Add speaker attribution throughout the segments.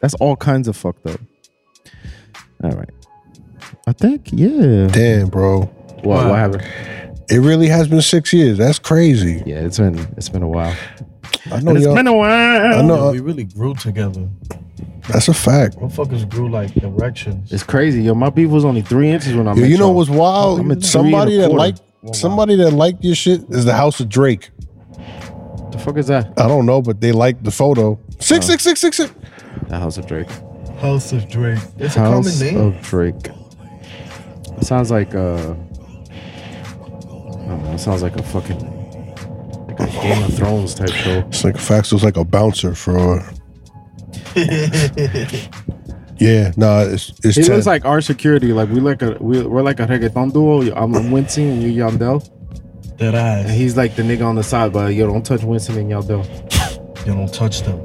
Speaker 1: That's all kinds of fucked up. All right. I think, yeah.
Speaker 2: Damn, bro.
Speaker 1: What, what happened?
Speaker 2: It really has been six years. That's crazy.
Speaker 1: Yeah, it's been it's been a while.
Speaker 2: I know
Speaker 1: And it's
Speaker 2: y'all.
Speaker 1: been a while.
Speaker 2: I know. uh,
Speaker 3: we really grew together.
Speaker 2: That's a fact.
Speaker 3: Motherfuckers grew like erections.
Speaker 1: It's crazy, yo. My beef was only three inches when I
Speaker 2: Yo,
Speaker 1: met
Speaker 2: you know
Speaker 1: y'all.
Speaker 2: what's wild?
Speaker 1: I'm at three
Speaker 2: somebody
Speaker 1: and a
Speaker 2: that
Speaker 1: quarter.
Speaker 2: liked
Speaker 3: wow.
Speaker 2: somebody that liked your shit is the House of Drake.
Speaker 1: the fuck is that?
Speaker 2: I don't know, but they liked the photo. Six
Speaker 1: Uh.
Speaker 2: six six six six.
Speaker 1: The House of Drake.
Speaker 3: House of Drake. It's
Speaker 1: House
Speaker 3: a common name.
Speaker 1: of Drake. It sounds like uh, I don't know. It sounds like a fucking like a Game of Thrones type show.
Speaker 2: It's like facts. It was like a bouncer for. uh, yeah, nah, it's it's.
Speaker 1: It
Speaker 2: 10.
Speaker 1: looks like our security. Like we like a we, we're like a reggaeton duo. I'm Winston and you Yandel,
Speaker 3: That
Speaker 1: and
Speaker 3: eyes.
Speaker 1: he's like the nigga on the side. But yo, don't touch Winston and Yandel.
Speaker 3: You don't touch them.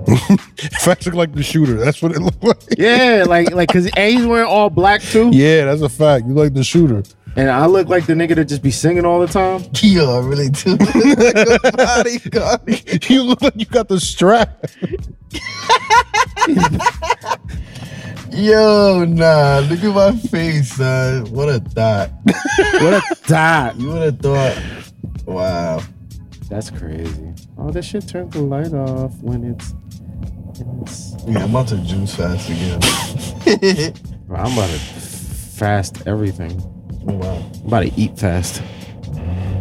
Speaker 2: facts look like the shooter. That's what it looked like.
Speaker 1: Yeah, like like cause and he's wearing all black too.
Speaker 2: Yeah, that's a fact. You like the shooter.
Speaker 1: And I look like the nigga that just be singing all the time.
Speaker 3: Yo, really too.
Speaker 2: you look like you got the strap.
Speaker 3: Yo, nah. Look at my face, son. What a thought.
Speaker 1: What a dot.
Speaker 3: You would have thought. Wow.
Speaker 1: That's crazy. Oh, that shit turned the light off when it's. when it's-
Speaker 3: Yeah, I'm about to juice fast again. Oh,
Speaker 1: Bro, I'm about to fast everything.
Speaker 3: wow.
Speaker 1: I'm about to eat fast.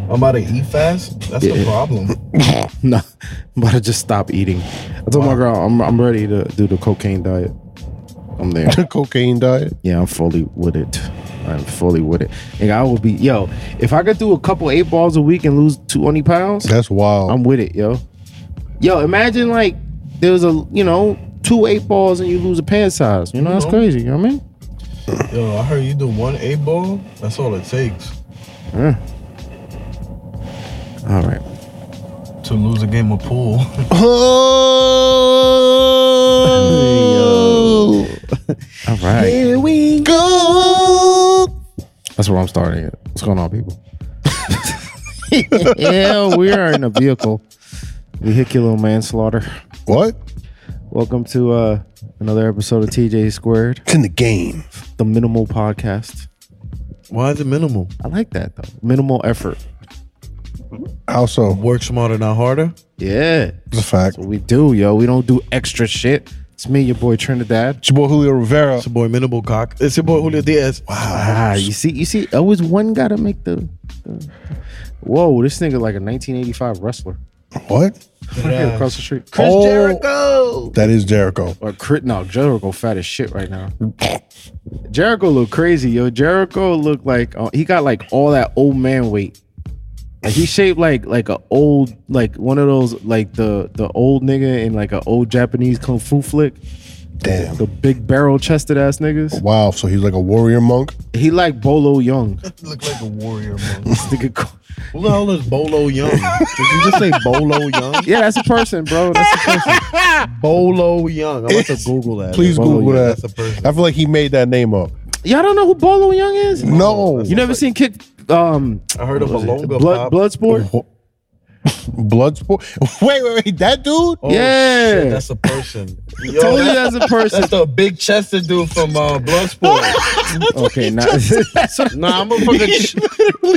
Speaker 3: I'm about to eat fast. That's
Speaker 1: Yeah.
Speaker 3: the problem.
Speaker 1: No, I'm about to just stop eating. I told my girl I'm, I'm ready to do the cocaine diet. I'm there.
Speaker 2: Cocaine diet.
Speaker 1: yeah, I'm fully with it. I'm fully with it. And I will be, yo, if I could do a couple eight balls a week and lose 20 pounds,
Speaker 2: That's wild.
Speaker 1: I'm with it, yo. Yo, imagine like there was a you know two eight balls and you lose a pant size. You know that's
Speaker 3: Mhm.
Speaker 1: crazy. You know what I mean?
Speaker 3: Yo, I heard you do one eight ball. That's all it takes
Speaker 1: All right.
Speaker 3: to lose a game of pool.
Speaker 2: oh,
Speaker 1: All right.
Speaker 2: here we go.
Speaker 1: That's where I'm starting it. What's going on, people? yeah, we are in a vehicle. Vehicular manslaughter.
Speaker 2: What?
Speaker 1: Welcome to uh another episode of TJ Squared,
Speaker 2: It's in the game.
Speaker 1: the minimal podcast.
Speaker 3: Why is it minimal?
Speaker 1: I like that though. Minimal effort.
Speaker 2: How so?
Speaker 3: Work smarter, not harder.
Speaker 1: Yeah.
Speaker 2: It's a fact.
Speaker 1: That's what we do, yo. We don't do extra shit. It's me, your boy Trinidad.
Speaker 2: It's your boy Julio Rivera.
Speaker 3: It's your boy Minimal Cock. It's your boy Julio Diaz. Wow.
Speaker 1: Ah, you see, you see, always one gotta make the. the- whoa, this nigga like a 1985 wrestler
Speaker 2: What?
Speaker 1: Right here across the street.
Speaker 3: Chris
Speaker 2: Oh.
Speaker 3: Jericho.
Speaker 2: That is Jericho.
Speaker 1: Or crit? No, Jericho fat as shit right now. Jericho look crazy, yo. Jericho look like uh, he got like all that old man weight. Like he shaped like like a old like one of those like the the old nigga in like an old Japanese kung fu flick.
Speaker 2: Damn.
Speaker 1: The big barrel chested ass niggas.
Speaker 2: Wow. So he's like a warrior monk.
Speaker 1: He like Bolo Young.
Speaker 3: Look like a warrior, man.
Speaker 1: This nigga. co-
Speaker 3: Who the hell is Bolo Young? Did you just say Bolo Young?
Speaker 1: Yeah, that's a person, bro. That's a person.
Speaker 3: Bolo Young. I'm about to Google that.
Speaker 2: Please
Speaker 3: Bolo
Speaker 2: Google
Speaker 3: Young,
Speaker 2: that.
Speaker 3: That's a person.
Speaker 2: I feel like he made that name up.
Speaker 1: Y'all don't know who Bolo Young is?
Speaker 2: No.
Speaker 1: You never seen kick um
Speaker 3: I heard of Balonga
Speaker 1: blood
Speaker 3: Pop.
Speaker 1: blood sport?
Speaker 2: Bloodsport. Wait, wait, wait. That dude?
Speaker 3: Oh,
Speaker 1: Yeah.
Speaker 3: shit, that's a person. Yo,
Speaker 1: Told you
Speaker 3: that-
Speaker 1: as a person.
Speaker 3: that's the big chested dude from uh, Bloodsport.
Speaker 1: okay, now
Speaker 3: nah, I'm a fucking, ch-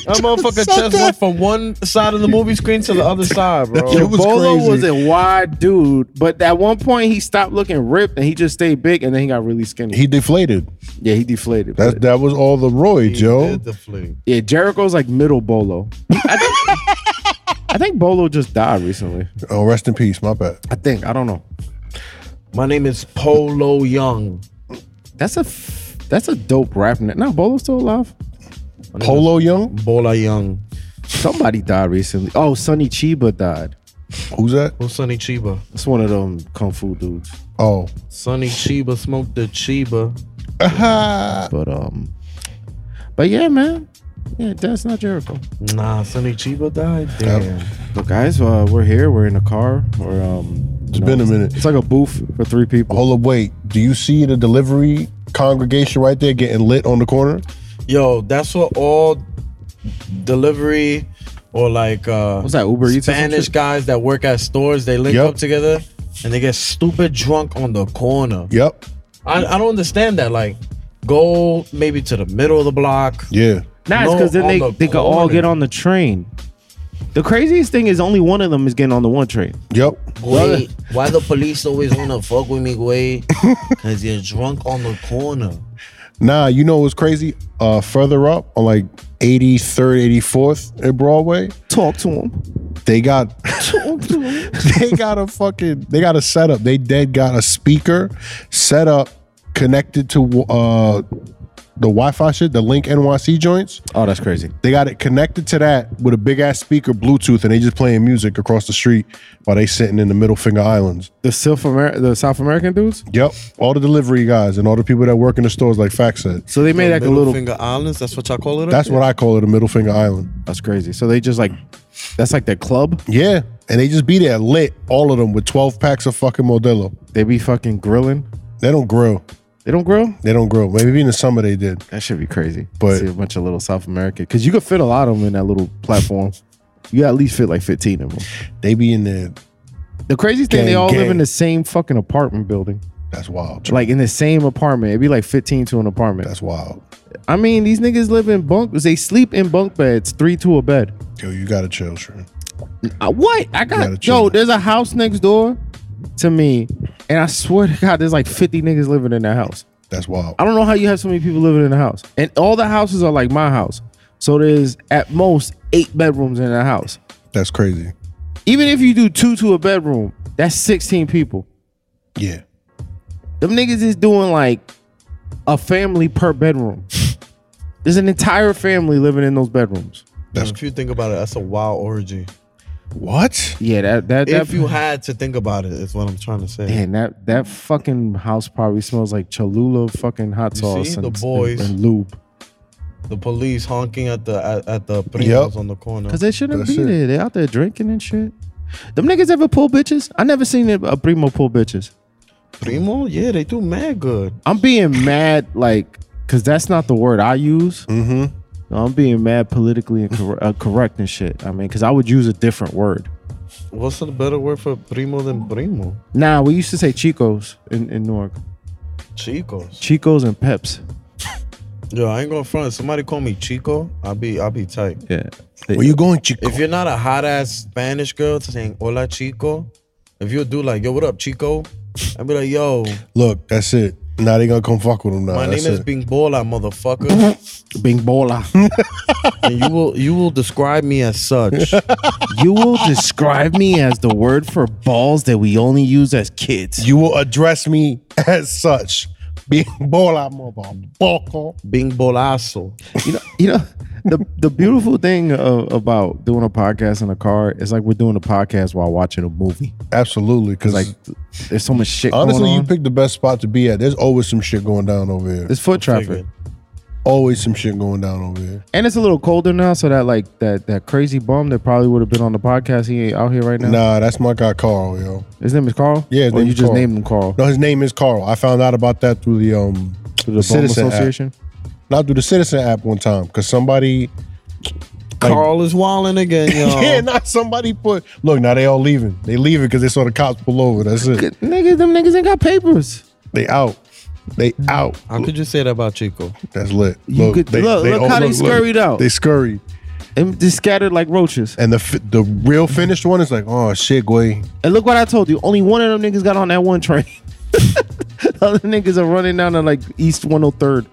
Speaker 3: I'm a fucking chest went from one side of the movie screen to the other side, bro.
Speaker 2: It
Speaker 1: Yo,
Speaker 2: was
Speaker 1: Bolo
Speaker 2: crazy.
Speaker 1: was a wide dude, but at one point he stopped looking ripped and he just stayed big and then he got really skinny.
Speaker 2: He deflated.
Speaker 1: yeah, he deflated.
Speaker 2: That
Speaker 1: but-
Speaker 2: that was all the roids,
Speaker 3: He
Speaker 2: yo.
Speaker 3: did the flick.
Speaker 1: yeah, Jericho's like middle Bolo. I think, I think Bolo just died recently.
Speaker 2: Oh, rest in peace. My bad.
Speaker 1: I think. I don't know.
Speaker 3: My name is Polo Young.
Speaker 1: That's a f- that's a dope rap name. No, Bolo's still alive.
Speaker 2: Polo Young.
Speaker 3: Bola Young.
Speaker 1: Somebody died recently. Oh, Sonny Chiba died.
Speaker 2: Who's that?
Speaker 3: Who's Sonny Chiba?
Speaker 1: It's one of them kung fu dudes.
Speaker 2: Oh.
Speaker 3: Sonny Chiba smoked the Chiba.
Speaker 2: Aha.
Speaker 1: But um, but yeah, man, yeah, that's not Jericho.
Speaker 3: Nah, Sonny Chiba died. Damn.
Speaker 1: But guys, uh, we're here. We're in the car. We're um, it's
Speaker 2: been a minute.
Speaker 1: It's like a booth for three people.
Speaker 2: Hold up, wait. Do you see the delivery congregation right there getting lit on the corner?
Speaker 3: Yo, that's what all delivery or like uh
Speaker 1: What's Oh, that Uber Eats? or some
Speaker 3: Spanish
Speaker 1: shit?
Speaker 3: guys that work at stores they link
Speaker 2: Yep.
Speaker 3: up together and they get stupid drunk on the corner.
Speaker 2: Yep.
Speaker 3: I, I don't understand that. Like, go maybe to the middle of the block.
Speaker 2: Yeah.
Speaker 1: Nah, it's
Speaker 3: No,
Speaker 1: because then
Speaker 3: on
Speaker 1: they,
Speaker 3: the
Speaker 1: they could all
Speaker 3: corner.
Speaker 1: get on the train. The craziest thing is only one of them is getting on the one train.
Speaker 2: Yep.
Speaker 3: Wait, why the police always wanna fuck with me, Wait, Cause you're drunk on the corner.
Speaker 2: Nah, you know what's crazy? Uh, further up on like 83rd, 84th at Broadway,
Speaker 1: Talk to him.
Speaker 2: they got
Speaker 1: Talk to him.
Speaker 2: they got a fucking they got a setup. They dead got a speaker set up connected to uh the Wi-Fi shit, the Link NYC joints.
Speaker 1: Oh, that's crazy.
Speaker 2: They got it connected to that with a big ass speaker, Bluetooth, and they just playing music across the street while they sitting in the Middle Finger Islands.
Speaker 1: The South, Amer- the South American dudes?
Speaker 2: Yep, all the delivery guys and all the people that work in the stores, like Fax said.
Speaker 1: So they made like a
Speaker 3: Middle
Speaker 1: little.
Speaker 3: finger islands. That's what y'all call it. up
Speaker 2: That's
Speaker 3: there?
Speaker 2: what I call it, a Middle Finger Island.
Speaker 1: That's crazy. So they just like, that's like their club.
Speaker 2: Yeah, and they just be there lit, all of them with twelve packs of fucking Modelo.
Speaker 1: They be fucking grilling.
Speaker 2: They don't grill.
Speaker 1: They don't grill.
Speaker 2: They don't grill. Maybe in the summer they did.
Speaker 1: That should be crazy.
Speaker 2: But-
Speaker 1: see a bunch of little South American because you could fit a lot of them in that little platform. You at least fit like fifteen of them.
Speaker 2: They be in there.
Speaker 1: The crazy thing, they
Speaker 2: Gang,
Speaker 1: all live
Speaker 2: gang.
Speaker 1: in the same fucking apartment building,
Speaker 2: That's wild.
Speaker 1: like in the same apartment. It'd be like fifteen to an apartment.
Speaker 2: That's wild.
Speaker 1: I mean, these niggas live in bunk. They sleep in bunk beds, three to a bed.
Speaker 2: Yo, you gotta chill, Shrin.
Speaker 1: I, what I
Speaker 2: gotta
Speaker 1: got?
Speaker 2: chill.
Speaker 1: Yo, there's a house next door to me, and I swear to God, there's like fifty niggas living in that house.
Speaker 2: That's wild.
Speaker 1: I don't know how you have so many people living in the house. And all the houses are like my house. So there's at most eight bedrooms in the house.
Speaker 2: That's crazy.
Speaker 1: Even if you do two to a bedroom, that's 16 people.
Speaker 2: Yeah.
Speaker 1: Them niggas is doing like a family per bedroom. There's an entire family living in those bedrooms.
Speaker 2: That's-
Speaker 3: if you think about it, that's a wild orgy.
Speaker 2: What?
Speaker 1: Yeah, that that that
Speaker 3: If you had to think about it, is what I'm trying to say.
Speaker 1: Man, that that fucking house probably smells like Cholula fucking hot
Speaker 3: You
Speaker 1: sauce
Speaker 3: see,
Speaker 1: and,
Speaker 3: the boys.
Speaker 1: and, and lube.
Speaker 3: The police honking at the at, at the primos on the corner.
Speaker 1: Cause they shouldn't
Speaker 2: That's
Speaker 1: be
Speaker 2: it.
Speaker 1: there. They out there drinking and shit. Them niggas ever pull bitches? I never seen a a primo pull bitches.
Speaker 3: Primo, yeah, they do mad good.
Speaker 1: I'm being mad, like, cause that's not the word I use.
Speaker 2: Mm-hmm.
Speaker 1: I'm being mad politically and cor- uh, correct and shit. I mean, cause I would use a different word.
Speaker 3: What's a better word for primo than primo?
Speaker 1: Nah, we used to say chicos in, in Newark,
Speaker 3: Chicos.
Speaker 1: chicos and peps.
Speaker 3: Yo, I ain't going front. Somebody call me Chico, I'll be I'll be tight.
Speaker 1: Yeah,
Speaker 2: Where you going, Chico?
Speaker 3: If you're not a hot ass Spanish girl to saying hola chico, if you do like yo, what up chico? I'd be like yo,
Speaker 2: Look, that's it. Now they gonna come fuck with them now.
Speaker 1: Oh,
Speaker 3: my
Speaker 2: that's
Speaker 3: name is
Speaker 2: it.
Speaker 3: Bing Bola, motherfucker,
Speaker 1: Bing bola.
Speaker 3: and you will you will describe me as such.
Speaker 1: you will describe me as the word for balls that we only use as kids.
Speaker 2: you will address me as such. Being bola motherfucker.
Speaker 3: Bing Bolazo.
Speaker 1: You know, you know. The, the beautiful thing uh, about doing a podcast in a car is like we're doing a podcast while watching a movie.
Speaker 2: Absolutely, because
Speaker 1: Like,
Speaker 2: like
Speaker 1: there's so much shit.
Speaker 2: honestly,
Speaker 1: going
Speaker 2: you
Speaker 1: on.
Speaker 2: picked the best spot to be at. There's always some shit going down over here.
Speaker 1: It's foot traffic,
Speaker 3: Figured.
Speaker 2: always some shit going down over here.
Speaker 1: and it's a little colder now. So that like that that crazy bum that probably would have been on the podcast, he ain't out here right now.
Speaker 2: Nah, that's my guy Carl, yo.
Speaker 1: His name is Carl.
Speaker 2: Yeah, his
Speaker 1: or
Speaker 2: name
Speaker 1: you
Speaker 2: is
Speaker 1: just
Speaker 2: Carl.
Speaker 1: named him Carl.
Speaker 2: No, his name is Carl. I found out about that through the um
Speaker 1: Through the bum
Speaker 2: Citizen app.
Speaker 1: association.
Speaker 2: not through the Citizen app one time because somebody Like-
Speaker 3: Carl is walling again, y'all.
Speaker 2: yeah not somebody put look now they all leaving they leaving because they saw the cops pull over that's it
Speaker 1: Niggas, them niggas ain't got papers.
Speaker 2: they out they out
Speaker 3: How could you say that about Chico?
Speaker 2: that's lit
Speaker 1: You could- look- look
Speaker 2: all-
Speaker 1: how they scurried out.
Speaker 2: they scurried
Speaker 1: And just scattered like roaches.
Speaker 2: and the fi- the real finished one is like oh shit Gway.
Speaker 1: And look what I told you. Only one of them niggas got on that one train. the other niggas are running down to like East 103rd.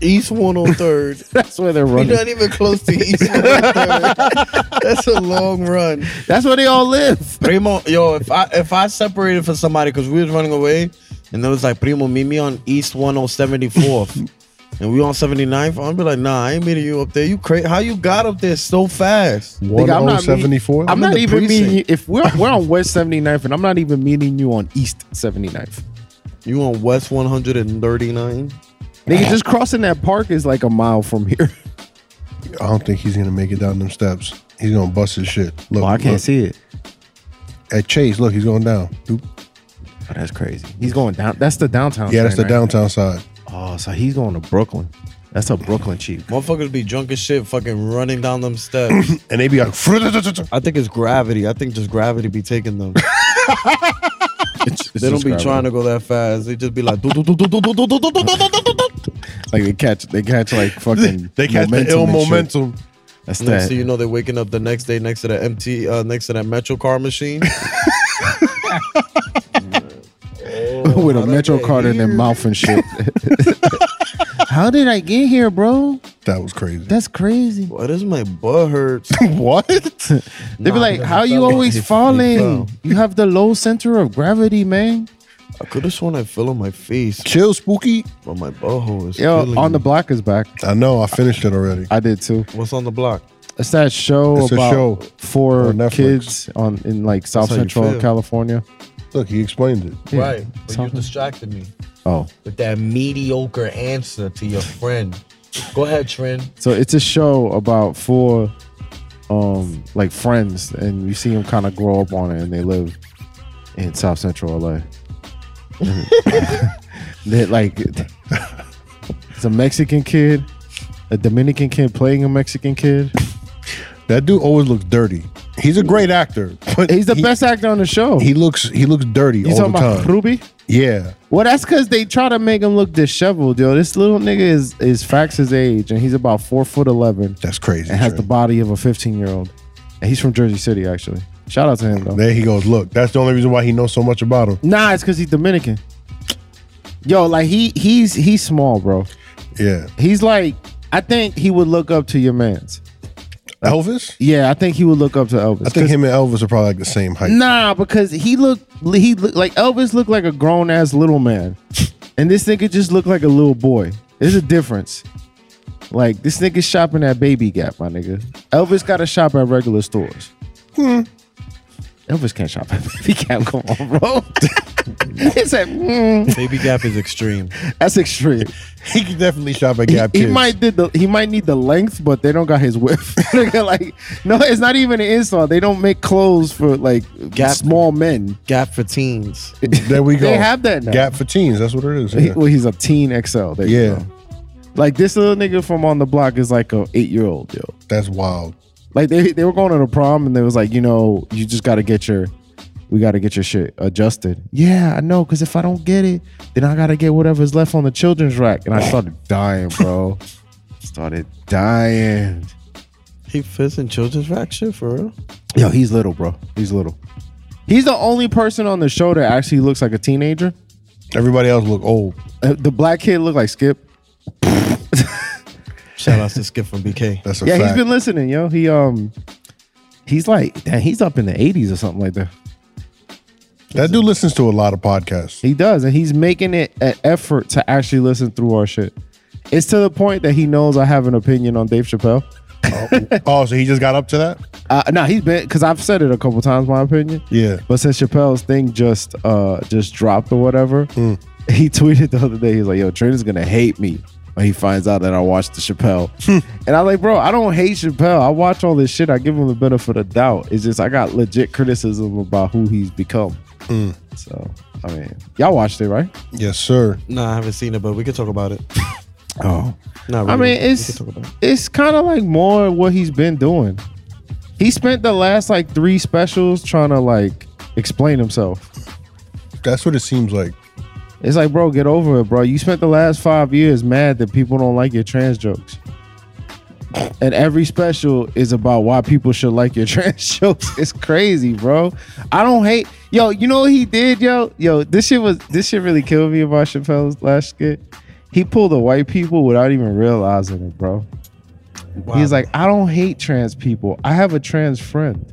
Speaker 3: East 103rd.
Speaker 1: That's where they're
Speaker 3: We're
Speaker 1: running.
Speaker 3: not even close to East 103rd. That's a long run.
Speaker 1: That's where they all live.
Speaker 3: Primo, yo, if I if I separated from somebody because we was running away, and it was like, Primo, meet me on East 1074th. and we on 79th, I'd be like, nah, I ain't meeting you up there. You crazy. How you got up there so fast?
Speaker 1: Nigga, I'm not meeting-
Speaker 2: 1074
Speaker 1: I'm,
Speaker 3: in
Speaker 1: not
Speaker 3: the
Speaker 1: even meeting you.
Speaker 3: precinct.
Speaker 1: If we're we're on West 79th, and I'm not even meeting you on East 79th.
Speaker 3: You on West 139?
Speaker 1: Nigga, just crossing that park is like a mile from here.
Speaker 2: I don't think he's gonna make it down them steps he's gonna bust his shit look
Speaker 1: Well, I can't
Speaker 2: look.
Speaker 1: see it.
Speaker 2: at Chase look he's going down Oop.
Speaker 1: Oh, that's crazy. He's going down. That's the downtown.
Speaker 2: yeah that's the
Speaker 1: train, right?
Speaker 2: downtown side
Speaker 1: Oh, so he's going to Brooklyn. That's a Brooklyn chief.
Speaker 3: Motherfuckers be drunk as shit, fucking running down them steps.
Speaker 2: and they be like
Speaker 3: I think it's gravity. I think just gravity be taking them. They don't be trying to go that fast. They just be like, do, do, do, do, do, do, do, do, do, do, do, do, do, do.
Speaker 1: like they catch they catch like fucking
Speaker 2: They catch the ill
Speaker 1: and shit.
Speaker 2: momentum.
Speaker 1: That's
Speaker 3: Next thing
Speaker 1: that.
Speaker 3: you know, they're waking up the next day next to the MT, uh, next to that Metro car machine. Oh,
Speaker 1: With
Speaker 3: how
Speaker 1: a
Speaker 3: did I
Speaker 1: metro
Speaker 3: get
Speaker 1: card in their
Speaker 3: here?
Speaker 1: mouth and shit. How did I get here, bro?
Speaker 2: That was crazy.
Speaker 1: That's crazy.
Speaker 3: Why does my butt hurt?
Speaker 2: what?
Speaker 1: They'd be
Speaker 3: Nah,
Speaker 1: like,
Speaker 3: he
Speaker 1: "How you
Speaker 3: fell.
Speaker 1: always
Speaker 3: He
Speaker 1: falling?
Speaker 3: fell.
Speaker 1: You have the low center of gravity, man."
Speaker 3: I could have sworn I fell on my face,
Speaker 2: Chill, spooky.
Speaker 3: but my butthole is
Speaker 1: Yo,
Speaker 3: killing
Speaker 1: on the
Speaker 3: me.
Speaker 1: block is back.
Speaker 2: I know. I finished it already.
Speaker 1: I did too.
Speaker 3: What's on the block?
Speaker 1: It's that show
Speaker 2: It's a
Speaker 1: about
Speaker 2: show
Speaker 1: four
Speaker 2: on Netflix.
Speaker 1: kids on in like South
Speaker 3: how you
Speaker 1: Central
Speaker 3: feel.
Speaker 1: California.
Speaker 2: Look, he explained it.
Speaker 1: Yeah.
Speaker 3: Right, but you
Speaker 1: South-
Speaker 3: distracted me
Speaker 1: Oh,
Speaker 3: with that mediocre answer to your friend. Go ahead, Trin.
Speaker 1: so it's a show about four, um, like friends, and you see them kind of grow up on it, and they live in South Central LA. they like it's a Mexican kid, a Dominican kid playing a Mexican kid.
Speaker 2: That dude always looks dirty. He's a great actor, but
Speaker 1: He's the
Speaker 2: he-
Speaker 1: best actor on the show.
Speaker 2: He looks he looks dirty
Speaker 1: you
Speaker 2: all
Speaker 1: talking
Speaker 2: the
Speaker 1: about
Speaker 2: time.
Speaker 1: Ruby?
Speaker 2: yeah,
Speaker 1: Well, that's because they try to make him look disheveled, yo. This little nigga is is facts his age, and he's about four foot eleven
Speaker 2: that's crazy.
Speaker 1: and has the
Speaker 2: Trent.
Speaker 1: body of a fifteen year old. And he's from Jersey City, actually. Shout out to him though.
Speaker 2: there he goes. Look, that's the only reason why he knows so much about him.
Speaker 1: Nah, it's because he's Dominican. Yo, like he he's he's small, bro.
Speaker 2: Yeah,
Speaker 1: He's like I think he would look up to your man's. Uh,
Speaker 2: Elvis.
Speaker 1: Yeah, I think he would look up to Elvis.
Speaker 2: I think him and Elvis are probably like the same height.
Speaker 1: Nah, because he looked he looked like Elvis looked like a grown ass little man, and this nigga just looked like a little boy. There's a difference. Like this nigga shopping at Baby Gap, my nigga. Elvis got to shop at regular stores. Elvis can't shop at Baby Gap. Come on, bro. he said, "Mm."
Speaker 3: Baby gap is extreme.
Speaker 1: "That's extreme."
Speaker 2: He could definitely shop at
Speaker 1: He-
Speaker 2: Gap.
Speaker 1: he,
Speaker 2: Kids.
Speaker 1: might did the he might need the length, but they don't got his width. Nigga, like, no, it's not even an insult. They don't make clothes for like
Speaker 3: Gap.
Speaker 1: small men.
Speaker 3: Gap for teens.
Speaker 2: There we go.
Speaker 1: They have that now.
Speaker 2: Gap for teens. That's what it is.
Speaker 1: He,
Speaker 2: Yeah.
Speaker 1: well, he's a teen XL. There you
Speaker 2: Yeah.
Speaker 1: go. Like this little nigga from on the block is like a eight year old, yo.
Speaker 2: That's wild.
Speaker 1: Like they they were going to the prom and they was like, you know, you just gotta get your we gotta get your shit adjusted. Yeah, I know, cause if I don't get it, then I gotta get whatever's left on the children's rack. And I started dying, bro. started dying.
Speaker 3: He fits in children's rack shit for real.
Speaker 1: Yo, he's little, bro. He's little. He's the only person on the show that actually looks like a teenager.
Speaker 2: Everybody else look old.
Speaker 1: Uh, The black kid looked like Skip.
Speaker 3: Shout outs to Skip from BK.
Speaker 2: That's a
Speaker 1: yeah,
Speaker 2: fact.
Speaker 1: he's been listening, yo. He um, he's like, damn, he's up in the '80s or something like that.
Speaker 2: that dude listens to a lot of podcasts.
Speaker 1: He does, and he's making it an effort to actually listen through our shit. It's to the point that he knows I have an opinion on Dave Chappelle.
Speaker 2: oh, oh, so he just got up to that?
Speaker 1: Uh, no, he's been because I've said it a couple times, my opinion.
Speaker 2: Yeah.
Speaker 1: But since Chappelle's thing just uh just dropped or whatever,
Speaker 3: Hmm.
Speaker 1: he tweeted the other day. He's like, "Yo, Trent is gonna hate me when he finds out that I watched the Chappelle."
Speaker 3: Hmm.
Speaker 1: and I'm like, "Bro, I don't hate Chappelle. I watch all this shit. I give him the benefit of doubt. It's just I got legit criticism about who he's become."
Speaker 3: Hmm.
Speaker 1: So I mean, y'all watched it, right?
Speaker 2: Yes, sir.
Speaker 3: Nah, I haven't seen it, but we can talk about it.
Speaker 1: Oh,
Speaker 3: Not really.
Speaker 1: I mean,
Speaker 3: We can
Speaker 1: it's
Speaker 3: talk about it.
Speaker 1: it's kind of like more what he's been doing. He spent the last like three specials trying to like explain himself.
Speaker 2: That's what it seems like.
Speaker 1: It's like, bro, get over it, bro. You spent the last five years mad that people don't like your trans jokes. And every special is about why people should like your trans jokes. It's crazy, bro. I don't hate yo, you know what he did, yo? Yo, this shit was this shit really killed me about Chappelle's last skit. He pulled the white people without even realizing it, bro. He's like, I don't hate trans people. I have a trans friend.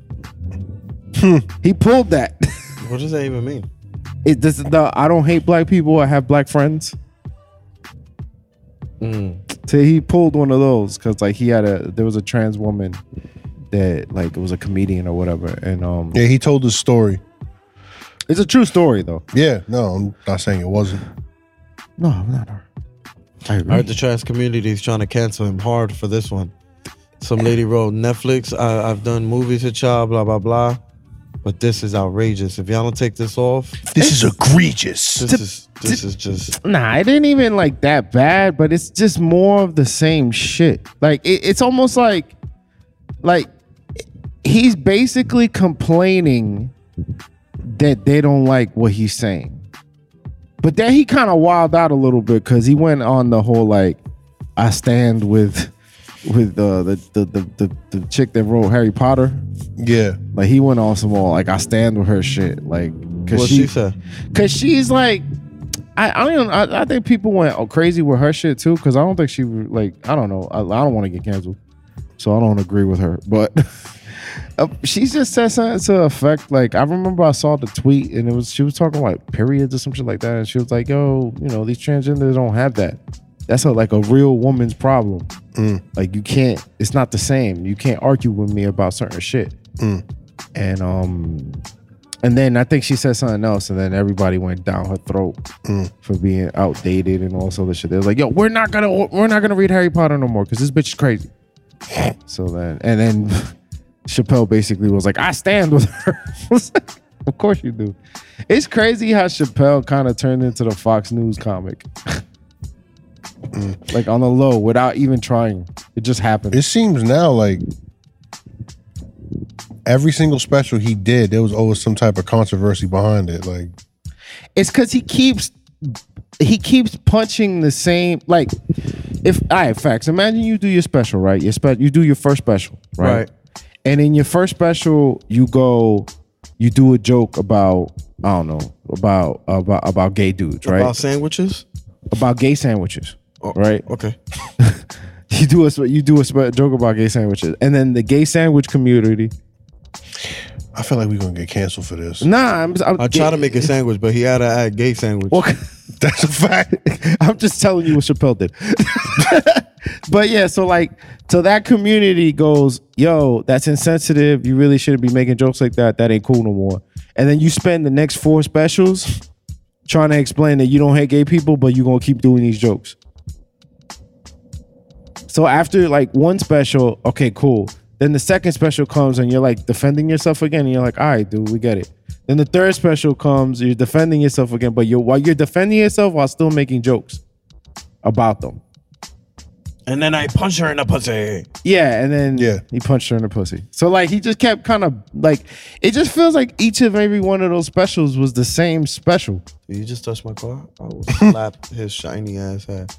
Speaker 1: he pulled that.
Speaker 3: what does that even mean?
Speaker 1: it this is the I don't hate black people. I have black friends. So he pulled one of those because like he had a there was a trans woman that like it was a comedian or whatever, and um
Speaker 2: Yeah, he told his story.
Speaker 1: it's a true story though.
Speaker 2: Yeah, no, I'm not saying it wasn't.
Speaker 1: No, I'm not her. I
Speaker 3: I
Speaker 1: agree.
Speaker 3: heard the trans community is trying to cancel him hard for this one. Some lady wrote Netflix. I, I've done movies with y'all, blah blah blah. But this is outrageous. If y'all don't take this off,
Speaker 2: This is egregious.
Speaker 3: this is this is just
Speaker 1: Nah, it ain't even like that bad, but it's just more of the same shit. Like it, it's almost like, like he's basically complaining that they don't like what he's saying. But then he kind of wild out a little bit because he went on the whole like, I stand with with uh, the, the the the the chick that wrote Harry Potter.
Speaker 2: Yeah.
Speaker 1: Like he went on some more like I stand with her shit. Like because
Speaker 3: What
Speaker 1: she,
Speaker 3: she said?
Speaker 1: cause she's like I I don't I, I think people went crazy with her shit too because I don't think she re- like I don't know I, I don't want to get canceled so I don't agree with her but uh, she just said something to the effect like I remember I saw the tweet and it was she was talking like periods or some shit like that and she was like yo you know these transgenders don't have that that's a, like a real woman's problem
Speaker 2: Mm.
Speaker 1: like you can't it's not the same you can't argue with me about certain shit
Speaker 2: Mm.
Speaker 1: and um and then I think she said something else, and then everybody went down her throat
Speaker 2: Mm.
Speaker 1: for being outdated and all this other shit. They're like, "Yo, we're not gonna we're not gonna read Harry Potter no more because this bitch is crazy." so then, and then Chappelle basically was like, "I stand with her." I was like, of course you do. It's crazy how Chappelle kind of turned into the Fox News comic, like on the low without even trying. It just happened.
Speaker 2: It seems now like every single special he did, there was always some type of controversy behind it. Like,
Speaker 1: It's because he keeps he keeps punching the same like if I facts. Imagine you do your special, right? Your spe- you do your first special, right?
Speaker 3: Right.
Speaker 1: And in your first special, you go you do a joke about I don't know about about about gay dudes, right?
Speaker 3: About
Speaker 1: About,
Speaker 3: sandwiches?
Speaker 1: gay sandwiches,
Speaker 3: Oh,
Speaker 1: right?
Speaker 3: Okay.
Speaker 1: You do a sp- you do a sp- joke about gay sandwiches, and then the gay sandwich community.
Speaker 2: I feel like we're gonna get canceled for this.
Speaker 1: Nah, I'm, I'm
Speaker 3: I tried to make a sandwich, but he had a, a gay sandwich.
Speaker 1: Well,
Speaker 2: That's a fact.
Speaker 1: I'm just telling you what Chappelle did. but yeah, so like, so that community goes, yo, that's insensitive. You really shouldn't be making jokes like that. That ain't cool no more. And then you spend the next four specials trying to explain that you don't hate gay people, but you're going to keep doing these jokes. So after like one special, okay, cool. Then the second special comes and you're like defending yourself again. And you're like, all right, dude, we get it. Then the third special comes, you're defending yourself again, but you're while you're defending yourself while still making jokes about them.
Speaker 3: and then I punched her in the pussy.
Speaker 1: Yeah, and then
Speaker 2: Yeah.
Speaker 1: he punched her in the pussy. So like he just kept kind of like it just feels like each of every one of those specials was the same special.
Speaker 3: Did you just touch my car? I will slap his shiny ass head.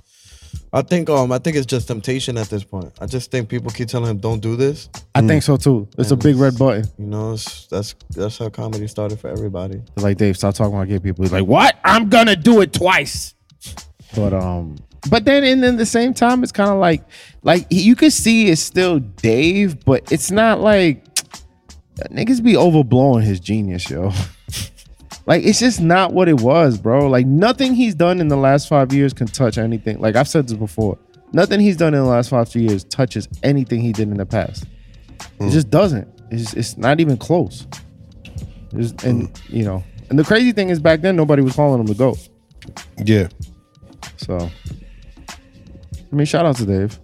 Speaker 3: I think um I think it's just temptation at this point. I just think people keep telling him don't do this.
Speaker 1: I think so too. It's a
Speaker 3: And
Speaker 1: big
Speaker 3: it's-
Speaker 1: red button.
Speaker 3: You know, it's, that's that's how comedy started for everybody.
Speaker 1: Like Dave, stop talking about gay people. He's like, what? I'm gonna do it twice. But um, but then and then the same time, it's kind of like like he- you could see it's still Dave, but it's not like niggas be overblowing his genius, yo. like it's just not what it was, bro. Like nothing he's done in the last five years can touch anything. Like I've said this before, nothing he's done in the last five years touches anything he did in the past. It just doesn't. It's it's not even close. It's- and you know, and the crazy thing is back then nobody was calling him the goat.
Speaker 2: Yeah.
Speaker 1: So, I mean, shout out to Dave.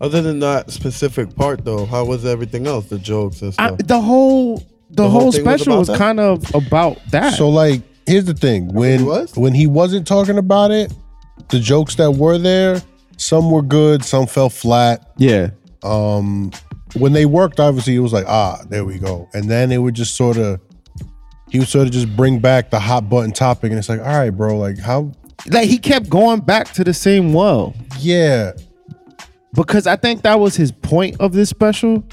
Speaker 3: Other than that specific part though, how was everything else? The jokes and
Speaker 1: I,
Speaker 3: stuff.
Speaker 1: the whole the,
Speaker 3: The whole
Speaker 1: whole,
Speaker 3: thing was
Speaker 1: special
Speaker 3: about
Speaker 1: was,
Speaker 3: that?
Speaker 1: kind of about that.
Speaker 2: So like, here's the thing: when
Speaker 3: he was?
Speaker 2: when he wasn't talking about it, the jokes that were there, some were good, some fell flat.
Speaker 1: yeah,
Speaker 2: um when they worked obviously it was like ah there we go and then it would just sort of he would sort of just bring back the hot button topic and it's like all right bro like how
Speaker 1: like he kept going back to the same well
Speaker 2: yeah
Speaker 1: because I think that was his point of this special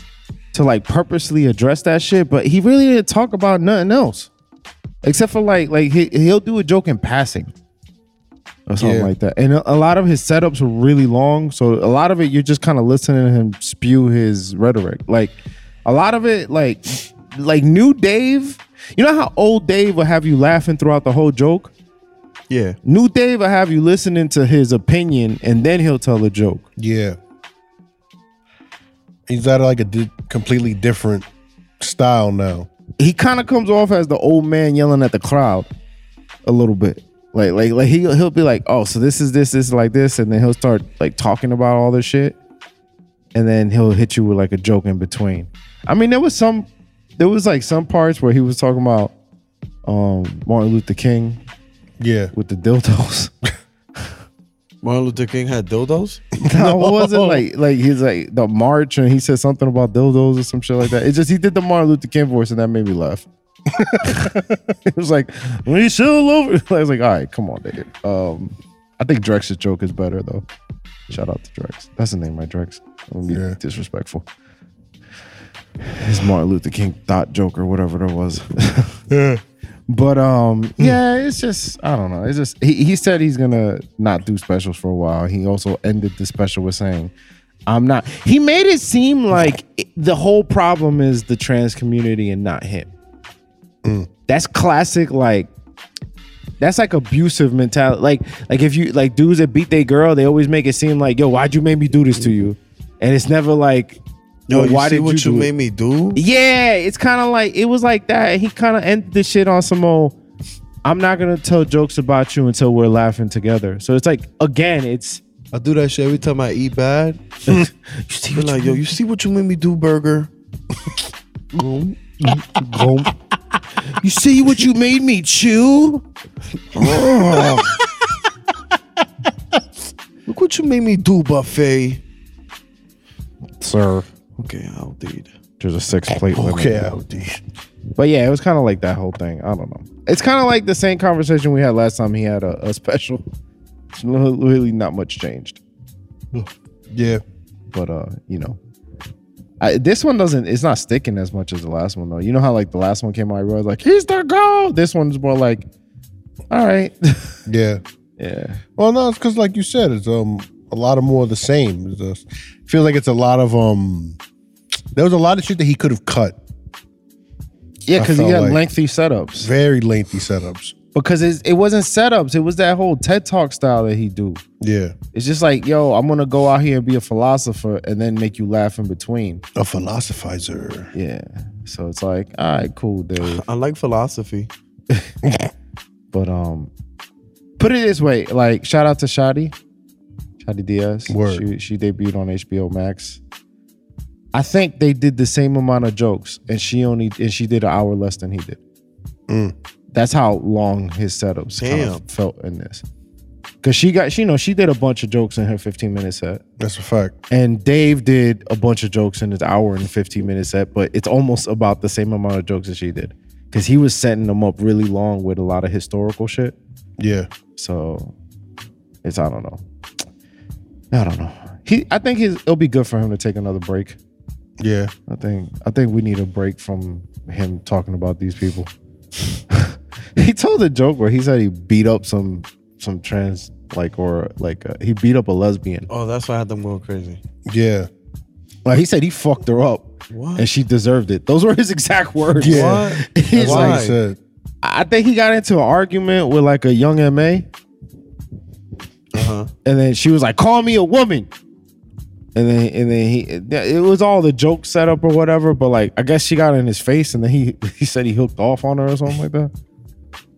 Speaker 1: to like purposely address that shit. But he really didn't talk about nothing else except for like like he he'll do a joke in passing or something
Speaker 2: Yeah.
Speaker 1: like that. And a, a lot of his setups were really long, so a lot of it you're just kind of listening to him spew his rhetoric. Like a lot of it, like like new Dave. You know how old Dave will have you laughing throughout the whole joke.
Speaker 3: yeah.
Speaker 1: New Dave will have you listening to his opinion, and then he'll tell a joke.
Speaker 2: yeah he's at like a di- completely different style now
Speaker 1: he kind of comes off as the old man yelling at the crowd a little bit. Like like like he he'll be like, "Oh, so this is this this is like this," and then he'll start like talking about all this shit, and then he'll hit you with like a joke in between. I mean, there was some there was like some parts where he was talking about um Martin Luther King
Speaker 2: yeah
Speaker 1: with the dildos.
Speaker 3: Martin Luther King had dildos?
Speaker 1: no, it wasn't like like he's like the march and he said something about dildos or some shit like that. It's just he did the Martin Luther King voice and that made me laugh. it was like, when you chill over. I was like, all right, come on, nigga. Um, I think Drex's joke is better though. Shout out to Drex. That's the name, right? Drex. I'm gonna
Speaker 2: Yeah.
Speaker 1: be disrespectful. His Martin Luther King thought joke or whatever there was. But um,
Speaker 3: Hmm.
Speaker 1: yeah, it's just I don't know. It's just he, he said he's gonna not do specials for a while. He also ended the special with saying, "I'm not." He made it seem like it- the whole problem is the trans community and not him.
Speaker 3: Hmm.
Speaker 1: That's classic, like that's like abusive mentality. Like like if you like dudes that beat their girl, they always make it seem like, "Yo, why'd you make me do this to you?" And it's never like,
Speaker 3: Yo,
Speaker 1: "Yo,
Speaker 3: you
Speaker 1: why
Speaker 3: see
Speaker 1: did
Speaker 3: what you,
Speaker 1: do it?"
Speaker 3: made me do?
Speaker 1: Yeah, it's kind of like it was like that. He kind of ended the shit on some old. I'm not gonna tell jokes about you until we're laughing together. So it's like again, it's
Speaker 3: I do that shit every time I eat bad.
Speaker 1: you see
Speaker 3: Be like, yo, you see what you made me do, burger?
Speaker 1: you see what you made me chew.
Speaker 3: Oh. Look what you made me do, buffet.
Speaker 1: Sir,
Speaker 3: Okay, I'll deed.
Speaker 1: there's a six plate limit.
Speaker 2: Okay, LD.
Speaker 1: But yeah, it was kind of like that whole thing. I don't know. It's kind of like the same conversation we had last time he had a, a special. It's no- really not much changed.
Speaker 2: Yeah.
Speaker 1: but uh you know I, this one doesn't it's not sticking as much as the last one though you know how like the last one came out everybody was like he's the goal this one's more like all right
Speaker 2: Yeah.
Speaker 1: yeah
Speaker 2: Well, no, it's because, like you said, it's um a lot of more of the same. It's just- feels like it's a lot of um. There was a lot of shit that he could have cut.
Speaker 1: yeah
Speaker 2: I
Speaker 1: because he
Speaker 2: felt
Speaker 1: had
Speaker 2: like-
Speaker 1: lengthy setups
Speaker 2: Very lengthy setups.
Speaker 1: because it's, it wasn't setups it was that whole ted talk style that he do
Speaker 2: Yeah,
Speaker 1: it's just like yo i'm gonna go out here and be a philosopher and then make you laugh in between
Speaker 2: a philosophizer.
Speaker 1: yeah so it's like all right cool dude
Speaker 3: I like philosophy.
Speaker 1: but um put it this way like shout out to Shadi Shadi Diaz
Speaker 2: Word.
Speaker 1: she she debuted on HBO Max I think they did the same amount of jokes and she only and she did an hour less than he did
Speaker 2: Mm.
Speaker 1: that's how long his setups kind
Speaker 3: Damn.
Speaker 1: of felt in this cuz she got she you know she did a bunch of jokes in her 15 minute set
Speaker 2: That's a fact.
Speaker 1: and Dave did a bunch of jokes in his hour and 15 minute set, but it's almost about the same amount of jokes that she did. Cause he was setting them up really long with a lot of historical shit.
Speaker 2: Yeah,
Speaker 1: So it's I don't know. I don't know. He I think his, it'll be good for him to take another break.
Speaker 2: yeah.
Speaker 1: I think I think we need a break from him talking about these people. he told a joke where he said he beat up some some trans like or like uh, he beat up a lesbian.
Speaker 3: Oh, that's why I had them going crazy.
Speaker 2: Yeah.
Speaker 1: Like he said he fucked her up.
Speaker 3: What?
Speaker 1: and she deserved it. Those were his exact words.
Speaker 2: Yeah.
Speaker 3: What?
Speaker 1: He's
Speaker 2: That's what
Speaker 1: like,
Speaker 2: he
Speaker 3: Why?
Speaker 2: said.
Speaker 1: I think he got into an argument with like a young MA, and
Speaker 3: Uh-huh.
Speaker 1: then she was like, "Call me a woman," and then and then he it was all the joke setup or whatever. But like, I guess she got in his face, and then he he said he hooked off on her or something like that.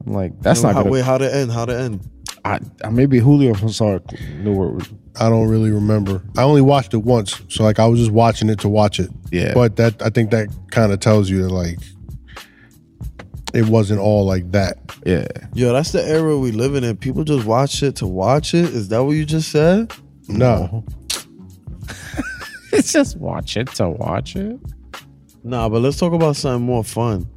Speaker 1: I'm like, that's
Speaker 3: Yo,
Speaker 1: not
Speaker 3: how,
Speaker 1: good.
Speaker 3: Wait, how to end? How to end?
Speaker 1: I, I maybe Julio Fonsaca knew where. it was-
Speaker 2: I don't really remember. I only watched it once, so like I was just watching it to watch it.
Speaker 1: Yeah.
Speaker 2: But that I think that kind of tells you that like it wasn't all like that.
Speaker 1: Yeah,
Speaker 3: Yo, that's the era we living in. People just watch it to watch it. Is that what you just said?
Speaker 2: No.
Speaker 1: Mm-hmm. it's just watch it to watch it.
Speaker 3: Nah, but let's talk about something more fun.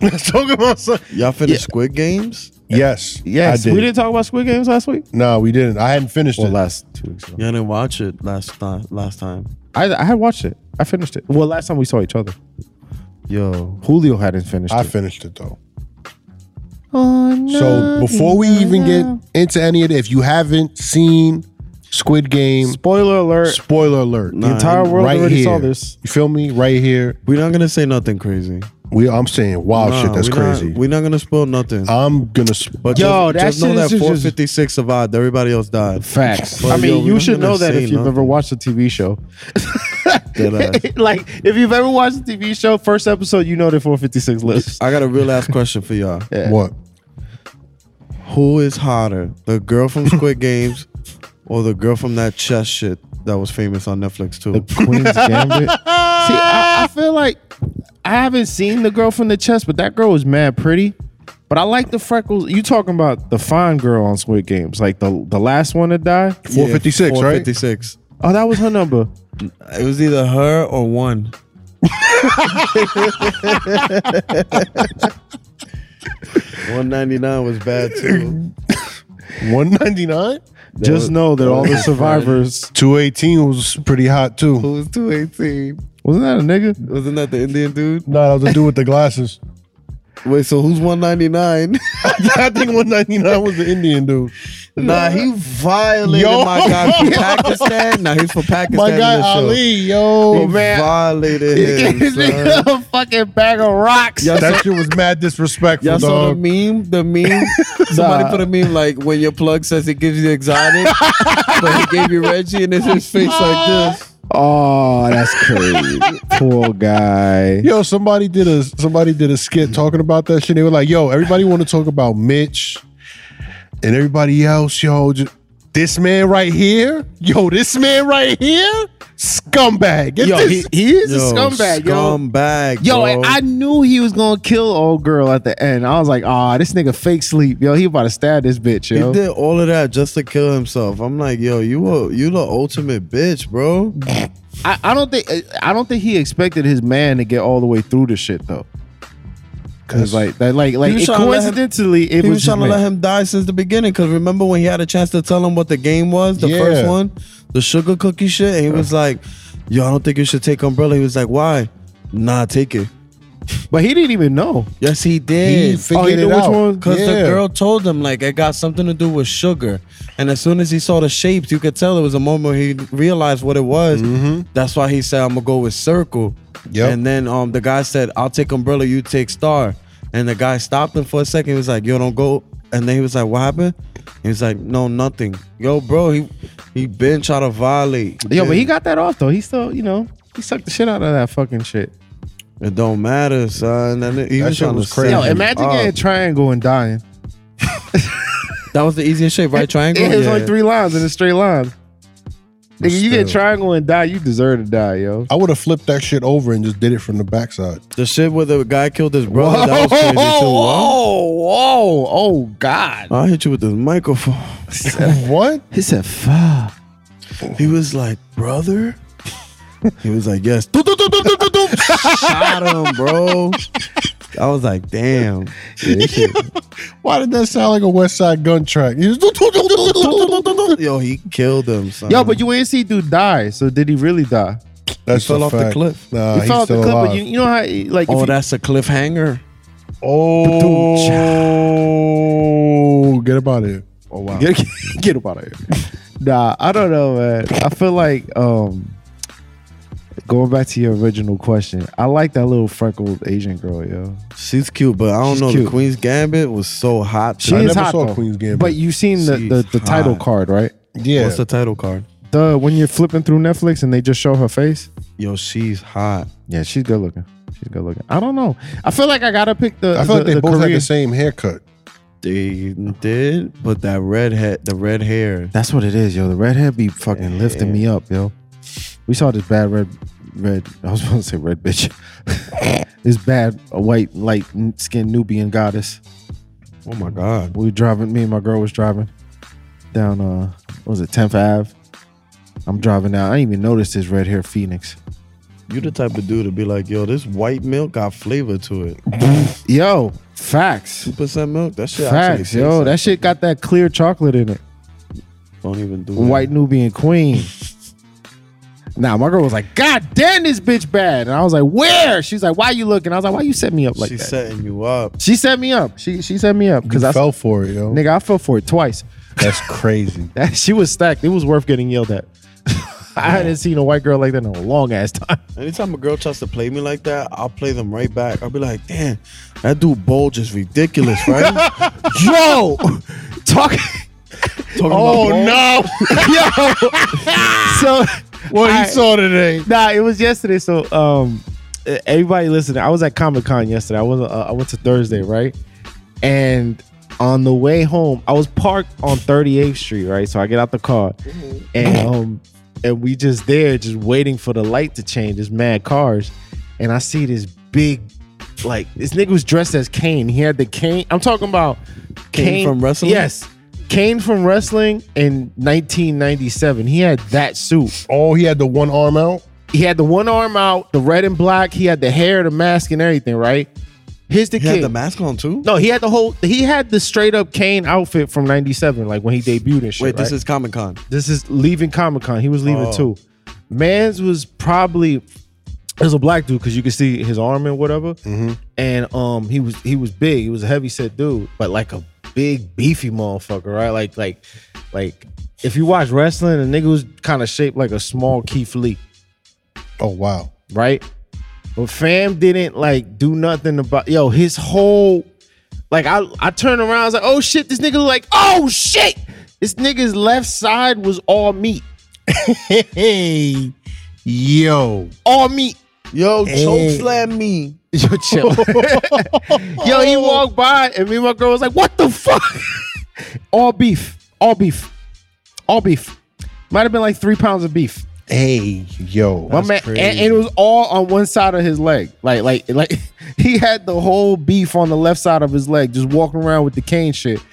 Speaker 2: Let's talk about some.
Speaker 3: Y'all finished Squid Games?
Speaker 2: Yes.
Speaker 1: Yes,
Speaker 2: I did.
Speaker 1: we didn't talk about Squid Games last week.
Speaker 2: No, we didn't. I hadn't finished
Speaker 1: Well,
Speaker 2: it.
Speaker 1: last two weeks ago.
Speaker 3: Y'all didn't watch it last time. Last time.
Speaker 1: I, I had watched it. I finished it. Well, last time we saw each other,
Speaker 3: Yo,
Speaker 1: Julio hadn't finished
Speaker 2: I
Speaker 1: it.
Speaker 2: finished it though.
Speaker 1: oh, no,
Speaker 2: So before we even get into any of it, if you haven't seen Squid Game,
Speaker 1: spoiler alert,
Speaker 2: spoiler alert.
Speaker 1: the entire world
Speaker 2: right
Speaker 1: already
Speaker 2: here.
Speaker 1: saw this.
Speaker 2: You feel me? Right here.
Speaker 3: we're not gonna say nothing crazy.
Speaker 2: We I'm saying wow
Speaker 3: Nah,
Speaker 2: Oh, shit, that's
Speaker 3: we
Speaker 2: crazy. Uh,
Speaker 3: Not, we're not gonna spoil nothing.
Speaker 2: I'm gonna sp-
Speaker 3: but
Speaker 1: Yo,
Speaker 3: just,
Speaker 1: that
Speaker 3: just know
Speaker 1: shit
Speaker 3: that
Speaker 1: is just-
Speaker 3: 456 survived. Everybody else died.
Speaker 1: Facts.
Speaker 3: Well,
Speaker 1: I
Speaker 3: yo,
Speaker 1: mean,
Speaker 3: we're
Speaker 1: you
Speaker 3: not
Speaker 1: should
Speaker 3: gonna
Speaker 1: know that
Speaker 3: say
Speaker 1: if you've ever
Speaker 3: nothing.
Speaker 1: watched a TV show.
Speaker 3: Dead ass.
Speaker 1: like, if you've ever watched a TV show, first episode, you know that 456 lives.
Speaker 3: I got a real ass question for y'all.
Speaker 1: Yeah.
Speaker 2: what?
Speaker 3: Who is hotter, the girl from Squid Games or the girl from that chess shit that was famous on Netflix too?
Speaker 1: Queen's Gambit. See, I, I feel like I haven't seen the girl from the chest, but that girl was mad pretty. But I like the freckles. You talking about the fine girl on Squid Games, like the the last one to die?
Speaker 2: 456, right?
Speaker 3: 456.
Speaker 1: Oh, that was her number.
Speaker 3: It was either her or one. 199 was bad too.
Speaker 2: 199?
Speaker 1: Just know that all the survivors
Speaker 2: 218 was pretty hot too.
Speaker 3: Who was 218?
Speaker 1: wasn't that a nigga?
Speaker 3: Wasn't that the Indian dude?
Speaker 2: No, that was the dude with the glasses.
Speaker 3: Wait, so who's 199?
Speaker 2: I think 199 was the Indian dude.
Speaker 3: nah, he violated
Speaker 2: Yo.
Speaker 3: my guy from Pakistan. Nah, he's from Pakistan.
Speaker 2: My
Speaker 3: in
Speaker 2: guy
Speaker 3: this show.
Speaker 2: Ali,
Speaker 3: He
Speaker 2: yo.
Speaker 3: violated him. son.
Speaker 1: a fucking bag of rocks.
Speaker 3: Y'all saw,
Speaker 2: That shit was mad disrespectful,
Speaker 3: y'all saw the
Speaker 2: dog.
Speaker 3: meme? The meme? Somebody
Speaker 1: Nah.
Speaker 3: put a meme like when your plug says it gives you exotic, but he gave you Reggie and it's his face like this.
Speaker 1: Oh, that's crazy. Poor guy.
Speaker 2: Yo, somebody did a somebody did a skit talking about that shit. They were like, "Yo, everybody want to talk about Mitch and everybody else, yo. Just, this man right here, yo, this man right here, scumbag. Get
Speaker 1: Yo,
Speaker 2: this-
Speaker 1: he, he is
Speaker 3: Yo,
Speaker 1: a scumbag, yo.
Speaker 3: Scumbag.
Speaker 1: Yo,
Speaker 3: bro.
Speaker 1: and I knew he was gonna kill old girl at the end. I was like, ah, this nigga fake sleep, yo. He about to stab this bitch,
Speaker 3: He
Speaker 1: yo.
Speaker 3: did all of that just to kill himself. I'm like, yo, you a, you the ultimate bitch, bro.
Speaker 1: I, I don't think I don't think he expected his man to get all the way through this shit though. Cause like that, like like
Speaker 3: was
Speaker 1: it,
Speaker 3: trying to let him-
Speaker 1: coincidentally, it
Speaker 3: He
Speaker 1: was,
Speaker 3: was trying to let
Speaker 1: him.
Speaker 3: him die since the beginning. Cause remember when he had a chance to tell him what the game was, the
Speaker 2: Yeah.
Speaker 3: first one, the sugar cookie shit, and he was like, yo, I don't think you should take umbrella. He was like, why? Nah, take it.
Speaker 1: But he didn't even know.
Speaker 3: Yes, he
Speaker 2: he
Speaker 3: did.
Speaker 2: figured
Speaker 1: Oh, he knew
Speaker 2: it
Speaker 1: which
Speaker 2: out.
Speaker 1: one?
Speaker 3: Cause
Speaker 2: Yeah.
Speaker 3: the girl told him like it got something to do with sugar, and as soon as he saw the shapes, you could tell it was a moment he realized what it was. That's why he said, "I'm gonna go with circle."
Speaker 2: Mm-hmm. Yep.
Speaker 3: And then um, the guy said, "I'll take umbrella, you take star." And the guy stopped him for a second. He was like, "Yo, don't go." And then he was like, "What happened?" He was like, "No, nothing." Yo, bro, he he been trying to violate.
Speaker 1: Yo, but he
Speaker 3: did.
Speaker 1: got that off though. He still, you know, he sucked the shit out of that fucking shit.
Speaker 3: it don't matter, son. And he
Speaker 2: That
Speaker 3: was Oh.
Speaker 2: shit
Speaker 3: trying
Speaker 2: was
Speaker 3: to
Speaker 2: crazy.
Speaker 3: set
Speaker 1: Yo,
Speaker 3: him
Speaker 1: imagine
Speaker 3: up.
Speaker 1: getting triangle and dying.
Speaker 3: that was the easiest shape, right? Triangle.
Speaker 1: It was
Speaker 3: Yeah.
Speaker 1: like three lines in a straight line. Nigga, you get
Speaker 2: still.
Speaker 1: triangle and die, you deserve to die, yo.
Speaker 2: I would have flipped that shit over and just did it from the backside.
Speaker 3: The shit where the guy killed his brother.
Speaker 1: Oh,
Speaker 3: That was crazy too. Wow.
Speaker 1: whoa, oh God.
Speaker 3: I'll hit you with this microphone.
Speaker 2: what?
Speaker 1: He said, fuck.
Speaker 3: He was like, brother? He was like, yes. Doop, doop, doop, doop, doop, doop. Shot him, bro. I was like, damn. Yeah, this shit-
Speaker 2: Why did that sound like a West Side Gun track? He was-
Speaker 3: Yo, he killed him. Son.
Speaker 1: Yo, but you ain't see dude die. So did he really die?
Speaker 2: That's
Speaker 3: fell
Speaker 2: a
Speaker 3: off the
Speaker 2: fact.
Speaker 3: cliff.
Speaker 2: Nah,
Speaker 1: he
Speaker 2: Uh, he's
Speaker 1: fell off the
Speaker 2: still
Speaker 1: cliff,
Speaker 2: alive.
Speaker 1: but you, you know how like if
Speaker 3: Oh,
Speaker 1: you-
Speaker 3: that's a cliffhanger.
Speaker 2: Oh, get about it.
Speaker 3: Oh, wow.
Speaker 1: get, get up out of here. Nah, I don't know, man. I feel like um going back to your original question, I like that little freckled Asian girl, yo.
Speaker 3: She's cute, but I don't
Speaker 1: She's
Speaker 3: know.
Speaker 1: cute.
Speaker 3: The Queen's Gambit was so hot.
Speaker 1: She
Speaker 2: I
Speaker 3: son.
Speaker 1: is
Speaker 2: never
Speaker 1: hot
Speaker 2: saw
Speaker 1: though.
Speaker 2: Queen's Gambit.
Speaker 1: But you've seen the, the,
Speaker 3: She's
Speaker 1: the title
Speaker 3: hot.
Speaker 1: card, right?
Speaker 2: Yeah.
Speaker 3: What's the title card?
Speaker 1: The when you're flipping through Netflix and they just show her face.
Speaker 3: Yo, she's hot.
Speaker 1: Yeah, she's good looking. She's good looking. I don't know. I feel like I gotta pick the.
Speaker 2: I
Speaker 1: the,
Speaker 2: feel like they
Speaker 1: the
Speaker 2: both had
Speaker 1: Korean-
Speaker 2: the same haircut.
Speaker 3: They did, but that red head, the red hair.
Speaker 1: That's what it is, yo. The redhead be fucking lifting me up, yo. We saw this bad red, red. I was about to say red bitch. this bad white light skinned Nubian goddess.
Speaker 3: Oh my God.
Speaker 1: We were driving. Me and my girl was driving down. Uh, what was it 10th Ave? I'm driving down. I didn't even notice this red hair phoenix.
Speaker 3: You the type of dude to be like, yo, this white milk got flavor to it.
Speaker 1: Yo, facts.
Speaker 3: Two percent milk. That shit. actually
Speaker 1: Facts,
Speaker 3: tastes
Speaker 1: yo.
Speaker 3: like-
Speaker 1: That shit got that clear chocolate in it.
Speaker 3: don't even do
Speaker 1: White Nubian Queen. Nah, my girl was like, God damn, this bitch bad. And I was like, Where? She's like, Why you looking? I was like, Why you set me up
Speaker 3: That.
Speaker 1: like
Speaker 3: She's
Speaker 1: that?
Speaker 3: setting you up.
Speaker 1: she set me up. She she set me up
Speaker 2: You
Speaker 1: because I
Speaker 2: fell for it, yo.
Speaker 1: nigga I fell for it twice.
Speaker 2: That's crazy.
Speaker 1: That she was stacked. It was worth getting yelled at. I hadn't seen a white girl like that in a long ass time.
Speaker 3: Anytime a girl tries to play me like that, I'll play them right back. I'll be like, damn, that dude bulge is ridiculous, right?
Speaker 1: Yo, talk.
Speaker 3: Talking
Speaker 1: Oh
Speaker 3: about bulge.
Speaker 1: no, yo. so
Speaker 2: What
Speaker 1: I-
Speaker 2: he saw today.
Speaker 1: nah, it was yesterday. So um, everybody listening, I was at Comic Con yesterday. I was uh, I went to Thursday, right? And on the way home, I was parked on 38th Street, right? So I get out the car,
Speaker 3: Mm-hmm.
Speaker 1: and um, and we just there, just waiting for the light to change. There's mad cars, and I see this big. Like this nigga was dressed as Kane. He had the cane. I'm talking about
Speaker 3: Kane from wrestling?
Speaker 1: Yes, Kane from wrestling in 1997. He had that suit
Speaker 2: Oh, he had the one arm out.
Speaker 1: he had the one arm out, the red and black. He had the hair, the mask, and everything, right? Here's the
Speaker 3: He
Speaker 1: kid.
Speaker 3: had the mask on too.
Speaker 1: no, he had the whole. He had the straight up Kane outfit from '97, like when he debuted and shit.
Speaker 3: Wait, this
Speaker 1: right?
Speaker 3: is Comic Con.
Speaker 1: this is leaving Comic Con. He was leaving
Speaker 3: Oh.
Speaker 1: too. Mans was probably it was a black dude because you could see his arm and whatever.
Speaker 3: Mm-hmm.
Speaker 1: And um, he was he was big. He was a heavy set dude, but like a big beefy motherfucker, right? Like like like if you watch wrestling, a nigga was kind of shaped like a small Keith Lee,
Speaker 2: Oh wow.
Speaker 1: right? But fam didn't like do nothing about yo. His whole like I I turned around, I was like, oh shit, this nigga look like oh shit, this nigga's left side was all meat.
Speaker 2: Hey, yo.
Speaker 1: all meat.
Speaker 3: Yo,
Speaker 2: Hey.
Speaker 3: choke slam me.
Speaker 1: Yo, chill. Yo, he walked by and me and my girl was like, what the fuck? all beef. All beef. All beef. Might have been like three pounds of beef.
Speaker 2: Hey, yo.
Speaker 1: My man, eh, and, and it was all on one side of his leg. Like, like, like he had the whole beef on the left side of his leg, just walking around with the cane shit.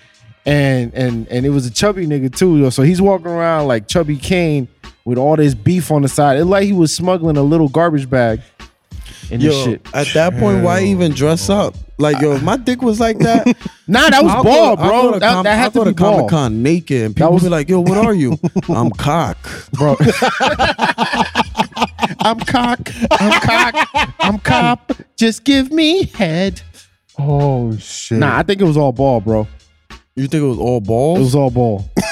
Speaker 1: And and and it was a chubby nigga too, yo. So he's walking around like chubby cane with all this beef on the side. It like he was smuggling a little garbage bag and this
Speaker 3: Yo,
Speaker 1: shit.
Speaker 3: at that point, why even dress up? Like, yo, if my dick was like that,
Speaker 1: Nah, that was
Speaker 3: I'll
Speaker 1: ball,
Speaker 3: go- I'll
Speaker 1: bro.
Speaker 3: go to
Speaker 1: that,
Speaker 3: Com-
Speaker 1: that
Speaker 3: I'll
Speaker 1: had
Speaker 3: go
Speaker 1: to be
Speaker 3: Comic
Speaker 1: ball,
Speaker 3: Con naked, and people
Speaker 1: was-
Speaker 3: be like, "Yo, what are you?" I'm cock.
Speaker 1: bro. I'm cock. I'm cock. I'm cop. Just give me head.
Speaker 2: oh shit.
Speaker 1: Nah, I think it was all ball, bro.
Speaker 3: You think it was all
Speaker 1: It
Speaker 3: balls?
Speaker 1: was all ball. this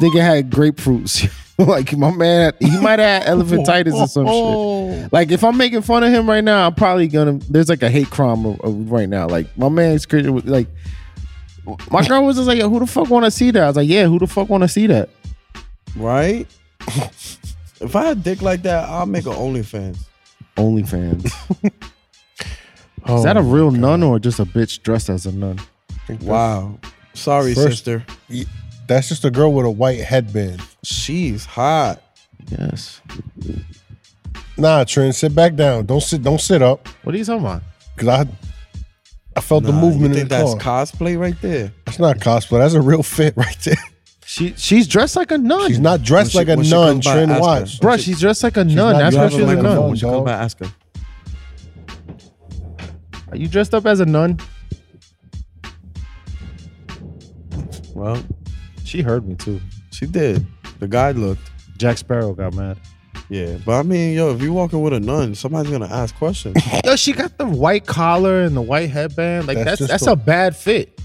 Speaker 1: nigga had grapefruits. like my man, he might have had elephantitis or some shit. Like if I'm making fun of him right now, I'm probably gonna. There's like a hate crime of- of right now. Like my man's created with- like. My girl was just like, "Yo, who the fuck want to see that? I was like, yeah, who the fuck want to see that?
Speaker 3: right? if I had dick like that, I'll make an OnlyFans.
Speaker 1: OnlyFans.
Speaker 2: Oh,
Speaker 1: Is that a real nun or just a bitch dressed as a nun?
Speaker 3: Wow. Sorry,
Speaker 2: First-
Speaker 3: sister.
Speaker 2: That's just a girl with a white headband.
Speaker 3: She's hot.
Speaker 1: Yes.
Speaker 2: Nah, Trent, sit back down. Don't sit. Don't sit up.
Speaker 1: What are you talking about?
Speaker 2: Cause I, I felt the
Speaker 3: Nah,
Speaker 2: movement
Speaker 3: Uh, You
Speaker 2: in
Speaker 3: think
Speaker 2: the
Speaker 3: that's
Speaker 2: car.
Speaker 3: cosplay right there?
Speaker 2: that's not cosplay. That's a real fit right there.
Speaker 1: She she's dressed like a nun.
Speaker 2: She's not dressed
Speaker 3: When she-
Speaker 2: like a
Speaker 3: when she
Speaker 2: nun.
Speaker 3: comes by,
Speaker 2: Trent,
Speaker 3: ask her.
Speaker 2: watch.
Speaker 1: Bruh, she's dressed like a nun.
Speaker 2: not
Speaker 1: That's why
Speaker 2: dressed
Speaker 1: she's
Speaker 2: like
Speaker 1: a
Speaker 2: a
Speaker 1: nun.
Speaker 2: nun.
Speaker 3: When she
Speaker 2: dog.
Speaker 3: comes by, ask her.
Speaker 1: Are you dressed up as a nun?
Speaker 3: Well,
Speaker 1: She heard me too.
Speaker 3: she did. The guy looked.
Speaker 1: Jack Sparrow got mad.
Speaker 3: Yeah, but I mean, yo, if you walking with a nun, somebody's gonna ask questions.
Speaker 1: Yo, she got the white collar and the white headband. Like
Speaker 2: That's
Speaker 1: that's that's,
Speaker 2: just a-
Speaker 1: a bad fit.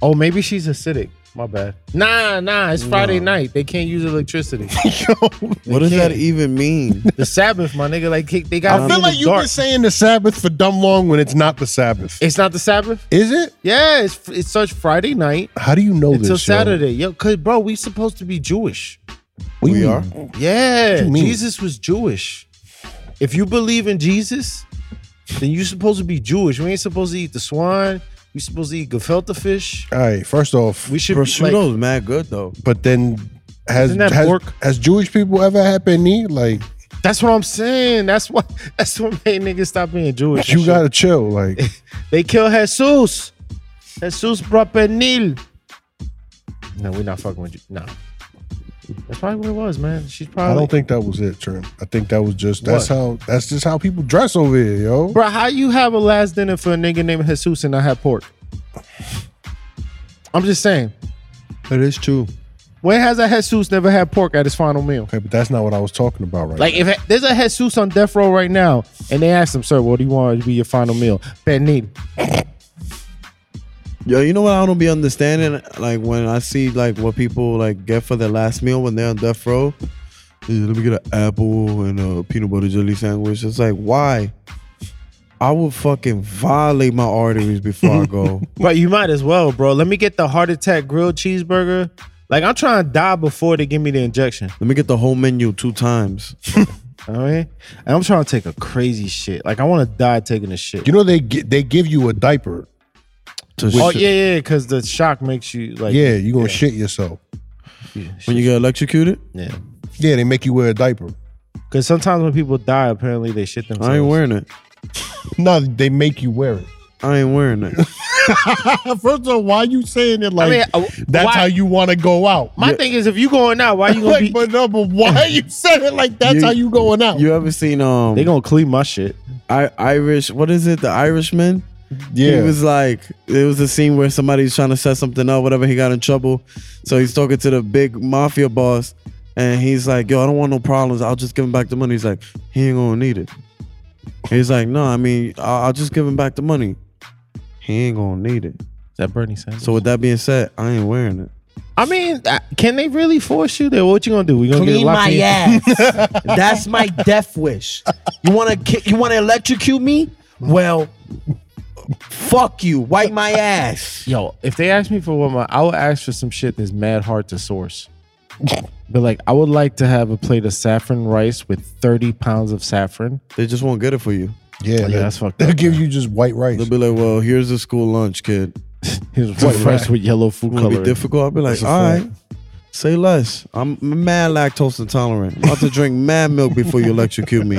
Speaker 1: Oh, maybe she's acidic. My bad. Nah, nah. It's Friday night. They can't use electricity.
Speaker 3: what does that
Speaker 1: can't.
Speaker 3: even mean?
Speaker 1: the Sabbath, my nigga. Like they got.
Speaker 2: I feel like you've been saying the Sabbath for dumb long when it's not the Sabbath.
Speaker 1: It's not the Sabbath.
Speaker 2: Is it?
Speaker 1: Yeah, it's it's such Friday night.
Speaker 2: How do you know
Speaker 1: until
Speaker 2: this? yo?
Speaker 1: Saturday. Yo, cause bro, we supposed to be Jewish.
Speaker 2: What do
Speaker 3: We
Speaker 2: you
Speaker 3: are.
Speaker 2: mean?
Speaker 1: Yeah,
Speaker 2: you mean?
Speaker 1: Jesus was Jewish. If you believe in Jesus, then you supposed to be Jewish. We ain't supposed to eat the swine. We supposed to eat gefilte fish.
Speaker 2: All right. First off,
Speaker 1: We should be like,
Speaker 3: Prosciutto's mad good though.
Speaker 2: but then has
Speaker 1: Isn't that
Speaker 2: has,
Speaker 1: pork?
Speaker 2: has Jewish people ever had panini? Like
Speaker 1: that's what I'm saying. That's what that's what made niggas stop being Jewish. and
Speaker 2: you
Speaker 1: shit.
Speaker 2: gotta chill. Like
Speaker 1: they kill Jesus. Jesus brought Penil. No, we're not fucking with you. No. That's probably what it was, man. She's probably
Speaker 2: I don't think that was it, Trent. I think that was just that's
Speaker 1: What?
Speaker 2: how that's just how people dress over here, yo.
Speaker 1: Bro, how you have a last dinner for a nigga named Jesus and I had pork? I'm just saying.
Speaker 3: It is true.
Speaker 1: When has a Jesus never had pork at his final meal?
Speaker 2: Okay, but that's not what I was talking about, right?
Speaker 1: Like, if there's a Jesus on death row right now, and they ask him, "Sir, what do you want to be your final meal?" Benito.
Speaker 3: Yo, you know what I don't be understanding? Like when I see like what people like get for their last meal when they're on death row. Yeah, let me get an apple and a peanut butter jelly sandwich. It's like why? I will fucking violate my arteries before I go.
Speaker 1: But you might as well, bro. Let me get the heart attack grilled cheeseburger. Like, I'm trying to die before they give me the injection.
Speaker 3: Let me get the whole menu two times.
Speaker 1: All right, and I'm trying to take a crazy shit. Like, I want to die taking a shit.
Speaker 2: you know they gi- they give you a diaper.
Speaker 3: to
Speaker 1: oh
Speaker 3: shit.
Speaker 1: yeah, yeah, because the shock makes you like
Speaker 2: Yeah, you gonna shit yourself.
Speaker 3: When you get electrocuted,
Speaker 1: yeah.
Speaker 2: Yeah, they make you wear a diaper.
Speaker 1: Because sometimes when people die, apparently they shit themselves.
Speaker 3: I ain't wearing it.
Speaker 2: No, they make you wear it.
Speaker 3: I ain't wearing it.
Speaker 2: First of all, why you saying it like
Speaker 1: mean, uh,
Speaker 2: that's
Speaker 1: why-
Speaker 2: how you want to go out?
Speaker 1: My thing is, if you going out, why you gonna
Speaker 2: like,
Speaker 1: be?
Speaker 2: but no, but why you saying it like that's
Speaker 3: You-
Speaker 2: how you going out?
Speaker 3: You ever seen um
Speaker 1: They gonna clean my shit.
Speaker 3: I- Irish? What is it? The Irishman?
Speaker 2: Yeah.
Speaker 3: He was like, it was a scene where somebody's trying to set something up, whatever. He got in trouble. So he's talking to the big mafia boss and he's like, yo, I don't want no problems. I'll just give him back the money. He's like, he ain't gonna need it. He's like, no, I mean, I'll, I'll just give him back the money. He ain't gonna need it.
Speaker 1: that Bernie Sanders?
Speaker 3: So with that being said, I ain't wearing it.
Speaker 1: I mean, uh, can they really force you there? What you gonna do? We gonna get
Speaker 4: Clean
Speaker 1: locked
Speaker 4: my
Speaker 1: in your-
Speaker 4: ass. That's my death wish. You wanna ki- you wanna electrocute me? Well, fuck you. Wipe my ass.
Speaker 1: Yo, if they ask me for what my, I would ask for some shit that's mad hard to source. But like, I would like to have a plate of saffron rice with thirty pounds of saffron.
Speaker 3: They just won't get it for you.
Speaker 2: Yeah,
Speaker 1: yeah,
Speaker 2: they-
Speaker 1: that's fucked
Speaker 2: They'll
Speaker 1: up,
Speaker 2: give you just white rice.
Speaker 3: They'll be like, well, here's the school lunch, kid.
Speaker 1: Here's white rice with yellow food
Speaker 3: It's gonna
Speaker 1: coloring.
Speaker 3: be difficult. I'll be like,
Speaker 2: That's a
Speaker 3: all right,
Speaker 2: fact.
Speaker 3: say less. I'm mad lactose intolerant. I'm about to drink mad milk before you electrocute me.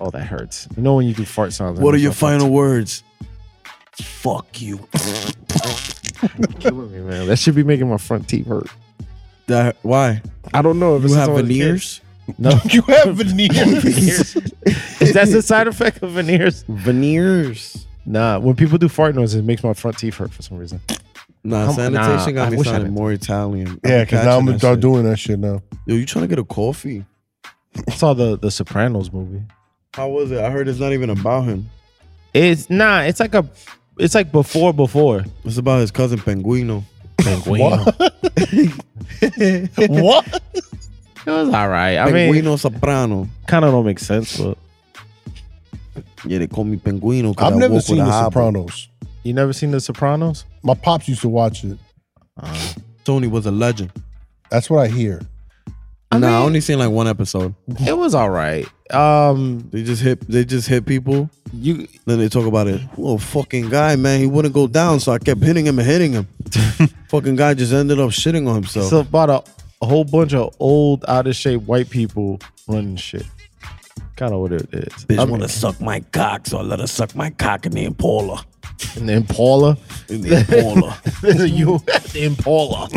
Speaker 1: Oh, that hurts. You know when you do fart sounds.
Speaker 3: what are your
Speaker 1: fucking
Speaker 3: final words?
Speaker 4: Fuck you.
Speaker 1: killing me, man? That should be making my front teeth hurt.
Speaker 3: That why?
Speaker 1: I don't know if
Speaker 3: You
Speaker 1: it's
Speaker 3: have
Speaker 1: on the
Speaker 3: veneers?
Speaker 1: kid. No,
Speaker 2: you have veneers.
Speaker 1: veneers. Is that the side effect of veneers?
Speaker 3: Veneers.
Speaker 1: Nah, when people do fart noises, it makes my front teeth hurt for some reason.
Speaker 3: Nah,
Speaker 1: Come-
Speaker 3: sanitation
Speaker 1: nah,
Speaker 3: got
Speaker 1: I
Speaker 3: me
Speaker 1: wish I
Speaker 3: sounding
Speaker 1: did.
Speaker 3: more Italian.
Speaker 2: yeah, because now I'm gonna
Speaker 3: catching
Speaker 2: start
Speaker 3: that
Speaker 2: doing that shit now.
Speaker 3: shit. Yo, you trying to get a coffee?
Speaker 1: I saw the the Sopranos movie.
Speaker 3: How was it? I heard it's not even about him.
Speaker 1: It's nah. It's like a. It's like before before.
Speaker 3: It's about his cousin Penguino.
Speaker 1: Penguino.
Speaker 2: what?
Speaker 1: It was all right. I mean,
Speaker 3: Penguino Soprano.
Speaker 1: kind of don't make sense, but
Speaker 3: Yeah, they call me Penguino. 'cause
Speaker 2: I've
Speaker 3: I
Speaker 2: never
Speaker 3: walk
Speaker 2: seen
Speaker 3: with a
Speaker 2: The
Speaker 3: hobble.
Speaker 2: Sopranos.
Speaker 1: you never seen The Sopranos?
Speaker 2: My pops used to watch it.
Speaker 3: Tony was a legend.
Speaker 2: That's what I hear.
Speaker 1: I
Speaker 3: nah, I
Speaker 1: mean-
Speaker 3: only seen like one episode.
Speaker 1: It was all right. Um,
Speaker 3: They just hit. They just hit people.
Speaker 1: you
Speaker 3: Then they talk about it. Well, fucking guy, man, he wouldn't go down, so I kept hitting him and hitting him. fucking guy just ended up shitting on himself.
Speaker 1: it's about a, a whole bunch of old, out of shape white people running shit. Kind of what it is.
Speaker 4: Bitch
Speaker 1: I
Speaker 4: wanna suck my cock, so I let her suck my cock in the Impala.
Speaker 1: And then Paula,
Speaker 4: In the Impala.
Speaker 1: there's a you in Paula.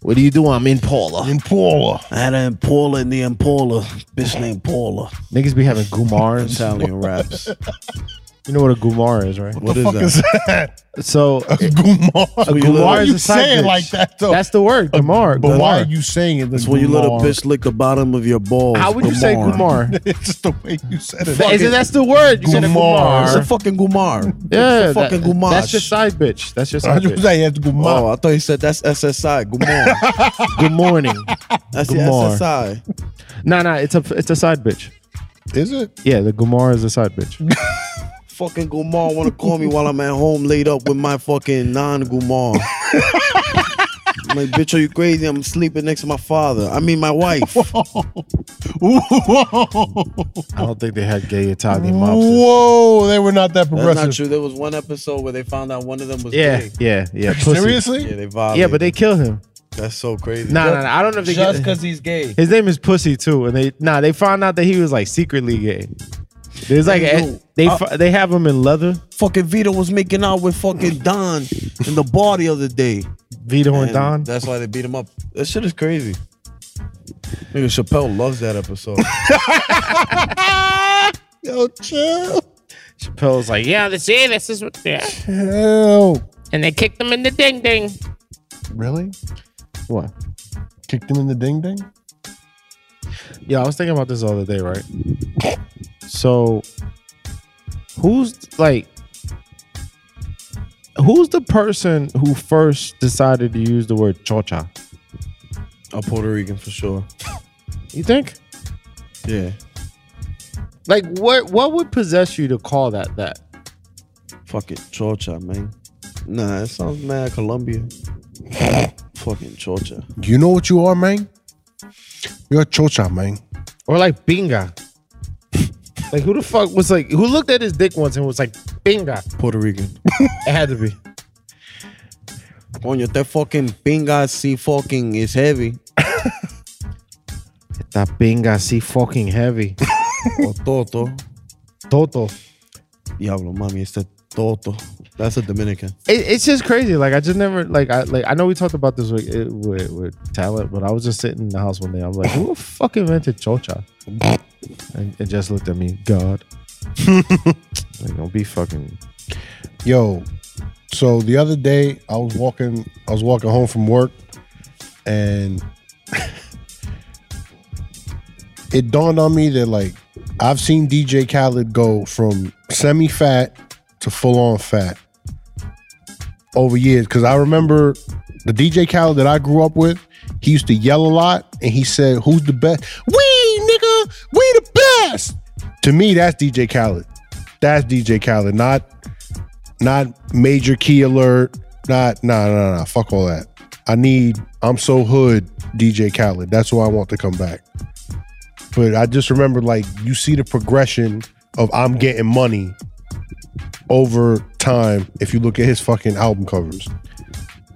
Speaker 1: What do you do? I'm in Paula.
Speaker 2: In Paula.
Speaker 4: I had an Impala in the Impala. Bitch named Paula.
Speaker 1: Niggas be having gumars.
Speaker 3: Italian raps.
Speaker 1: You know what a gumar is, right?
Speaker 3: What is
Speaker 2: Fuck
Speaker 3: that?
Speaker 2: is that?
Speaker 1: So
Speaker 2: A Gumar.
Speaker 1: gumar
Speaker 2: Why are
Speaker 1: is
Speaker 2: you
Speaker 1: a side
Speaker 2: saying
Speaker 1: dish.
Speaker 2: like that though?
Speaker 1: that's the word, gumar.
Speaker 2: but why are
Speaker 1: gumar.
Speaker 2: you saying it? That's
Speaker 3: It's when you let a bitch lick the bottom of your balls.
Speaker 1: How would you say gumar?
Speaker 2: It's just the way you said it.
Speaker 1: Is it that's the word? You said a
Speaker 2: Gumar.
Speaker 3: It's
Speaker 1: gumar.
Speaker 3: a fucking gumar.
Speaker 1: Yeah,
Speaker 3: It's a fucking
Speaker 1: that-
Speaker 3: gumar.
Speaker 1: That's your side bitch. That's your
Speaker 2: I
Speaker 1: side
Speaker 2: just
Speaker 1: bitch.
Speaker 2: say you have to Gumar.
Speaker 3: Oh, I thought you said that's SSI. Gumar.
Speaker 1: Good morning.
Speaker 3: That's
Speaker 1: Gumar.
Speaker 3: the SSI.
Speaker 1: nah, nah, it's a it's a side bitch.
Speaker 2: Is it?
Speaker 1: Yeah, the Gomorrah is a side bitch.
Speaker 3: Fucking Gumar want to call me while I'm at home laid up with my fucking non Gumar. I'm like, bitch, are you crazy? I'm sleeping next to my father. I mean, my wife.
Speaker 1: I don't think they had gay Italian mobsters.
Speaker 2: Whoa, they were not that
Speaker 3: That's not
Speaker 2: progressive.
Speaker 3: true. There was one episode where they found out one of them was
Speaker 1: Yeah,
Speaker 3: gay.
Speaker 1: yeah, yeah. pussy.
Speaker 2: Seriously?
Speaker 3: Yeah, they violated.
Speaker 1: Yeah, but they killed him.
Speaker 3: That's so crazy.
Speaker 1: Nah, nah, nah. I don't know if they
Speaker 4: Just
Speaker 1: killed him.
Speaker 4: because he's gay.
Speaker 1: His name is Pussy too, and they nah they found out that he was like secretly gay. There's like
Speaker 3: Hey,
Speaker 1: a,
Speaker 3: yo,
Speaker 1: they
Speaker 3: I-
Speaker 1: fi- they have him in leather.
Speaker 3: Fucking Vito was making out with fucking Don in the bar the other day.
Speaker 1: Vito and
Speaker 3: And
Speaker 1: Don.
Speaker 3: That's why they beat him up. That shit is crazy. Nigga, Chappelle loves that episode.
Speaker 2: Yo, chill.
Speaker 1: Chappelle's like, yeah, this yeah, this is what. Yeah.
Speaker 2: Chill.
Speaker 1: And they kicked him in the ding ding.
Speaker 2: Really?
Speaker 1: What?
Speaker 2: Kicked him in the ding ding?
Speaker 1: Yeah, I was thinking about this the other day, right? So, who's like, who's the person who first decided to use the word chocha?
Speaker 3: A Puerto Rican for sure.
Speaker 1: You think?
Speaker 3: Yeah.
Speaker 1: Like, what what would possess you to call that that?
Speaker 3: Fucking Chocha, man. Nah, it sounds mad Colombia. Fucking Chocha.
Speaker 2: You know what you are, man? You're a chocha, man.
Speaker 1: Or like binga? like, who the fuck was like, who looked at his dick once and was like, binga?
Speaker 3: Puerto Rican.
Speaker 1: It had to be.
Speaker 3: Coño, that fucking pinga si fucking is heavy.
Speaker 1: That binga, see, fucking heavy.
Speaker 3: O Toto.
Speaker 1: Toto.
Speaker 3: Diablo, mami, it's the Toto. That's a Dominican.
Speaker 1: it, it's just crazy. Like I just never like I like I know we talked about this with, it- with with talent, but I was just sitting in the house one day. I'm like, who the fuck invented chocha? and it just looked at me, God. Like, don't be fucking.
Speaker 2: Yo, so the other day I was walking, I was walking home from work, and it dawned on me that like I've seen DJ Khaled go from semi-fat to full-on fat over years. Because I remember the DJ Khaled that I grew up with, he used to yell a lot, and he said, "Who's the best? We nigga, we the best." To me, that's DJ Khaled. That's DJ Khaled, not not major key alert, not nah nah nah. Fuck all that. I need I'm so hood DJ Khaled. That's why I want to come back. But I just remember like you see the progression of I'm getting money over time if you look at his fucking album covers.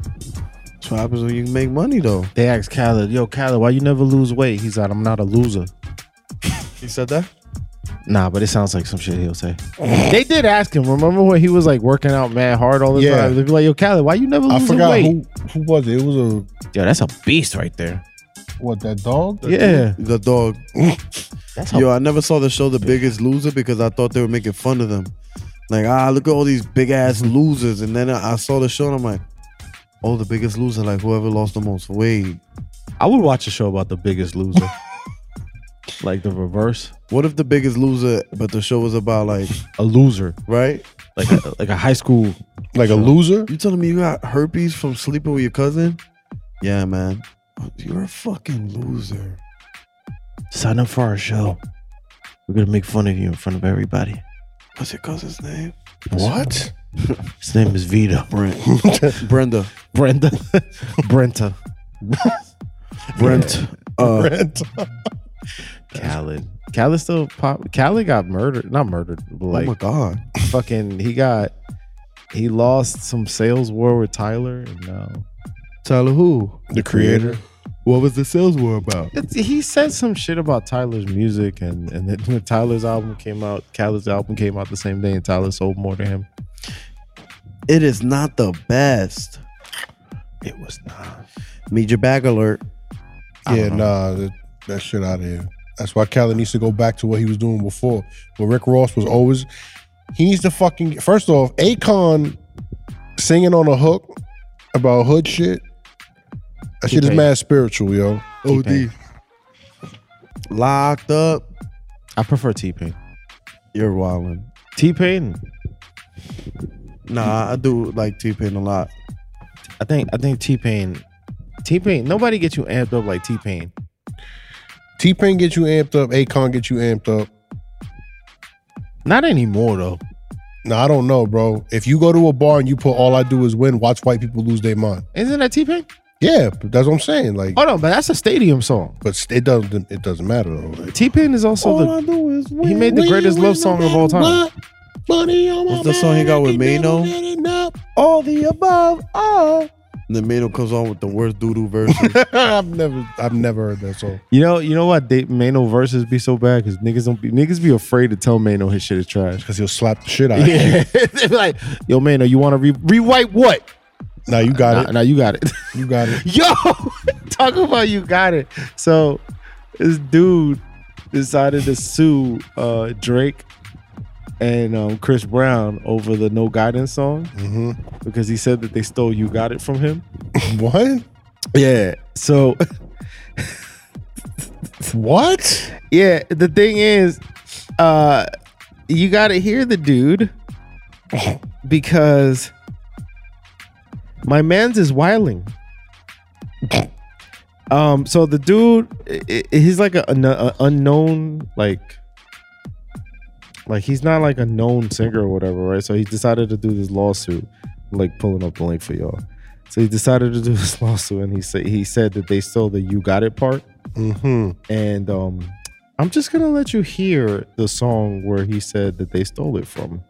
Speaker 3: That's what happens when you make money, though.
Speaker 1: They asked Khaled, "Yo, Khaled, why you never lose weight?" He's like, "I'm not a loser."
Speaker 3: He said that.
Speaker 1: Nah, but it sounds like some shit he'll say. they did ask him. Remember when he was like working out mad hard all the
Speaker 2: Yeah.
Speaker 1: time? They'd be like, "Yo, Khaled, why you never
Speaker 2: I
Speaker 1: lose
Speaker 2: forgot
Speaker 1: weight?"
Speaker 2: who who was it. It was a
Speaker 1: Yo, that's a beast right there.
Speaker 2: what that dog?
Speaker 1: Yeah,
Speaker 3: The dog.
Speaker 1: that's
Speaker 3: Yo, I never saw the show The Biggest Loser because I thought they were making fun of them. Like, ah, look at all these big ass losers. And then I I saw the show and I'm like, oh, the biggest loser, like whoever lost the most weight.
Speaker 1: I would watch a show about the biggest loser, like the reverse,
Speaker 3: What if the biggest loser, but the show was about like,
Speaker 1: a loser,
Speaker 3: right?
Speaker 1: like a, like a high school.
Speaker 2: Like a loser?
Speaker 3: You telling me you got herpes from sleeping with your cousin? Yeah, man. You're a fucking loser.
Speaker 1: Sign up for our show. We're gonna make fun of you in front of everybody.
Speaker 3: What's your cousin's name?
Speaker 2: What?
Speaker 1: His name is Vito.
Speaker 3: Brenda.
Speaker 1: Brenda. Brenta.
Speaker 3: Brent. Uh,
Speaker 1: Khaled. Khaled still pop. Khaled got murdered. Not murdered. But
Speaker 3: oh
Speaker 1: like
Speaker 3: my God.
Speaker 1: fucking, he got. He lost some sales war with Tyler. And now
Speaker 3: Tyler who?
Speaker 2: The creator.
Speaker 3: What was the sales war about?
Speaker 1: It's- he said some shit about Tyler's music, and and then when Tyler's album came out, Khaled's album came out the same day, and Tyler sold more to him.
Speaker 3: It is not the best.
Speaker 1: It was not.
Speaker 3: Meet your bag alert.
Speaker 2: Yeah, nah, that, uh, that shit out of here. That's why Khaled needs to go back to what he was doing before. But Rick Ross was always he needs to fucking first off, Akon singing on a hook about hood shit. That shit is
Speaker 1: T-Pain.
Speaker 2: mad spiritual, yo.
Speaker 1: T-Pain.
Speaker 3: Locked up.
Speaker 1: I prefer T Pain.
Speaker 3: You're wildin'.
Speaker 1: T Pain.
Speaker 3: Nah, I do like T Pain a lot.
Speaker 1: I think I think T Pain. T Pain. Nobody gets you amped up like T Pain.
Speaker 2: T Pain gets you amped up, Akon gets you amped up.
Speaker 1: Not anymore though.
Speaker 2: No, I don't know, bro. If you go to a bar and you put all I do is win, watch white people lose their mind.
Speaker 1: Isn't that T Pain?
Speaker 2: Yeah, but that's what I'm saying. Like,
Speaker 1: Oh no, but that's a stadium song.
Speaker 2: but it doesn't it doesn't matter though. Like,
Speaker 1: T Pain is also the
Speaker 3: do is
Speaker 1: he made the greatest love song of all time.
Speaker 2: Money on
Speaker 3: What's the song he got with Mano? All the above, oh. all. And then Mano comes on with the worst doo-doo version.
Speaker 2: I've never, I've never heard that song.
Speaker 1: You know, you know why they, Mano verses be so bad? Cause niggas don't be niggas be afraid to tell Mano his shit is trash.
Speaker 2: Cause he'll slap the shit out. of you.
Speaker 1: Yeah. they be like, yo, Mano, you wanna re rewrite what?
Speaker 2: Now you got
Speaker 1: Now
Speaker 2: it.
Speaker 1: nah, you got it.
Speaker 2: You got it.
Speaker 1: yo, talk about you got it. So this dude decided to sue uh, Drake and um, Chris Brown over the No Guidance song
Speaker 2: Mhm.
Speaker 1: because he said that they stole You Got It from him.
Speaker 2: What?
Speaker 1: Yeah. So
Speaker 2: What?
Speaker 1: yeah, the thing is, uh, you got to hear the dude because my man's is wiling. Um, so the dude, i- i- he's like a, an a unknown, like, like he's not like a known singer or whatever, right? So he decided to do this lawsuit, I'm, like pulling up the link for y'all. So he decided to do this lawsuit, and he said he said that they stole the "You Got It" part
Speaker 2: Mm-hmm.
Speaker 1: and um i'm just gonna let you hear the song where he said that they stole it from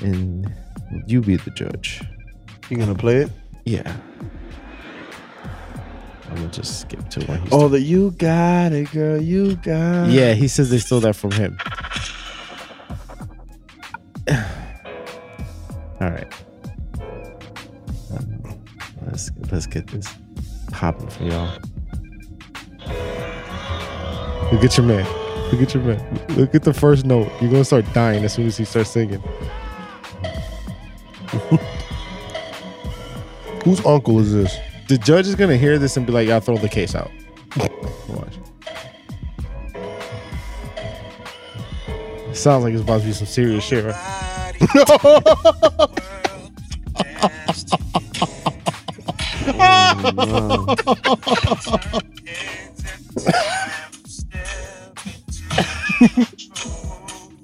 Speaker 1: and you be the judge
Speaker 3: you gonna play it?
Speaker 1: yeah i'm gonna just skip to when he
Speaker 3: Oh, the you got it, girl. You got
Speaker 1: stole- yeah he says they stole that from him all right let's let's get this popping for y'all you get your man Look at your man. Look at the first note. You're gonna start dying as soon as he starts singing.
Speaker 2: Whose uncle is this?
Speaker 1: The judge is gonna hear this and be like, "Y'all throw the case out." Watch. Sounds like it's about to be some serious shit, right?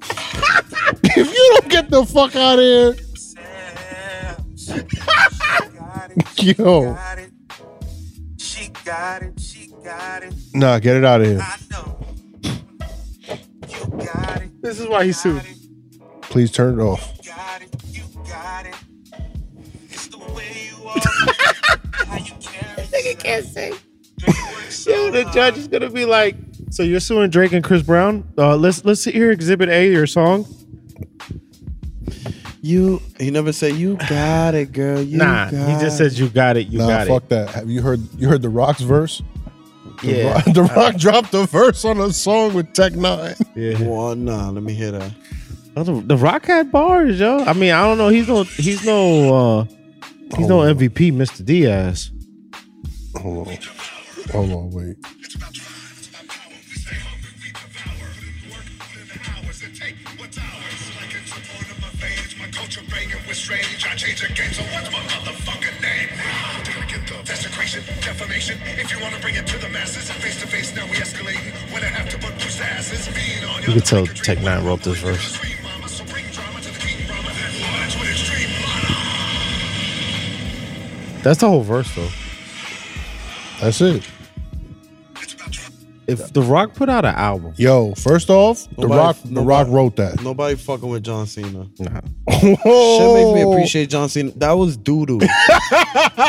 Speaker 2: if you don't get the fuck out of here,
Speaker 5: Yo. She got it. She got it.
Speaker 2: nah, get it out of here.
Speaker 5: I know. You got it.
Speaker 1: This is why he sued.
Speaker 2: Please turn it off.
Speaker 5: Got it. You got it. It's the way you are. How you carry Nigga can't sing.
Speaker 1: Yo, the judge is gonna be like, "So you're suing Drake and Chris Brown? Uh, let's let's sit here, Exhibit A, your song."
Speaker 3: You he never said you got it, girl. You
Speaker 1: nah,
Speaker 3: got
Speaker 1: he just says, "You got it, you
Speaker 2: Nah,
Speaker 1: got
Speaker 2: fuck
Speaker 1: it."
Speaker 2: that. Have you heard you heard the Rock's verse? The
Speaker 1: Yeah.
Speaker 2: Rock, the Rock dropped a verse on a song with Tech Nine.
Speaker 1: Yeah.
Speaker 3: Well, nah, let me hear that.
Speaker 1: The, the Rock had bars, yo. I mean, I don't know. He's no, he's no, uh, he's
Speaker 2: Oh.
Speaker 1: no MVP, Mr. Diaz.
Speaker 2: Hold on. Hold on, wait.
Speaker 1: You could tell Tech Nine wrote this verse. That's the whole verse, though.
Speaker 2: That's it.
Speaker 1: If The Rock put out an album,
Speaker 2: Yo, first off, the
Speaker 3: Nobody-
Speaker 2: Rock the
Speaker 3: nobody-
Speaker 2: Rock wrote that.
Speaker 3: Nobody fucking with John Cena.
Speaker 1: nah.
Speaker 3: Shit makes
Speaker 1: Oh.
Speaker 3: me appreciate John Cena. That was doo doo. The,
Speaker 2: I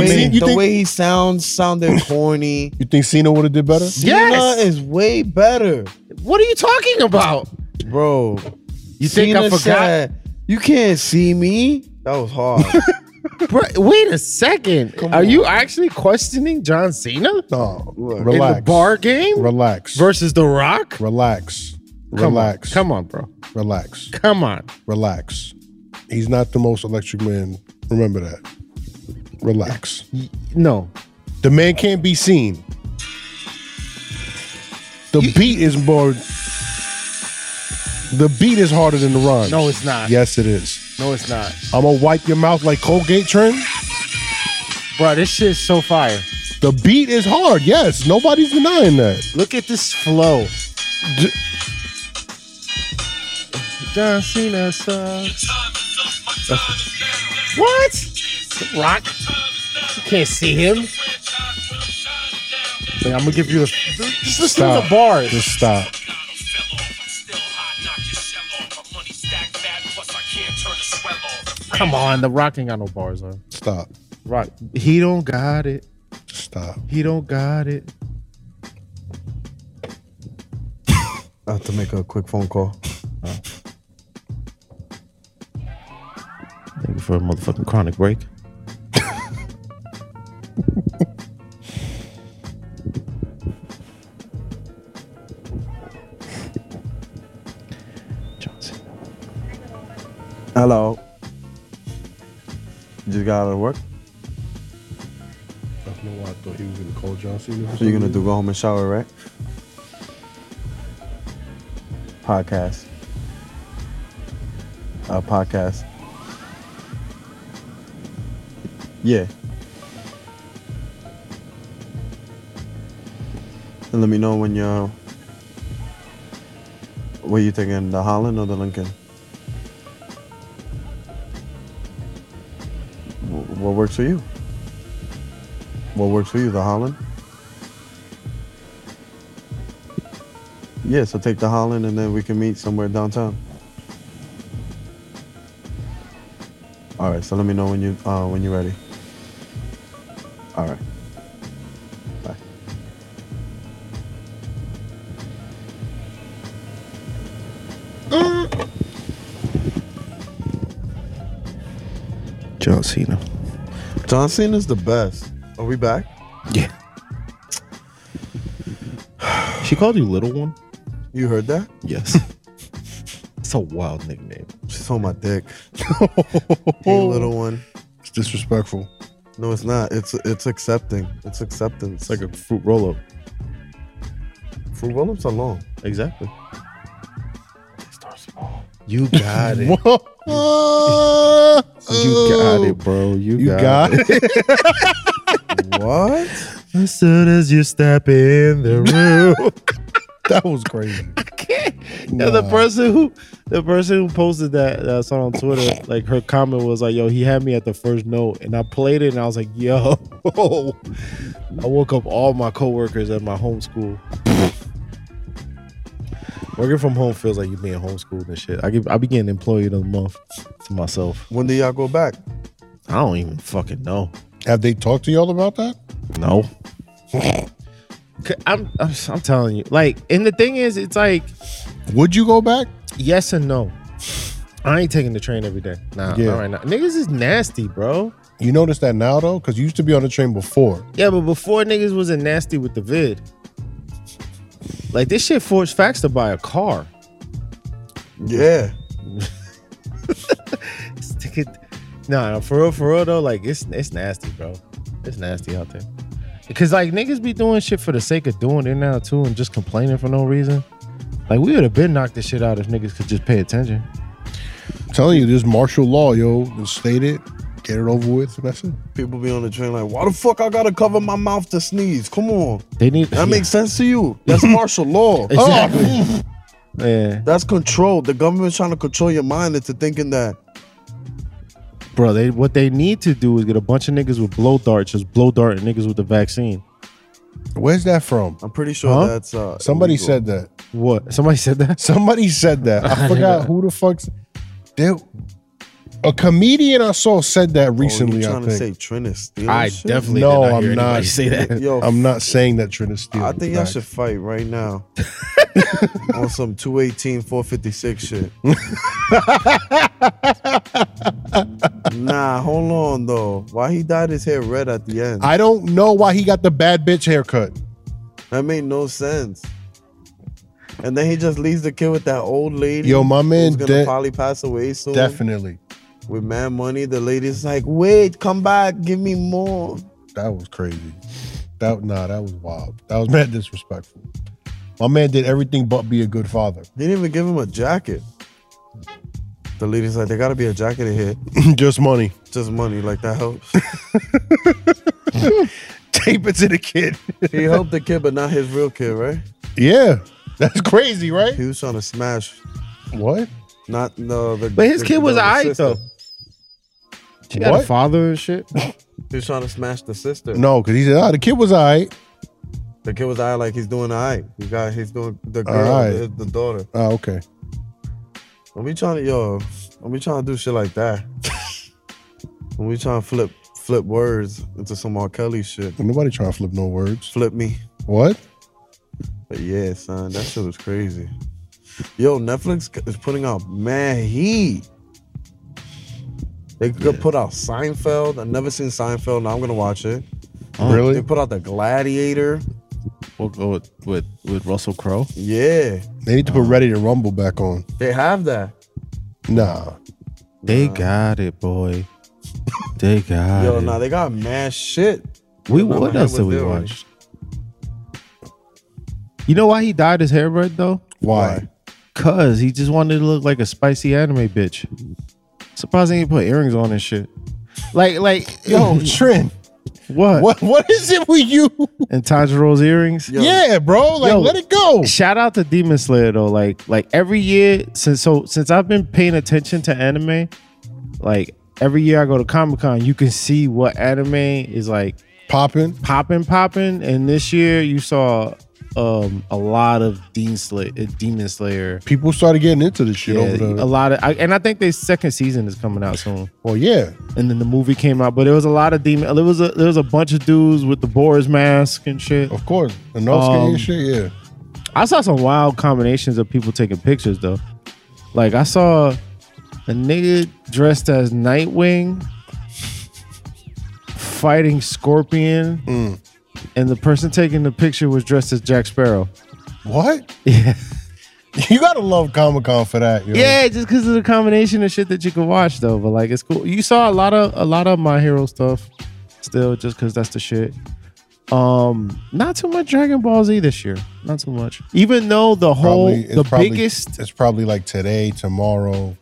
Speaker 3: way,
Speaker 2: mean, you
Speaker 3: the
Speaker 2: think-
Speaker 3: way he sounds sounded corny.
Speaker 2: You think Cena would have did better?
Speaker 1: Yes!
Speaker 3: Cena is way better,
Speaker 1: What are you talking about?
Speaker 3: bro.
Speaker 1: You think I forgot?
Speaker 3: Said, you can't see me. That was hard.
Speaker 1: Bro, wait a second.
Speaker 3: Come
Speaker 1: Are
Speaker 3: on.
Speaker 1: you actually questioning John Cena
Speaker 2: No.
Speaker 1: in
Speaker 2: Relax.
Speaker 1: the bar game
Speaker 2: Relax.
Speaker 1: versus The Rock?
Speaker 2: Relax.
Speaker 1: Come
Speaker 2: Relax.
Speaker 1: on, come on, bro.
Speaker 2: Relax.
Speaker 1: Come on.
Speaker 2: Relax. He's not the most electric man. Remember that. Relax.
Speaker 1: No,
Speaker 2: The man can't be seen. The beat is more. The beat is harder than the rhyme.
Speaker 1: No, it's not.
Speaker 2: Yes, it is.
Speaker 1: no, it's not,
Speaker 2: I'm gonna wipe your mouth like Colgate Trend.
Speaker 1: bro. This shit's so fire.
Speaker 2: The beat is hard. Yes, nobody's denying that.
Speaker 1: Look at this flow.
Speaker 2: J-
Speaker 1: John Cena sucks. what? The Rock? You can't see him. Like, I'm gonna give you the. Just listen to the bars.
Speaker 2: Just stop.
Speaker 1: Come on, the Rock ain't got no bars on.
Speaker 2: Stop.
Speaker 1: Rock, he don't got it.
Speaker 2: Just stop.
Speaker 1: He don't got it.
Speaker 3: I have to make a quick phone call.
Speaker 1: Thank you for a motherfucking chronic break. Johnson.
Speaker 3: Hello. You just got out of work.
Speaker 2: I don't know why I thought he was gonna call John Cena.
Speaker 3: So you're gonna do go home and shower, right? Podcast. Uh, podcast. Yeah. And let me know when you're. What you thinking, the Holland or the Lincoln? Wh- What works for you? What works for you, the Holland? Yeah, so take the Holland and then we can meet somewhere downtown. All right, so let me know when you uh, when you're ready. All right. Bye.
Speaker 1: John Cena.
Speaker 3: John Cena's the best. Are we back?
Speaker 1: Yeah. She called you little one.
Speaker 3: You heard that?
Speaker 1: Yes. It's a wild nickname.
Speaker 3: She's on my dick. hey, little one.
Speaker 2: It's disrespectful.
Speaker 3: No, it's not. It's it's accepting. It's acceptance.
Speaker 1: It's like a fruit roll up.
Speaker 3: fruit roll-ups are long.
Speaker 1: Exactly.
Speaker 3: You got it.
Speaker 2: Whoa.
Speaker 1: You got it, bro. You,
Speaker 2: Uh, You got it.
Speaker 3: what?
Speaker 1: As soon as you step in the room.
Speaker 2: That was crazy.
Speaker 1: Yeah, the
Speaker 2: Nah.
Speaker 1: person who the person who posted that that I saw on Twitter, like her comment was like, "Yo, he had me at the first note," and I played it, and I was like, "Yo!" I woke up all my coworkers at my homeschool. Working from home feels like you being homeschooled and shit. I get I be getting employee of the month to myself.
Speaker 3: When do y'all go back?
Speaker 1: I don't even fucking know.
Speaker 2: Have they talked to y'all about that?
Speaker 1: No. C- I'm, I'm I'm telling you, like, and the thing is, it's like
Speaker 2: Would you go back?
Speaker 1: yes and no. I ain't taking the train every day. Nah,
Speaker 2: Yeah.
Speaker 1: not right now. Niggas is nasty, bro.
Speaker 2: You notice that now though, because you used to be on the train before.
Speaker 1: Yeah, but before niggas wasn't nasty with the vid. Like this shit forced facts to buy a car.
Speaker 3: Yeah.
Speaker 1: Stick it. Nah, nah, for real, for real though, like it's it's nasty, bro. It's nasty out there. Cause like niggas be doing shit for the sake of doing it now too, and just complaining for no reason. Like we would have been knocked this shit out if niggas could just pay attention.
Speaker 2: I'm telling you, there's martial law, yo. Just state it, get it over with, and that's it.
Speaker 3: People be on the train like, why the fuck I gotta cover my mouth to sneeze? Come on.
Speaker 1: They need
Speaker 3: That makes sense to you. That's martial law. Oh,
Speaker 1: exactly. Yeah,
Speaker 3: That's control. The government's trying to control your mind into thinking that
Speaker 1: bro. They what they need to do is get a bunch of niggas with blow darts, just blow darting niggas with the vaccine.
Speaker 2: Where's that from?
Speaker 3: I'm pretty sure
Speaker 1: Huh?
Speaker 3: that's uh
Speaker 2: Somebody
Speaker 3: illegal.
Speaker 2: said that.
Speaker 1: What? Somebody said that.
Speaker 2: Somebody said that. I forgot who the fuck's. There, a comedian I saw said that
Speaker 3: Oh, you
Speaker 2: recently. I
Speaker 3: trying
Speaker 2: think.
Speaker 3: to say Trinus. shit?
Speaker 2: No, I'm not.
Speaker 3: Yo,
Speaker 2: I'm not saying that Trinity Steele.
Speaker 3: I think y'all
Speaker 2: Facts.
Speaker 3: should fight right now on some 218, 456 shit. nah, hold on though. Why he dyed his hair red at the end?
Speaker 2: I don't know why he got the bad bitch haircut.
Speaker 3: that made no sense. And then he just leaves the kid with that old lady.
Speaker 2: Yo, my man
Speaker 3: who's gonna
Speaker 2: de-
Speaker 3: probably pass away soon.
Speaker 2: Definitely,
Speaker 3: With mad money, the lady's like, "Wait, come back, give me more."
Speaker 2: that was crazy. That nah, that was wild. That was mad disrespectful. My man did everything but be a good father.
Speaker 3: They didn't even give him a jacket. The lady's like, "There gotta be a jacket in here,
Speaker 2: Just money.
Speaker 3: just money, like that helps."
Speaker 2: Tape it to the kid.
Speaker 3: he helped the kid, but not his real kid, right?
Speaker 2: yeah, that's crazy, right?
Speaker 3: He was trying to smash,
Speaker 2: What?
Speaker 3: not no. The,
Speaker 1: But his
Speaker 3: the-
Speaker 1: kid was
Speaker 3: the
Speaker 1: alright
Speaker 3: sister.
Speaker 1: though. She got a
Speaker 2: What?
Speaker 1: father and shit.
Speaker 3: He was trying to smash the sister.
Speaker 2: No, because he said, "Ah, the kid was alright."
Speaker 3: The kid was alright, like he's doing alright. He got, he's doing the girl,
Speaker 2: Alright.
Speaker 3: the, the daughter.
Speaker 2: Oh, okay.
Speaker 3: When we trying to yo, when we trying to do shit like that, when we trying to flip flip words into some R. Kelly shit,
Speaker 2: Nobody trying to flip no words.
Speaker 3: flip me.
Speaker 2: What?
Speaker 3: But yeah, son, that shit was crazy. Yo, Netflix is putting out man heat. They could put out Seinfeld. I've never seen Seinfeld. Now I'm gonna watch it. They
Speaker 2: Oh, really?
Speaker 3: put out the Gladiator.
Speaker 1: We'll go with with, with Russell Crowe.
Speaker 3: Yeah,
Speaker 2: They need to put Ready to Rumble back on.
Speaker 3: they have that.
Speaker 2: Nah.
Speaker 1: They got it, boy. They got
Speaker 3: Yo,
Speaker 1: it.
Speaker 3: nah, they got mad shit.
Speaker 1: we
Speaker 3: nah,
Speaker 1: what
Speaker 3: my
Speaker 1: else
Speaker 3: hair
Speaker 1: did we
Speaker 3: was there.
Speaker 1: watch? You know why he dyed his hair red though?
Speaker 2: Why?
Speaker 1: Cause he just wanted to look like a spicy anime bitch. Surprising he put earrings on and shit. Like like
Speaker 2: Yo, Trent,
Speaker 1: what?
Speaker 2: what what is it with you?
Speaker 1: And Tanjiro's earrings.
Speaker 3: Yo,
Speaker 2: yeah, bro. Like,
Speaker 1: Yo.
Speaker 2: let it go.
Speaker 1: shout out to Demon Slayer though. Like like every year since so since I've been paying attention to anime, like every year I go to Comic Con, you can see what anime is like
Speaker 2: Popping.
Speaker 1: popping popping. And this year you saw um a lot of Dean Slayer, Demon Slayer.
Speaker 2: People started getting into this shit
Speaker 1: Yeah,
Speaker 2: over
Speaker 1: a
Speaker 2: the.
Speaker 1: lot of, I, and I think their second season is coming out soon.
Speaker 2: well, yeah.
Speaker 1: And then the movie came out, but there was a lot of demon. There was a there was a bunch of dudes with the Boris mask and shit.
Speaker 2: Of course. And all skinny
Speaker 1: Um,
Speaker 2: and shit, yeah.
Speaker 1: I saw some wild combinations of people taking pictures though. Like I saw a nigga dressed as Nightwing fighting Scorpion,
Speaker 2: Mm.
Speaker 1: and the person taking the picture was dressed as Jack Sparrow.
Speaker 2: What?
Speaker 1: Yeah,
Speaker 2: You gotta love Comic Con for that. Yo.
Speaker 1: Yeah, just because of the combination of shit that you can watch though. But like, it's cool. You saw a lot of a lot of my hero stuff still, just because that's the shit. Um, not too much Dragon Ball Z this year. Not too much. Even though the whole
Speaker 2: Probably- it's
Speaker 1: the
Speaker 2: probably-
Speaker 1: biggest.
Speaker 2: It's probably like today, tomorrow.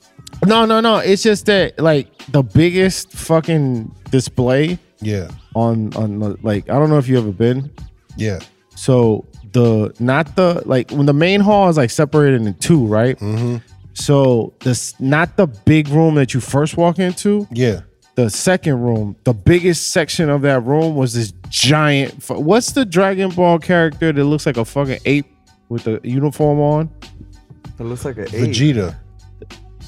Speaker 1: No, no, no. It's just that like the biggest fucking display
Speaker 2: Yeah,
Speaker 1: on on the- like I don't know if you ever been.
Speaker 2: yeah.
Speaker 1: So the not the like when the main hall is like separated into two, right?
Speaker 2: Mhm.
Speaker 1: So this not the big room that you first walk into.
Speaker 2: Yeah.
Speaker 1: the second room, the biggest section of that room was this giant. fu- What's the Dragon Ball character that looks like a fucking ape with the uniform on?
Speaker 3: It looks like an
Speaker 2: Vegeta.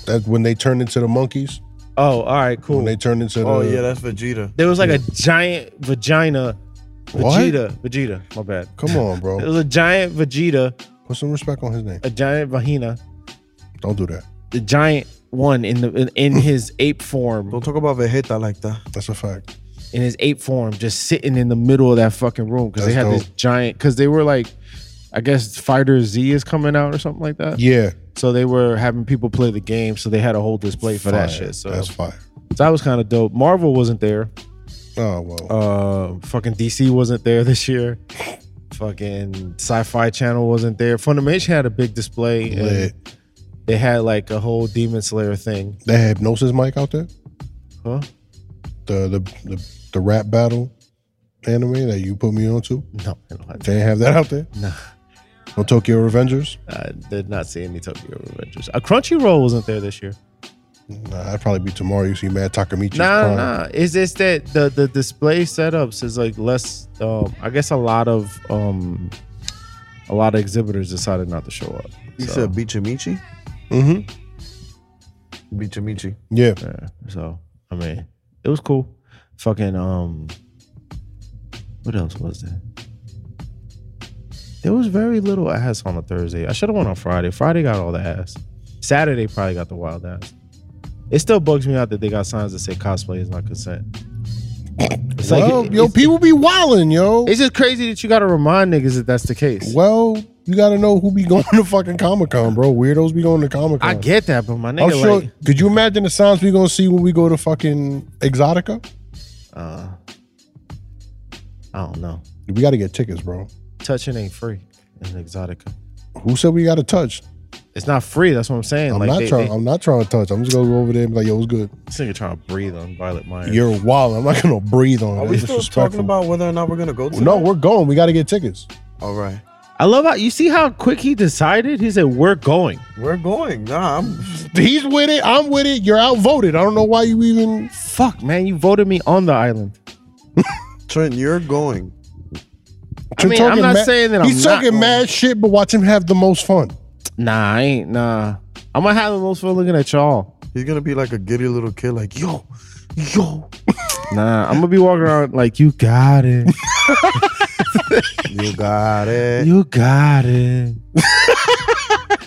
Speaker 2: That's when they turned into the monkeys.
Speaker 1: Oh, all right, cool.
Speaker 2: When they turned into the
Speaker 3: Oh yeah, that's Vegeta.
Speaker 1: there was like a giant vagina.
Speaker 2: What?
Speaker 1: Vegeta, Vegeta, my bad.
Speaker 2: Come on,
Speaker 1: It
Speaker 2: bro.
Speaker 1: was a giant Vegeta,
Speaker 2: Put some respect on his name.
Speaker 1: a giant Vahina,
Speaker 2: Don't do that.
Speaker 1: the giant one in the in, in his ape form,
Speaker 3: Don't talk about Vegeta like that.
Speaker 2: That's a fact.
Speaker 1: in his ape form, just sitting in the middle of that fucking room because they had
Speaker 2: That's
Speaker 1: this giant. Because they were like, I guess Fighter Z is coming out or something like that.
Speaker 2: Yeah.
Speaker 1: So they were having people play the game, so they had a whole display for that
Speaker 2: Fire.
Speaker 1: shit. So,
Speaker 2: that's
Speaker 1: so
Speaker 2: fire.
Speaker 1: that was kind of dope. Marvel wasn't there.
Speaker 2: Oh well.
Speaker 1: Uh, fucking DC wasn't there this year. Fucking Sci-Fi Channel wasn't there. Funimation had a big display. and
Speaker 2: Lit.
Speaker 1: They had like a whole Demon Slayer thing.
Speaker 2: They had hypnosis mic out there.
Speaker 1: Huh?
Speaker 2: The the the, the rap battle anime that you put me onto.
Speaker 1: No, I don't have
Speaker 2: They didn't have that out there.
Speaker 1: Nah.
Speaker 2: No Tokyo Revengers.
Speaker 1: I did not see any Tokyo Revengers. A Crunchyroll wasn't there this year.
Speaker 2: Nah, that'd probably be tomorrow. You see Mad Takamichi.
Speaker 1: Nah, nah. It's just that the the display setups is like less. Um, I guess a lot of um, a lot of exhibitors decided not to show up.
Speaker 3: You
Speaker 1: So-
Speaker 3: said Bichamichi?
Speaker 2: Mm-hmm.
Speaker 3: Bichamichi.
Speaker 2: Yeah.
Speaker 1: Yeah, so I mean, it was cool. Fucking um, what else was there? There was very little ass on a Thursday. I should have went on Friday. Friday got all the ass. Saturday probably got the wild ass. It still bugs me out that they got signs that say cosplay is not consent. It's like
Speaker 2: well,
Speaker 1: it-
Speaker 2: yo,
Speaker 1: it's,
Speaker 2: people be wilding, yo.
Speaker 1: it's just crazy that you got to remind niggas that that's the case.
Speaker 2: Well, you gotta know who be going to fucking Comic Con, bro. Weirdos be going to Comic Con.
Speaker 1: I get that, but my
Speaker 2: I'm
Speaker 1: nigga,
Speaker 2: sure.
Speaker 1: like,
Speaker 2: could you imagine the signs we gonna see when we go to fucking Exotica?
Speaker 1: uh, I don't know.
Speaker 2: We gotta get tickets, bro.
Speaker 1: Touching ain't free in Exotica.
Speaker 2: Who said we gotta touch?
Speaker 1: It's not free. That's what I'm saying.
Speaker 2: I'm
Speaker 1: like
Speaker 2: not
Speaker 1: they,
Speaker 2: trying.
Speaker 1: they-
Speaker 2: I'm not trying to touch. I'm just gonna go over there and be like, yo, it's good.
Speaker 1: This nigga trying to breathe on Violet Myers.
Speaker 2: You're wild. I'm not gonna breathe on.
Speaker 3: Are
Speaker 2: it.
Speaker 3: we
Speaker 2: That's
Speaker 3: still
Speaker 2: disrespectful.
Speaker 3: talking about whether or not we're gonna go to?
Speaker 2: No,
Speaker 3: that?
Speaker 2: we're going. We gotta get tickets.
Speaker 3: All right,
Speaker 1: I love how you see how quick he decided. He said, "We're going."
Speaker 3: we're going. Nah, I'm.
Speaker 2: He's with it. I'm with it. You're outvoted. I don't know why you even.
Speaker 1: Fuck, man, you voted me on the island.
Speaker 3: Trent, you're going.
Speaker 1: I mean,
Speaker 2: You're
Speaker 1: I'm
Speaker 2: talking
Speaker 1: not
Speaker 2: mad-
Speaker 1: saying that
Speaker 2: He's
Speaker 1: I'm not
Speaker 2: talking
Speaker 1: going.
Speaker 2: mad shit, but watch him have the most fun.
Speaker 1: Nah, I ain't. Nah, I'm gonna have the most fun looking at y'all.
Speaker 3: He's gonna be like a giddy little kid, like yo, yo.
Speaker 1: Nah, I'm gonna be walking around like you got it,
Speaker 3: You got it.
Speaker 1: you got it.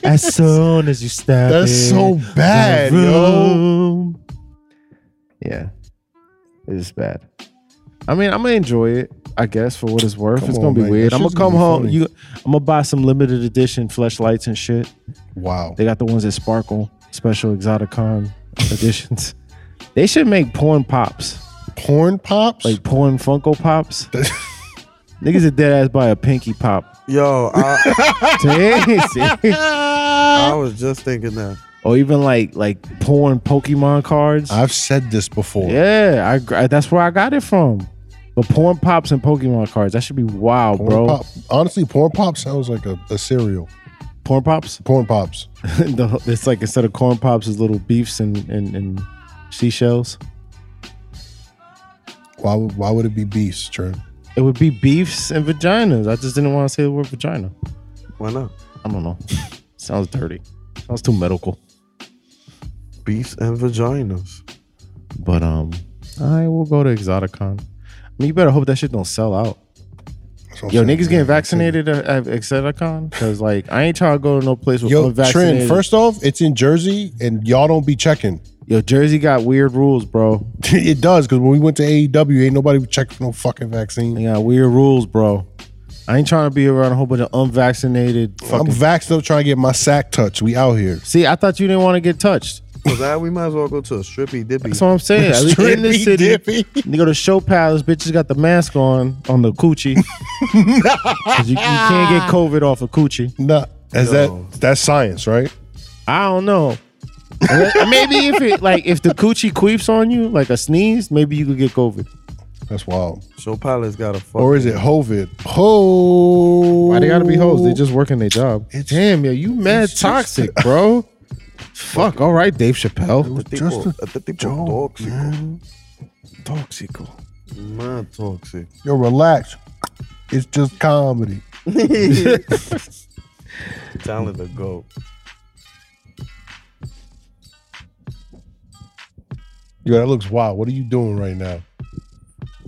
Speaker 1: as soon as you step,
Speaker 2: That's
Speaker 1: in
Speaker 2: so
Speaker 1: the
Speaker 2: bad, yo.
Speaker 1: room. Yeah, it's bad. I mean, I'm gonna enjoy it, I guess, for what it's worth.
Speaker 2: Come
Speaker 1: it's
Speaker 2: on,
Speaker 1: gonna be
Speaker 2: man.
Speaker 1: weird.
Speaker 2: That
Speaker 1: I'm gonna
Speaker 2: shit's gonna
Speaker 1: come
Speaker 2: be
Speaker 1: home.
Speaker 2: funny.
Speaker 1: You, I'm gonna buy some limited edition fleshlights and shit.
Speaker 2: Wow.
Speaker 1: They got the ones that sparkle, special Exoticon editions. They should make porn pops,
Speaker 2: Porn pops.
Speaker 1: like porn Funko pops. Niggas are dead ass by a pinky pop.
Speaker 3: Yo, I,
Speaker 1: Damn, see?
Speaker 3: I was just thinking that.
Speaker 1: or even like like porn Pokemon cards.
Speaker 2: I've said this before.
Speaker 1: Yeah, I, gr- that's where I got it from. But porn pops and Pokemon cards, that should be wild,
Speaker 2: Porn
Speaker 1: bro.
Speaker 2: pop. Honestly, porn pop sounds like a, a cereal.
Speaker 1: Porn pops?
Speaker 2: Porn pops.
Speaker 1: The- it's like instead of corn pops, it's little beefs and, and, and seashells.
Speaker 2: Why would why would it be beast, Trent?
Speaker 1: It would be beefs and vaginas. I just didn't want to say the word vagina.
Speaker 3: Why not?
Speaker 1: I don't know. Sounds dirty. Sounds too medical.
Speaker 3: Beefs and vaginas.
Speaker 1: But um, I will go to Exoticon. I mean, you better hope that shit don't sell out.
Speaker 2: That's what I'm
Speaker 1: Yo,
Speaker 2: saying.
Speaker 1: niggas getting vaccinated at, at Exoticon because like I ain't trying to go to no place with
Speaker 2: Yo,
Speaker 1: unvaccinated.
Speaker 2: Trent, first off, it's in Jersey and y'all don't be checking.
Speaker 1: Yo, Jersey got weird rules, bro.
Speaker 2: E it does, because when we went to AEW, ain't nobody checked for no fucking vaccine.
Speaker 1: They got weird rules, bro. I ain't trying to be around a whole bunch of unvaccinated.
Speaker 2: I'm
Speaker 1: Fucking
Speaker 2: vaxxed up trying to get my sack touched. We out here.
Speaker 1: See, I thought you didn't want to get touched.
Speaker 3: Cause I, we might as well go to a strippy dippy.
Speaker 1: That's what I'm saying. At least in the
Speaker 2: Strippy
Speaker 1: city,
Speaker 2: dippy.
Speaker 1: you go to show palace, bitches got the mask on on the coochie. 'Cause you, you can't get COVID off a coochie.
Speaker 2: Nah, is
Speaker 3: Yo.
Speaker 2: that that's science, right?
Speaker 1: I don't know. Unless- maybe if it like if the coochie queefs on you like a sneeze, maybe you could get COVID.
Speaker 2: That's wild.
Speaker 3: So pilot's got a fuck.
Speaker 2: Or is it hovid? Ho.
Speaker 1: Why they gotta be hoes? They just working their job. Damn, yeah, you mad
Speaker 2: it's just-
Speaker 1: toxic, bro. Fuck. All right, Dave Chappelle.
Speaker 2: just a joke,
Speaker 3: toxic.
Speaker 1: Toxico.
Speaker 3: Man, toxic.
Speaker 2: Yo, relax. It's just comedy.
Speaker 3: Talent
Speaker 2: Mm.
Speaker 3: to go.
Speaker 2: Yo, that looks wild. What are you doing right now?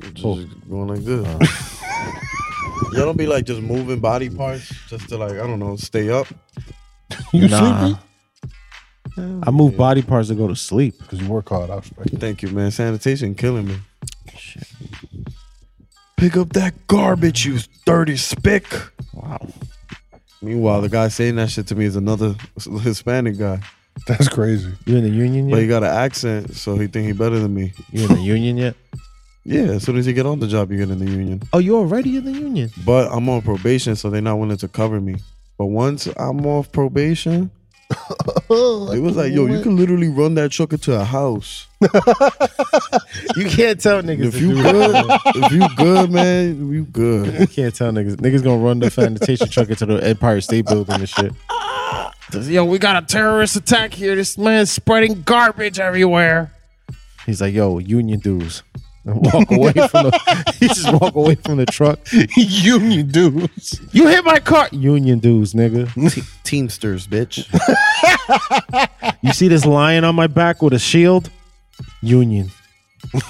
Speaker 3: Just
Speaker 2: Oh.
Speaker 3: going like this. Y'all don't be like just moving body parts just to like I don't know stay up.
Speaker 2: You
Speaker 1: Nah.
Speaker 2: sleepy?
Speaker 1: I move body parts to go to sleep.
Speaker 2: Because you work hard. I respect it.
Speaker 3: Thank you, man. Sanitation killing me. Pick up that garbage, you dirty spick.
Speaker 1: Wow.
Speaker 3: Meanwhile, the guy saying that shit to me is another Hispanic guy,
Speaker 2: That's crazy.
Speaker 1: You in the union
Speaker 3: but he
Speaker 1: yet?
Speaker 3: got an accent, so he think he better than me.
Speaker 1: You in the union yet?
Speaker 3: Yeah, as soon as you get on the job, you get in the union.
Speaker 1: Oh, you already in the union?
Speaker 3: But I'm on probation, so they're not willing to cover me. But once I'm off probation, it was like, yo, you can literally run that truck into a house.
Speaker 1: You can't tell niggas
Speaker 3: If you good, if you good, man, you good.
Speaker 1: You can't tell niggas. Niggas gonna run the sanitation truck into the Empire State Building and shit. Yo, we got a terrorist attack here. This man's spreading garbage everywhere. He's like, yo, union dues. And walk away from the. he just walk away from the truck.
Speaker 2: Union dudes.
Speaker 1: You hit my car. Union dues, nigga.
Speaker 3: Teamsters, bitch.
Speaker 1: You see this lion on my back with a shield? Union,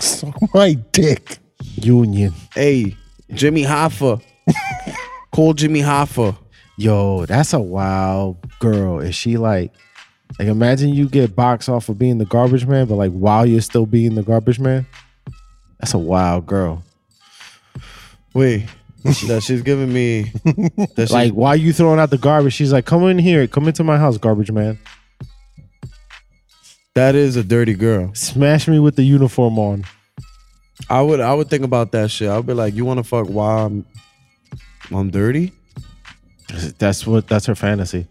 Speaker 2: Suck my dick.
Speaker 1: union.
Speaker 3: hey, Jimmy Hoffa. Call Jimmy Hoffa.
Speaker 1: Yo, that's a wild girl. Is she like, like imagine you get boxed off for being the garbage man, but like while you're still being the garbage man? That's a wild girl.
Speaker 3: Wait, that she's giving me. That she's,
Speaker 1: Like while you throwing out the garbage, she's like, come in here, come into my house, garbage man.
Speaker 3: that is a dirty girl.
Speaker 1: Smash me with the uniform on.
Speaker 3: I would I would think about that shit. I'd be like, you want to fuck while I'm I'm dirty?
Speaker 1: That's what that's her fantasy.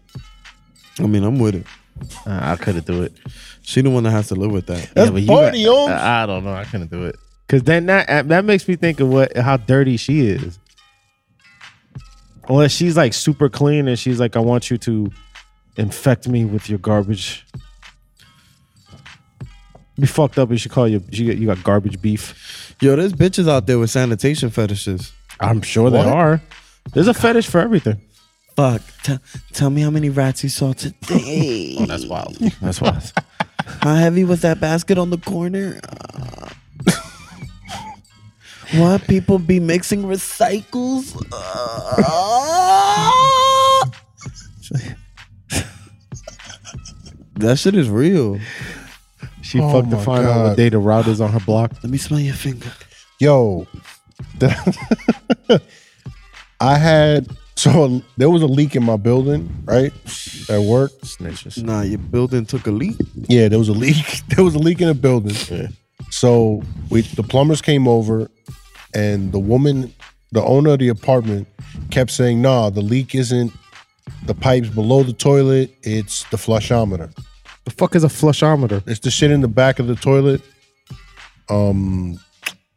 Speaker 3: I mean, I'm with it.
Speaker 1: Uh, I couldn't do it.
Speaker 3: She the one that has to live with that.
Speaker 2: That's
Speaker 1: you
Speaker 2: party, yo.
Speaker 1: Uh, I I don't know. I couldn't do it. Cause then that uh, that makes me think of what how dirty she is. Unless she's like super clean and she's like, I want you to infect me with your garbage. Be fucked up. You should call you. You got- you got garbage beef.
Speaker 3: Yo, there's bitches out there with sanitation fetishes.
Speaker 1: I'm sure
Speaker 2: What?
Speaker 1: there are. There's a fetish for everything.
Speaker 3: Fuck. T- tell me how many rats you saw today.
Speaker 1: That's wild. That's wild.
Speaker 3: How heavy was that basket on the corner? Uh, what people be mixing recycles? Uh, that shit is real.
Speaker 1: She
Speaker 2: Oh
Speaker 1: fucked to
Speaker 2: my
Speaker 1: find out
Speaker 2: God.
Speaker 1: what day the route is on her block.
Speaker 3: Let me smell your finger.
Speaker 2: Yo, that- I had so there was a leak in my building, right? At work.
Speaker 1: Snitches.
Speaker 3: Nah, your building took a leak.
Speaker 2: Yeah, there was a leak. There was a leak in the building. So we the plumbers came over and the woman, the owner of the apartment, kept saying, nah, the leak isn't the pipes below the toilet, it's the flushometer.
Speaker 1: The fuck is a flushometer?
Speaker 2: It's the shit in the back of the toilet. Um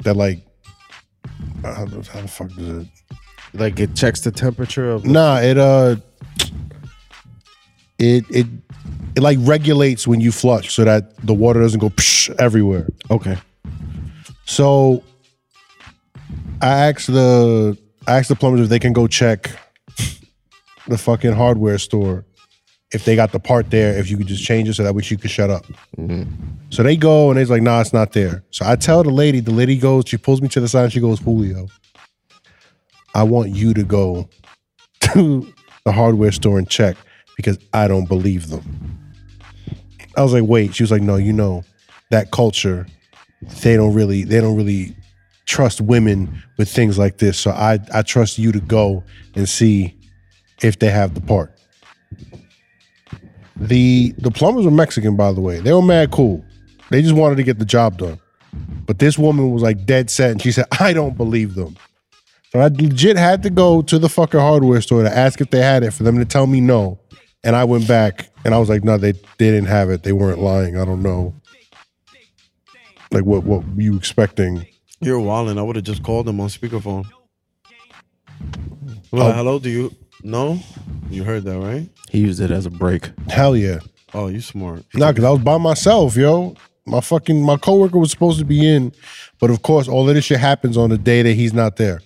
Speaker 2: that like how the, how the fuck does it
Speaker 1: Like it checks the temperature of.
Speaker 2: Nah, it uh, it it it like regulates when you flush so that the water doesn't go psh everywhere.
Speaker 1: Okay.
Speaker 2: So I asked the I asked the plumbers if they can go check the fucking hardware store if they got the part there. If you could just change it so that way she could shut up. So they go and they's like, nah, it's not there. So I tell the lady. The lady goes. She pulls me to the side. and She goes, Julio, I want you to go to the hardware store and check because I don't believe them. I was like, wait. She was like, no, you know, that culture, they don't really, they don't really trust women with things like this. So I I trust you to go and see if they have the part. The the plumbers were Mexican, by the way. They were mad cool. They just wanted to get the job done. But this woman was like dead set, and she said, "I don't believe them." So I legit had to go to the fucking hardware store to ask if they had it for them to tell me no. And I went back and I was like, "No, they, they didn't have it. They weren't lying. I don't know." Like what what were you expecting?
Speaker 3: You're walling. I would have just called them on speakerphone. Well, Hello, do you? No, you heard that right?
Speaker 1: He used it as a break.
Speaker 2: Hell yeah.
Speaker 3: Oh, you smart.
Speaker 2: Nah, because I was by myself, yo. My fucking my coworker was supposed to be in, but of course, all of this shit happens on the day that he's not there.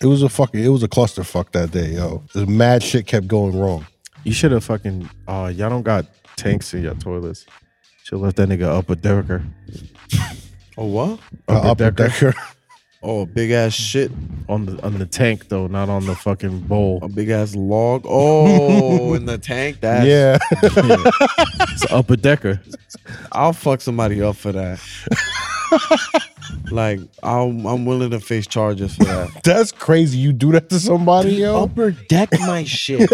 Speaker 2: It was a fucking it was a clusterfuck that day, yo. This mad shit kept going wrong.
Speaker 1: You should have fucking. Uh, y'all don't got tanks in your toilets. Should left that nigga up a decker.
Speaker 3: Oh what?
Speaker 2: Uh,
Speaker 1: Upper
Speaker 2: upper
Speaker 1: decker.
Speaker 2: decker.
Speaker 3: Oh, big ass shit.
Speaker 1: on the on the tank though, not on the fucking
Speaker 3: A
Speaker 1: bowl.
Speaker 3: big ass log. Oh, in the tank. That.
Speaker 2: Yeah.
Speaker 1: It's up a decker.
Speaker 3: I'll fuck somebody up for that. like I'm, I'm willing to face charges for that.
Speaker 2: That's crazy. You do that to somebody, yo.
Speaker 4: Upper deck my shit.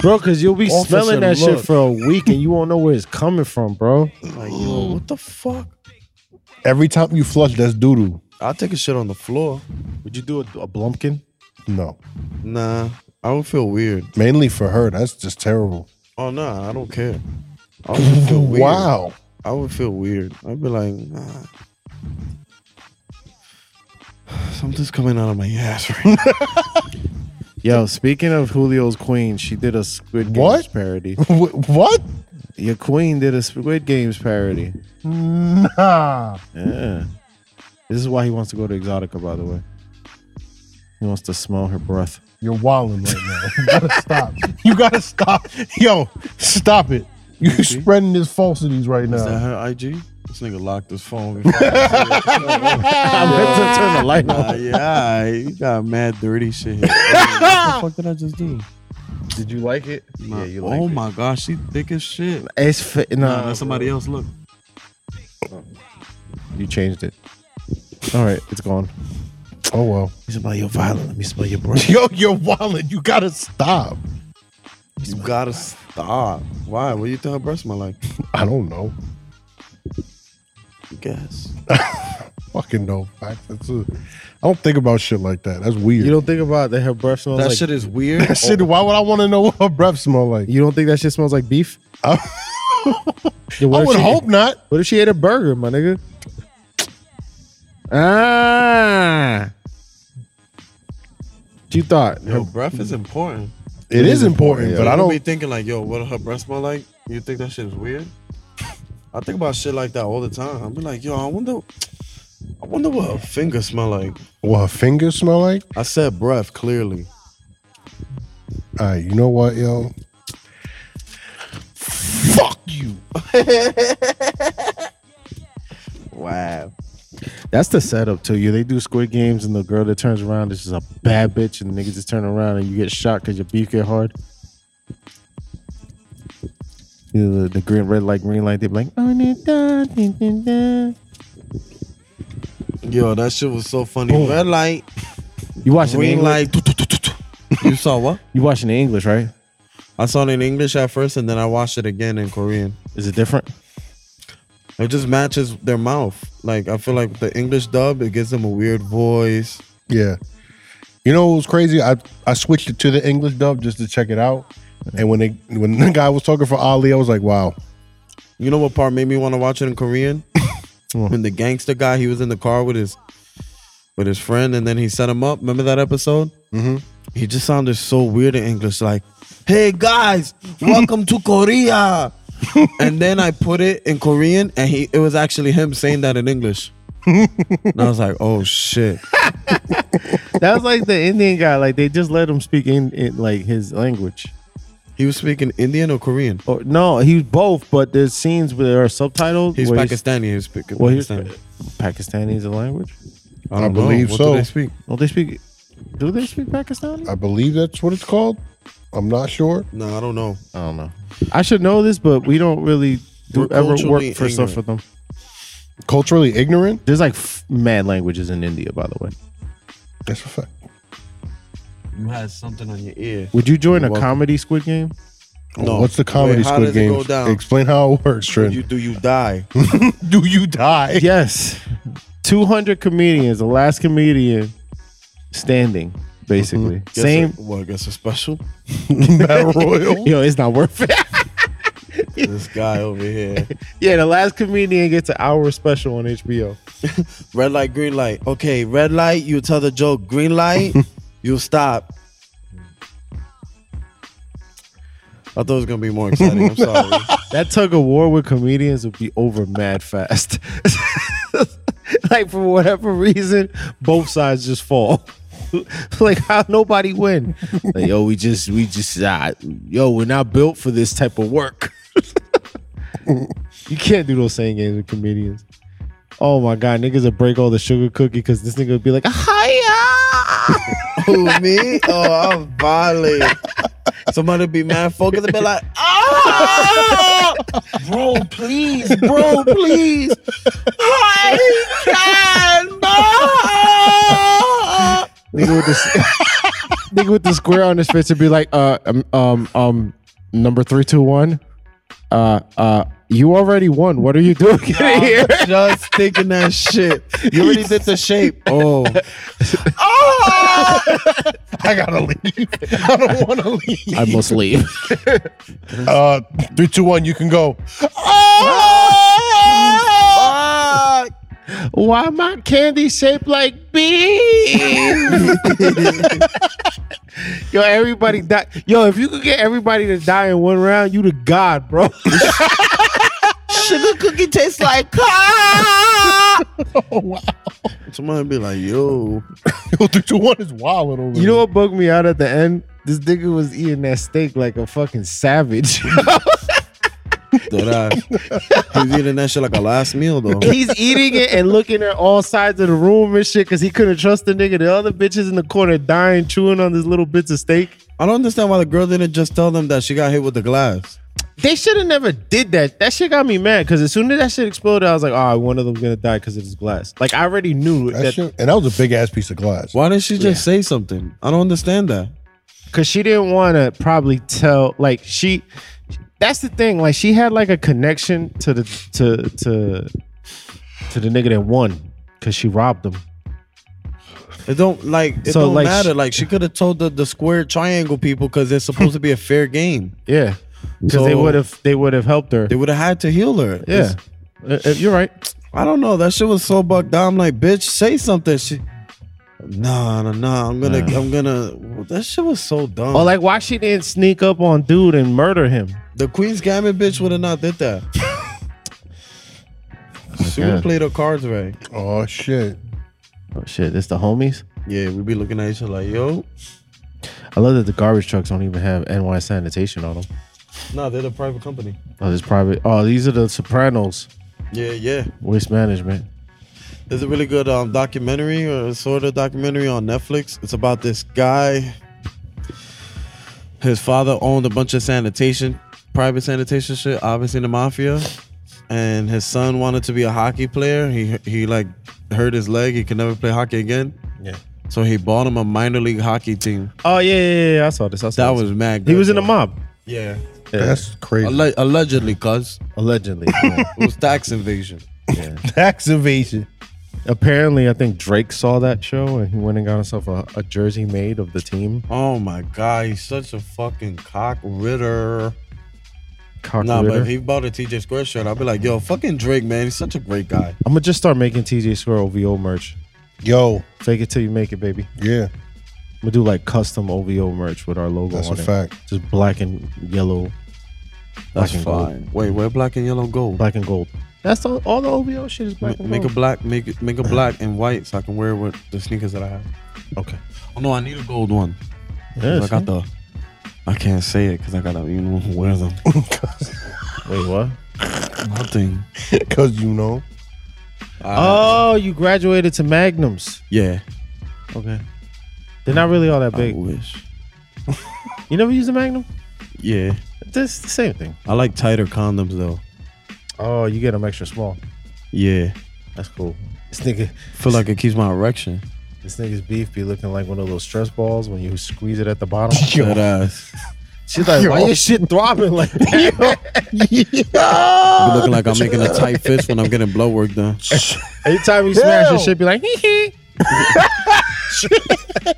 Speaker 1: Bro, cause you'll be
Speaker 4: Officer,
Speaker 1: smelling that
Speaker 4: look.
Speaker 1: shit for a week and you won't know where it's coming from, bro.
Speaker 3: Like, yo, what the fuck?
Speaker 2: Every time you flush, that's doo-doo.
Speaker 3: I'll take a shit on the floor.
Speaker 1: Would you do a, a blumpkin?
Speaker 2: No.
Speaker 3: Nah, I would feel weird.
Speaker 2: Mainly for her. That's just terrible.
Speaker 3: Oh nah, I don't care. I would feel weird.
Speaker 2: Wow.
Speaker 3: I would feel weird. I'd be like, nah. Something's coming out of my ass right now.
Speaker 1: Yo, speaking of Julio's queen, she did a Squid Games
Speaker 2: What?
Speaker 1: parody.
Speaker 2: Wh- what?
Speaker 1: Your queen did a Squid Games parody.
Speaker 2: Nah.
Speaker 1: Yeah. This is why he wants to go to Exotica, by the way. He wants to smell her breath.
Speaker 2: You're wilding right now. You gotta stop. You gotta stop. Yo, stop it. You spreading these falsities right
Speaker 3: Is that
Speaker 2: now.
Speaker 3: Uh, her IG? This nigga locked his phone. before-
Speaker 1: I meant to turn the light
Speaker 3: Nah,
Speaker 1: on.
Speaker 3: yeah, you got mad dirty shit. Here. what the fuck did I just do?
Speaker 1: Did you like it? yeah, you like
Speaker 3: oh
Speaker 1: it.
Speaker 3: my gosh, she thick as shit.
Speaker 1: It's fit.
Speaker 3: Nah,
Speaker 1: Nah,
Speaker 3: that's somebody else. Look.
Speaker 1: You changed it. All right, it's gone.
Speaker 2: Oh well.
Speaker 1: Let me smell your violet. Let me smell your breath.
Speaker 2: Yo, you're wilding. You gotta stop.
Speaker 3: You gotta stop. Why? What do you think her breath smell like?
Speaker 2: I don't know.
Speaker 3: Guess.
Speaker 2: Fucking no fact. That's a, I don't think about shit like that. That's weird.
Speaker 1: You don't think about that her breath smells
Speaker 3: That
Speaker 1: like.
Speaker 3: shit is weird. Oh,
Speaker 2: That shit, why would I want to know what her breath smell like?
Speaker 1: you don't think that shit smells like beef? Yo, what
Speaker 2: I
Speaker 1: if
Speaker 2: would
Speaker 1: she-
Speaker 2: hope not.
Speaker 1: What if she ate a burger, my nigga? Ah. What you thought?
Speaker 3: Yo, breath is important.
Speaker 2: it is important,
Speaker 1: yeah.
Speaker 2: but I
Speaker 3: People be
Speaker 2: don't.
Speaker 3: thinking like, yo, what her breath smell like? You think that shit is weird? I think about shit like that all the time. i be like, yo, I wonder, I wonder what her fingers smell like.
Speaker 2: What her fingers smell like?
Speaker 3: I said breath clearly.
Speaker 2: All right, you know what, yo? Fuck you.
Speaker 3: Wow.
Speaker 1: That's the setup to you. They do Squid Games, and the girl that turns around is just a bad bitch, and the niggas just turn around, and you get shot because your beef get hard. You know, the, the green, red light, green light. They be like, oh, da, da, da, da, da."
Speaker 3: Yo, that shit was so funny. Red light,
Speaker 1: you watching the
Speaker 3: green
Speaker 1: English?
Speaker 3: light. You saw what?
Speaker 1: You watching the English, right?
Speaker 3: I saw it in English at first, and then I watched it again in Korean.
Speaker 1: Is it different?
Speaker 3: It just matches their mouth. Like I feel like the English dub, it gives them a weird voice.
Speaker 2: Yeah. You know what was crazy? I, I switched it to the English dub just to check it out. And when they when the guy was talking for Ali, I was like, wow.
Speaker 3: You know what part made me want to watch it in Korean? when the gangster guy, he was in the car with his with his friend, and then he set him up. Remember that episode? Mm-hmm. He just sounded so weird in English, like, "Hey guys, welcome to Korea." and then I put it in Korean, and he it was actually him saying that in English. and I was like, "Oh shit!"
Speaker 1: That was like the Indian guy. Like they just let him speak in, in like his language.
Speaker 3: He was speaking Indian or Korean.
Speaker 1: Or Oh, no, he's both. But there's scenes where there are subtitles.
Speaker 3: He's
Speaker 1: where
Speaker 3: Pakistani. He's speaking
Speaker 1: Well, he's
Speaker 3: Pakistani.
Speaker 1: Pakistani is a language.
Speaker 3: I, don't
Speaker 2: I believe
Speaker 3: know. What
Speaker 2: so.
Speaker 3: do they speak?
Speaker 1: Don't they speak? Do they speak Pakistani?
Speaker 2: I believe that's what it's called. I'm not sure.
Speaker 3: No, I don't know.
Speaker 1: I don't know. I should know this, but we don't really do
Speaker 3: We're
Speaker 1: ever work
Speaker 3: culturally
Speaker 1: for stuff
Speaker 3: ignorant.
Speaker 1: for them.
Speaker 2: culturally ignorant.
Speaker 1: There's like f- mad languages in India, by the way.
Speaker 2: That's a fact.
Speaker 3: You had something on your ear.
Speaker 1: Would you join a
Speaker 3: welcome.
Speaker 1: comedy Squid Game?
Speaker 3: No.
Speaker 2: What's the comedy
Speaker 3: Wait, how
Speaker 2: Squid
Speaker 3: does it
Speaker 2: Game?
Speaker 3: go down?
Speaker 2: Explain how it works,
Speaker 3: Do
Speaker 2: Trent.
Speaker 3: you, do you die?
Speaker 2: do you die?
Speaker 1: Yes. 200 comedians, the last comedian standing, basically.
Speaker 3: Guess
Speaker 1: Same.
Speaker 3: It, well, I guess it's special.
Speaker 2: Battle Royal.
Speaker 1: Yo, it's not worth it.
Speaker 3: this guy over here.
Speaker 1: yeah, the last comedian gets an hour special on HBO.
Speaker 3: Red light, green light. Okay, red light, you tell the joke. Green light, you stop. I thought it was gonna be more exciting. I'm sorry.
Speaker 1: That tug of war with comedians would be over mad fast. like for whatever reason, both sides just fall. like how nobody win. Like yo, we just we just uh, yo, we're not built for this type of work. you can't do those same games with comedians. Oh my god, niggas would break all the sugar cookie because this nigga would be like, "Hiya!"
Speaker 3: Who me? Oh, I'm violent. Somebody be mad focused and be like, ah, bro, please, bro, please. I
Speaker 1: nigga with the nigga with the square on his face would be like, uh, um, um, um number three, two, one. Uh, uh, you already won. What are you doing in here?
Speaker 3: cannot. Just thinking that shit. You already did the shape. Oh,
Speaker 2: I gotta leave. I don't want to leave.
Speaker 1: I must leave.
Speaker 2: Uh, three, two, one. You can go.
Speaker 3: fuck.
Speaker 1: Why my candy shaped like beans? Yo, everybody die. Yo, if you could get everybody to die in one round, you the god, bro.
Speaker 4: Sugar cookie tastes like
Speaker 3: Somebody be like, yo,
Speaker 2: Yo, three, two, one is wild over.
Speaker 1: You know what bugged me out at the end? This nigga was eating that steak like a fucking savage.
Speaker 3: that He's eating that shit like a last meal though.
Speaker 1: He's eating it and looking at all sides of the room and shit because he couldn't trust the nigga. The other bitches in the corner dying, chewing on these little bits of steak.
Speaker 3: I don't understand why the girl didn't just tell them that she got hit with the glass.
Speaker 1: They should have never did that. That shit got me mad because as soon as that shit exploded, I was like, oh, one of them's gonna die because of this glass. Like I already knew
Speaker 2: That
Speaker 1: that
Speaker 2: shit- and that was a big ass piece of glass.
Speaker 3: Why didn't she just say something? I don't understand that.
Speaker 1: because she didn't want to probably tell. Like she, that's the thing. Like she had like a connection to the to to to the nigga that won because she robbed him.
Speaker 3: It don't like it
Speaker 1: So,
Speaker 3: don't
Speaker 1: like,
Speaker 3: matter.
Speaker 1: she-
Speaker 3: like she could have told the, the square triangle people because it's supposed to be a fair game.
Speaker 1: Yeah, because they
Speaker 3: So-
Speaker 1: would have they would have helped her.
Speaker 3: They would have had to heal her.
Speaker 1: yeah,
Speaker 3: It's-
Speaker 1: Uh, uh, you're right.
Speaker 3: I don't know. That shit was so bugged out. I'm like, bitch, say something. She, nah, nah, nah. I'm gonna, I'm gonna. That shit was so dumb.
Speaker 1: Or like, why she didn't sneak up on dude and murder him?
Speaker 3: the Queen's Gambit bitch would have not did that. she would
Speaker 1: God.
Speaker 3: have played her cards right.
Speaker 2: Oh shit.
Speaker 1: Oh shit, it's the homies.
Speaker 3: Yeah, we'd be looking at each other like, yo,
Speaker 1: I love that the garbage trucks don't even have NY sanitation on them.
Speaker 3: nah, they're the private company.
Speaker 1: Oh, this private. Oh, these are the Sopranos
Speaker 3: Yeah, yeah.
Speaker 1: waste management.
Speaker 3: There's a really good um, documentary or sort of documentary on Netflix. It's about this guy. His father owned a bunch of sanitation, private sanitation shit, obviously the mafia. And his son wanted to be a hockey player. He he like hurt his leg. He could never play hockey again.
Speaker 1: Yeah.
Speaker 3: So he bought him a minor league hockey team.
Speaker 1: Oh yeah, yeah, yeah. I saw this. I saw
Speaker 3: That
Speaker 1: this.
Speaker 3: was mad.
Speaker 1: He
Speaker 3: good,
Speaker 1: was in
Speaker 3: though.
Speaker 1: the mob.
Speaker 3: Yeah.
Speaker 2: That's crazy.
Speaker 3: Alle- allegedly, cuz
Speaker 1: Allegedly. Yeah.
Speaker 3: it was tax invasion.
Speaker 2: Tax evasion.
Speaker 1: Apparently, I think Drake saw that show and he went and got himself a, a jersey made of the team.
Speaker 3: Oh my god, he's such a fucking cock ritter.
Speaker 1: Cock
Speaker 3: Nah, but
Speaker 1: Ritter.
Speaker 3: if he bought a TJ Square shirt, I'd be like, yo, fucking Drake, man. He's such a great guy.
Speaker 1: I'm gonna just start making TJ Square OVO merch.
Speaker 2: Yo.
Speaker 1: Fake it till you make it, baby.
Speaker 2: Yeah.
Speaker 1: I'm gonna do like custom OVO merch with our logo
Speaker 2: That's
Speaker 1: on
Speaker 2: a
Speaker 1: it.
Speaker 2: fact.
Speaker 1: Just black and yellow. Black and gold.
Speaker 3: Wait, wear black and yellow gold.
Speaker 1: Black and gold. That's the, all the OVO shit is black
Speaker 3: Ma-
Speaker 1: and
Speaker 3: make a
Speaker 1: gold.
Speaker 3: black, make it, make a black and white, so I can wear it with the sneakers that I have.
Speaker 1: okay.
Speaker 3: Oh no, I need a gold one.
Speaker 1: Yeah,
Speaker 3: I got
Speaker 1: see?
Speaker 3: the. I can't say it because I gotta, you know, wear them.
Speaker 1: Wait, what?
Speaker 3: Nothing.
Speaker 2: Cause you know.
Speaker 1: Oh, you graduated to Magnums.
Speaker 3: Yeah.
Speaker 1: Okay. They're not really all that
Speaker 3: I
Speaker 1: big.
Speaker 3: wish.
Speaker 1: You never used a Magnum?
Speaker 3: Yeah.
Speaker 1: That's the same thing.
Speaker 3: I like tighter condoms though.
Speaker 1: Oh, you get them extra small.
Speaker 3: Yeah. That's cool.
Speaker 1: This nigga,
Speaker 3: Feel like it keeps my erection.
Speaker 1: this nigga's beef be looking like one of those stress balls when you squeeze it at the bottom.
Speaker 3: That ass.
Speaker 1: She's like, why your shit throbbing like that?
Speaker 3: Be looking like I'm making a tight fist when I'm getting blow work done.
Speaker 1: Anytime you smash
Speaker 4: Ew.
Speaker 1: your shit, be like, hee hee.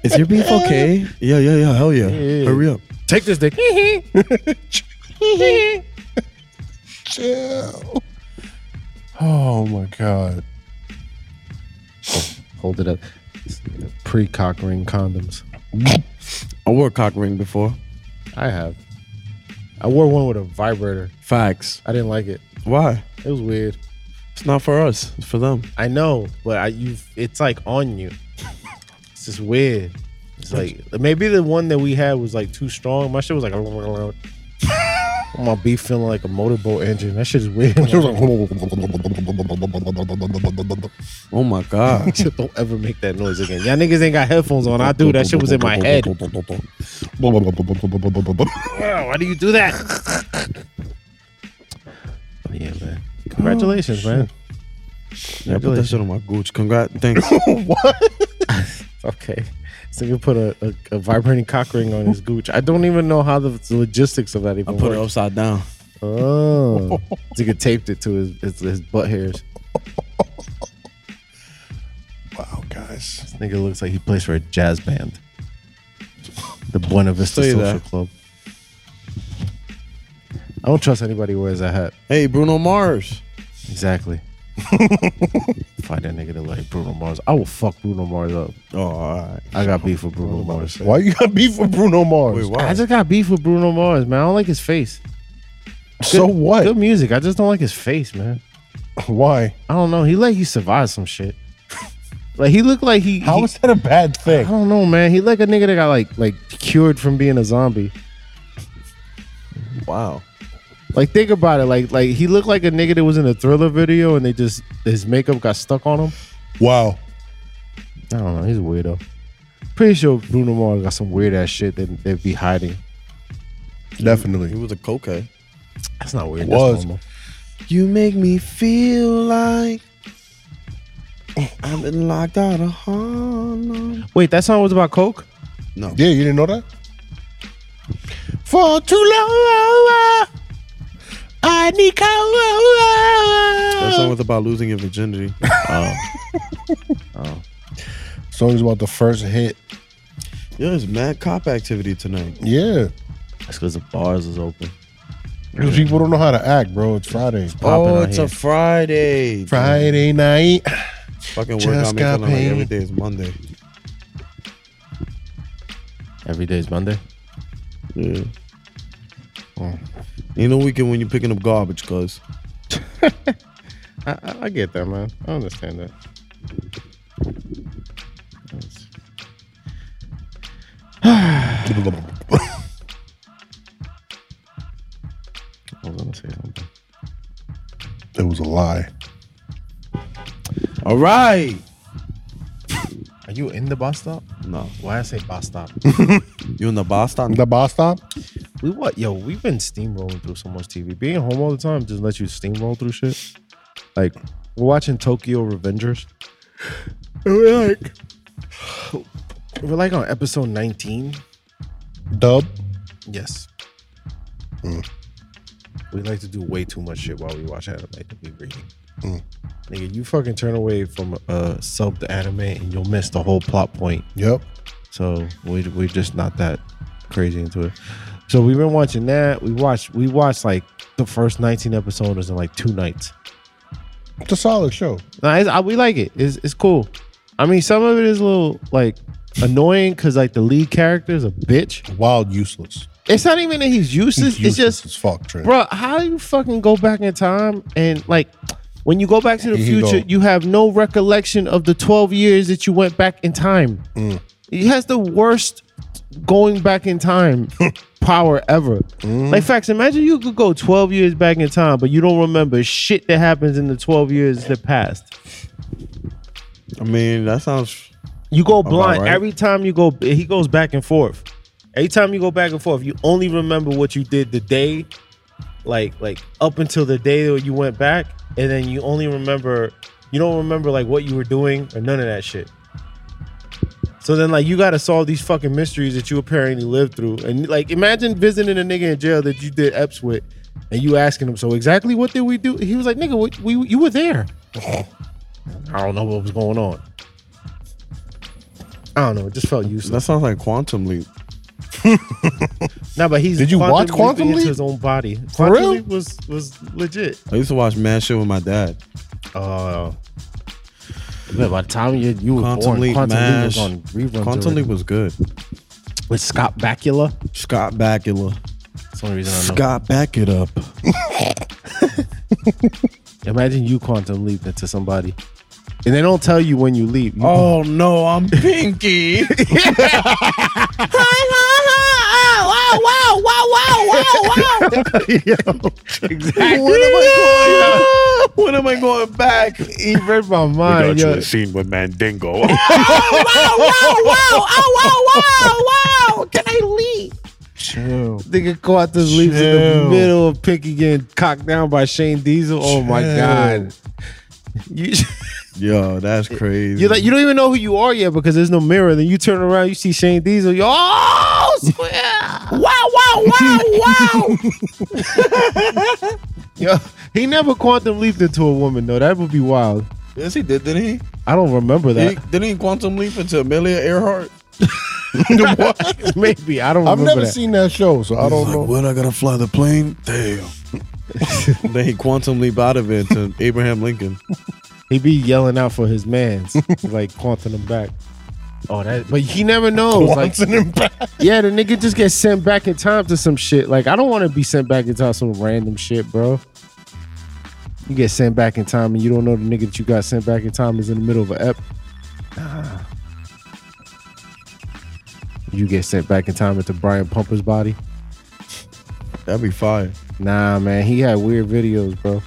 Speaker 3: Is your beef okay? Yeah, yeah, yeah. Hell yeah.
Speaker 1: yeah, yeah.
Speaker 3: Hurry up.
Speaker 1: Take this dick. Hee hee.
Speaker 2: Chill. Oh my god.
Speaker 1: Hold it up. Pre cock ring condoms.
Speaker 3: I wore a cock ring before.
Speaker 1: I have. I wore one with a vibrator.
Speaker 3: Facts.
Speaker 1: I didn't like it.
Speaker 3: Why?
Speaker 1: It was weird.
Speaker 3: It's not for us. It's for them.
Speaker 1: I know, but I you it's like on you. It's just weird. It's like maybe the one that we had was like too strong. My shit was like my beef feeling like a motorboat engine. That shit is weird.
Speaker 3: Oh my god.
Speaker 1: Don't ever make that noise again. Y'all niggas ain't got headphones on. I do. That shit was in my head. Wow, why do you do that? yeah, man. Oh, Congratulations, man.
Speaker 3: Yeah, I put that shit on my gooch. Congrats. Thanks.
Speaker 1: Okay. So you put a, a, a vibrating cock ring on his gooch. I don't even know how the, the logistics of that
Speaker 3: I
Speaker 1: even
Speaker 3: put it
Speaker 1: work.
Speaker 3: upside down.
Speaker 1: Oh. Nigga taped it to his, his his butt hairs.
Speaker 2: Wow, guys.
Speaker 1: This nigga looks like he plays for a jazz band. The Buena Vista
Speaker 3: Say
Speaker 1: Social
Speaker 3: that.
Speaker 1: Club. I don't trust anybody who wears a hat.
Speaker 3: Hey, Bruno Mars.
Speaker 1: Exactly. Find that nigga that like Bruno Mars. I will fuck Bruno Mars up.
Speaker 3: Oh, all right.
Speaker 1: I got beef with Bruno Mars.
Speaker 2: Why you got beef with Bruno Mars?
Speaker 3: Wait,
Speaker 1: I
Speaker 3: why?
Speaker 1: just got beef with Bruno Mars, man. I don't like his face.
Speaker 2: so what?
Speaker 1: Good music. I just don't like his face, man.
Speaker 2: Why?
Speaker 1: I don't know. He like he survived some shit. Like he looked like he.
Speaker 2: How
Speaker 1: he-
Speaker 2: is that a bad
Speaker 1: I
Speaker 2: thing?
Speaker 1: don't know, man. He like a nigga that got like like cured from being a zombie.
Speaker 3: Wow.
Speaker 1: Like think about it. Like like he looked like a nigga that was in a thriller video and they just his makeup got stuck on him.
Speaker 2: Wow.
Speaker 1: I don't know. He's a weirdo. Pretty sure Bruno Mars got some weird ass shit that they'd be hiding.
Speaker 3: He
Speaker 2: Definitely.
Speaker 3: was a cokehead.
Speaker 1: That's not weird.
Speaker 2: Was.
Speaker 1: That's normal.
Speaker 3: You make me feel like I've been locked out of Harlem.
Speaker 1: Wait, that song was about coke.
Speaker 3: No.
Speaker 2: Yeah, you didn't know that? For too long. I need
Speaker 3: That
Speaker 2: cola.
Speaker 3: song was about losing your virginity.
Speaker 2: Song is about the first hit.
Speaker 3: Yo, it's mad cop activity tonight.
Speaker 2: Yeah.
Speaker 1: That's because the bars is open.
Speaker 2: Because people don't know how to act, bro. It's Friday.
Speaker 1: Popping
Speaker 3: oh,
Speaker 1: out
Speaker 3: it's
Speaker 1: here.
Speaker 3: a Friday.
Speaker 2: Friday night.
Speaker 3: Fucking work
Speaker 2: Just
Speaker 3: out me feeling
Speaker 2: got
Speaker 3: like
Speaker 2: paid.
Speaker 3: every day is Monday.
Speaker 1: Every day is Monday.
Speaker 3: Yeah. You know weekend when you're picking up garbage, cuz.
Speaker 1: I, I, I get that, man. I understand that. That's- I was gonna say something.
Speaker 2: It was a lie.
Speaker 3: All right.
Speaker 1: Are you in the bus stop?
Speaker 3: No.
Speaker 1: Why I say bus stop?
Speaker 3: You in the Boston?
Speaker 2: The boss stop?
Speaker 1: we what? Yo, we've been steamrolling through so much TV. Being home all the time just lets you steamroll through shit. Like we're watching Tokyo Revengers. And We're like, we're like on episode nineteen.
Speaker 2: Dub?
Speaker 1: Yes. Hmm. We like to do way too much shit while we watch anime to be reading. Hmm. Nigga, you fucking turn away from uh sub to anime and you'll miss the whole plot point.
Speaker 2: Yep.
Speaker 1: So we we're just not that crazy into it. So we've been watching that. We watched we watched like the first 19 episodes in like two nights.
Speaker 2: It's a solid show.
Speaker 1: Nah, it's, I, we like it. It's it's cool. I mean, some of it is a little like annoying because like the lead character is a bitch.
Speaker 2: Wild useless.
Speaker 1: It's not even that he's
Speaker 2: He's
Speaker 1: useless. It's
Speaker 2: useless
Speaker 1: just
Speaker 2: as fuck, Trent.
Speaker 1: bro how do you fucking go back in time and like when you go back to the
Speaker 2: Here you
Speaker 1: future
Speaker 2: go.
Speaker 1: you have no recollection of the 12 years that you went back in time
Speaker 2: Mm.
Speaker 1: he has the worst going back in time power ever
Speaker 2: Mm.
Speaker 1: like facts imagine you could go 12 years back in time but you don't remember shit that happens in the 12 years that passed
Speaker 3: I mean, that sounds.
Speaker 1: you go blind
Speaker 3: right.
Speaker 1: every time you go. He goes back and forth. Every time you go back and forth, you only remember what you did the day, like like up until the day that you went back, and then you only remember. you don't remember like what you were doing or none of that shit. So then like you gotta solve these fucking mysteries that you apparently lived through. And like imagine visiting a nigga in jail that you did Eps with and you asking him, so exactly what did we do? He was like, nigga, what, we you were there. I don't know what was going on. I don't know. It just felt
Speaker 3: That
Speaker 1: useless.
Speaker 3: sounds like Quantum Leap.
Speaker 1: No, but he's
Speaker 2: Did you watch
Speaker 1: quantum
Speaker 2: Quantum
Speaker 1: leaping into
Speaker 2: Leap?
Speaker 1: his own body.
Speaker 2: For
Speaker 1: Quantum
Speaker 2: real?
Speaker 1: Leap was was legit.
Speaker 3: I used to watch mad shit with my dad.
Speaker 1: Uh, man, by the time you, you were
Speaker 3: Quantum
Speaker 1: born,
Speaker 3: Leap,
Speaker 1: Quantum
Speaker 3: MASH.
Speaker 1: Leap was on reruns.
Speaker 3: Quantum
Speaker 1: already.
Speaker 3: Leap was good.
Speaker 1: with Scott Bakula.
Speaker 3: Scott Bakula.
Speaker 1: That's the only reason I know.
Speaker 3: Scott, back it up.
Speaker 1: Imagine you quantum leap into somebody, and they don't tell you when you leap. You-
Speaker 3: Oh no, I'm Pinky.
Speaker 1: Yo,
Speaker 3: when am I going back?
Speaker 1: you read my mind. Yo.
Speaker 6: scene with Mandingo.
Speaker 1: Nigga quantum leaps in the
Speaker 2: Chill.
Speaker 1: middle of Pinky getting cocked down by Shane Diesel. Oh my
Speaker 2: Chill.
Speaker 1: god. You,
Speaker 3: Yo, that's crazy.
Speaker 1: you're like you don't even know who you are yet because there's no mirror. Then you turn around, you see Shane Diesel. Yo, oh, square. wow, wow, wow, wow. Yo, he never quantum leaped into a woman though. That would be wild.
Speaker 3: yes, he did, didn't he?
Speaker 1: I don't remember
Speaker 3: He-
Speaker 1: that.
Speaker 3: didn't he quantum leap into Amelia Earhart?
Speaker 1: Maybe I don't
Speaker 2: I've
Speaker 1: remember
Speaker 2: never
Speaker 1: that.
Speaker 2: seen that show, so I don't know.
Speaker 3: What? I gotta fly the plane? Damn. then he quantum leap out of it to Abraham Lincoln.
Speaker 1: He be yelling out for his man's, like quanting them back. Oh, that. But he never knows. Like,
Speaker 2: Once in a back.
Speaker 1: yeah, the nigga just gets sent back in time to some shit. Like, I don't want to be sent back in time to some random shit, bro. You get sent back in time, and you don't know the nigga that you got sent back in time is in the middle of an ep. Nah. You get sent back in time into Brian Pumper's body.
Speaker 3: That'd be fire.
Speaker 1: Nah, man, he had weird videos, bro.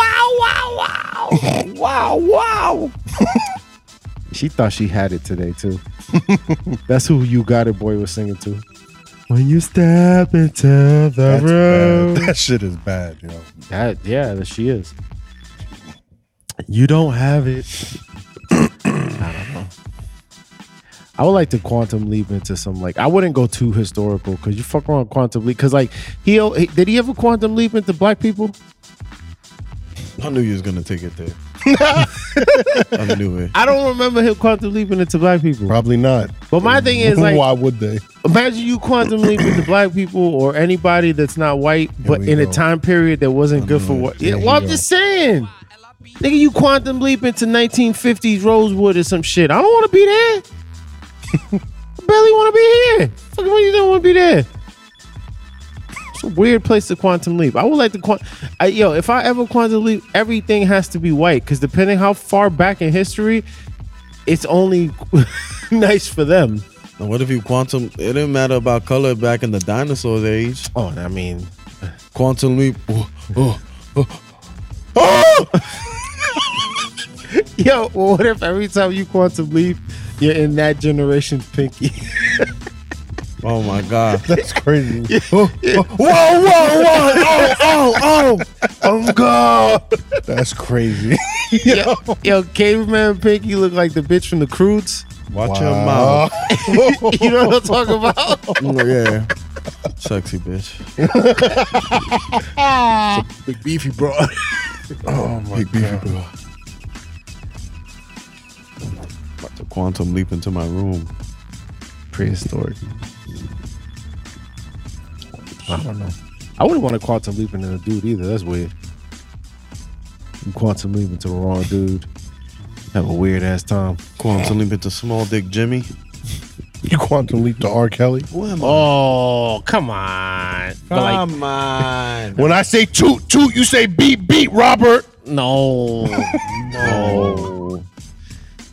Speaker 4: Oh, wow, wow, wow. wow, wow.
Speaker 1: She thought she had it today too. That's who you got it boy was singing to. When you step into the
Speaker 2: That's
Speaker 1: room.
Speaker 2: bad. That shit is bad, yo.
Speaker 1: That- yeah, that she is. You don't have it. I don't know. I would like to quantum leap into some like I wouldn't go too historical because you fuck around quantum leap because like he he- did he ever quantum leap into black people?
Speaker 3: I knew you was gonna take it there. I knew it.
Speaker 1: I don't remember him quantum leaping into black people.
Speaker 2: Probably not.
Speaker 1: But my thing is like
Speaker 2: Why would they?
Speaker 1: imagine you quantum leaping to black people or anybody that's not white, but
Speaker 2: we
Speaker 1: in
Speaker 2: go. Mm-hmm.
Speaker 1: a time period that wasn't good for what. Yeah, well, I'm just saying, nigga, you quantum leap into 1950s Rosewood or some shit. I don't want to be there. I barely want to be here. Fucking what you don't want to be there. It's a weird place to quantum leap. I would like to quant. I, yo, if I ever quantum leap, everything has to be white because depending how far back in history, it's only nice for them.
Speaker 3: And what if you quantum? It didn't matter about color back in the dinosaurs age.
Speaker 1: Oh, I mean,
Speaker 3: Quantum leap. Oh, oh, oh.
Speaker 1: Yo, well, what if every time you quantum leap, you're in that generation's pinky?
Speaker 3: Oh my god.
Speaker 2: That's crazy.
Speaker 3: whoa, whoa, whoa! Oh, oh,
Speaker 2: I'm gone. That's crazy.
Speaker 1: yo, yo, caveman pinky look like the bitch from the Croods.
Speaker 3: oh! Watch your mouth.
Speaker 1: You know what I'm talking about?
Speaker 3: Oh, yeah. Sexy bitch.
Speaker 2: Big beefy bro. Oh my god.
Speaker 3: About to quantum leap into my room.
Speaker 1: Prehistoric. I don't know. I wouldn't want to quantum leap into a dude either. That's weird. You quantum leap into the wrong dude. Have a weird ass time.
Speaker 3: Quantum leap into small dick Jimmy.
Speaker 2: You quantum leap to R. Kelly.
Speaker 3: What am I?
Speaker 1: Oh, come on. But like,
Speaker 4: Come on.
Speaker 2: When I say toot toot, you say beat beat, Robert.
Speaker 1: No, no,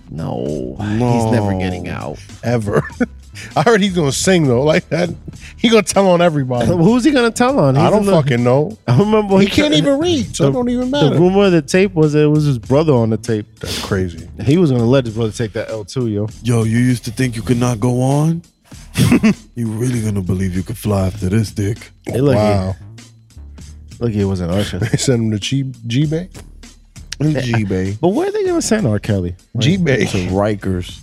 Speaker 1: no, He's never getting out.
Speaker 2: Ever. I heard he's gonna sing though. Like that, he gonna tell on everybody.
Speaker 1: Who's he gonna tell on?
Speaker 2: I
Speaker 1: He's
Speaker 2: don't
Speaker 1: in the-
Speaker 2: fucking know.
Speaker 1: I remember when
Speaker 2: He can't
Speaker 1: tried-
Speaker 2: even read, so it
Speaker 1: the-
Speaker 2: don't even
Speaker 1: The
Speaker 2: matter.
Speaker 1: rumor of the tape was that it was his brother on the tape.
Speaker 2: That's crazy.
Speaker 1: He was gonna let his brother take that L too, yo.
Speaker 3: Yo, you used to think you could not go on? you really gonna believe you could fly after this dick?
Speaker 1: Hey, look,
Speaker 2: wow.
Speaker 1: Look, it wasn't Usher.
Speaker 2: They sent him to G G Bay.
Speaker 3: G Bay.
Speaker 1: But where are they gonna send R. Kelly?
Speaker 2: G Bay.
Speaker 3: To Rikers.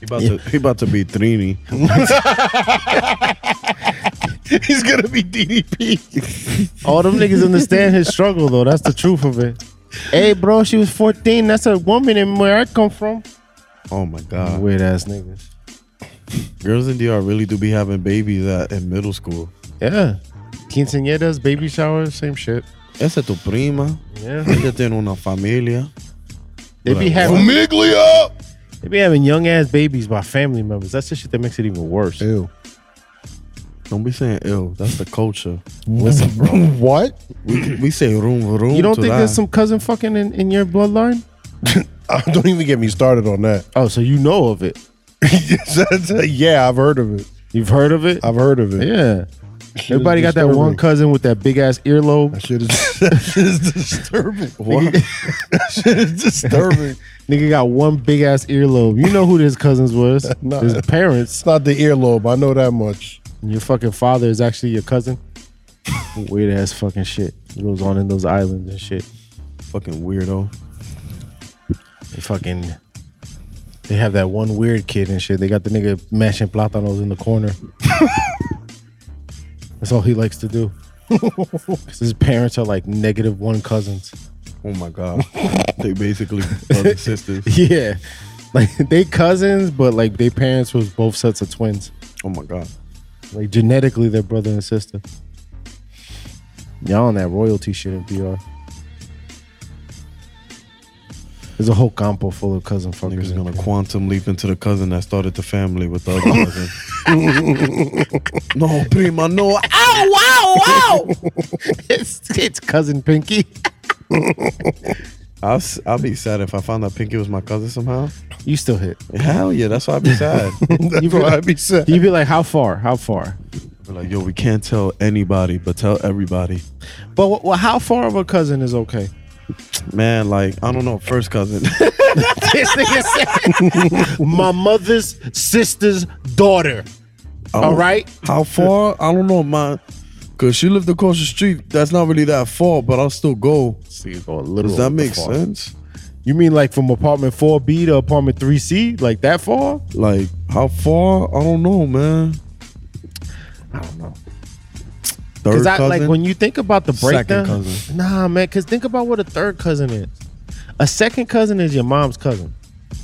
Speaker 3: He about, to, he about to be Trini.
Speaker 2: He's gonna be DDP.
Speaker 1: All them niggas understand his struggle though. That's the truth of it. Hey, bro, she was 14. That's a woman in where I come from.
Speaker 3: Oh my God.
Speaker 1: Weird ass niggas.
Speaker 3: Girls in DR really do be having babies at, in middle school.
Speaker 1: Yeah. Quinceañeras, baby showers, same shit.
Speaker 3: Esa es tu prima.
Speaker 1: Yeah.
Speaker 3: Ella tiene una familia.
Speaker 1: They be
Speaker 3: Like,
Speaker 1: having
Speaker 2: Famiglia.
Speaker 1: they be having young ass babies by family members. That's the shit that makes it even worse.
Speaker 2: Ew.
Speaker 3: Don't be saying ill. That's the culture.
Speaker 2: Listen, bro. What?
Speaker 3: We, we say room, room.
Speaker 1: You don't
Speaker 3: to
Speaker 1: think
Speaker 3: that.
Speaker 1: there's some cousin fucking in, in your bloodline?
Speaker 2: Don't even get me started on that.
Speaker 1: Oh, so you know of it.
Speaker 2: yeah, I've heard of it.
Speaker 1: You've heard of it?
Speaker 2: I've heard of it.
Speaker 1: yeah. Everybody got that
Speaker 2: disturbing.
Speaker 1: one cousin with that big ass earlobe.
Speaker 2: That shit is, that shit is disturbing.
Speaker 3: What?
Speaker 2: That shit is disturbing.
Speaker 1: Nigga got one big ass earlobe. You know who his cousins was.
Speaker 2: Nah.
Speaker 1: His parents.
Speaker 2: It's not the earlobe. I know that much.
Speaker 1: And your fucking father is actually your cousin. Weird ass fucking shit goes on in those islands and shit.
Speaker 3: Fucking weirdo.
Speaker 1: They fucking they have that one weird kid and shit. They got the nigga mashing platanos in the corner. That's all he likes to do. 'Cause his parents are like negative one cousins.
Speaker 3: Oh my God. they basically brother sisters.
Speaker 1: Yeah. Like they cousins, but like they parents was both sets of twins.
Speaker 3: Oh my God.
Speaker 1: Like genetically they're brother and sister. Y'all on that royalty shit in BR. There's a whole campo full of cousin fuckers.
Speaker 3: Niggas
Speaker 1: in
Speaker 3: gonna
Speaker 1: there.
Speaker 3: quantum leap into the cousin that started the family with the other cousin. no, prima, no.
Speaker 4: Ow! Wow! Wow!
Speaker 1: it's, it's cousin Pinky.
Speaker 3: I'll, s- I'll be sad if I found out Pinky was my cousin somehow.
Speaker 1: You still hit.
Speaker 3: Hell yeah, that's why I'd be sad.
Speaker 1: You
Speaker 2: That's
Speaker 1: feel-
Speaker 2: what I'd be saying.
Speaker 1: You'd be like, how far? How far?
Speaker 3: Be like, yo, we can't tell anybody, but tell everybody.
Speaker 1: But wh- well, how far of a cousin is okay?
Speaker 3: Man, like, I don't know, first cousin.
Speaker 1: this nigga said, my mother's sister's daughter.
Speaker 3: Oh.
Speaker 1: All right.
Speaker 3: How far? I don't know, man. Cause she lived across the street. That's not really that far, but I'll still go.
Speaker 1: See, go a little.
Speaker 3: Does that make sense?
Speaker 1: You mean like from apartment four B to apartment three C, like that far?
Speaker 3: Like, how far? I don't know, man.
Speaker 1: I don't know.
Speaker 3: Third
Speaker 1: Because I
Speaker 3: cousin.
Speaker 1: like when you think about the
Speaker 3: Second
Speaker 1: breakdown.
Speaker 3: cousin.
Speaker 1: Nah, man. Because think about what a third cousin is. A second cousin is your mom's cousin,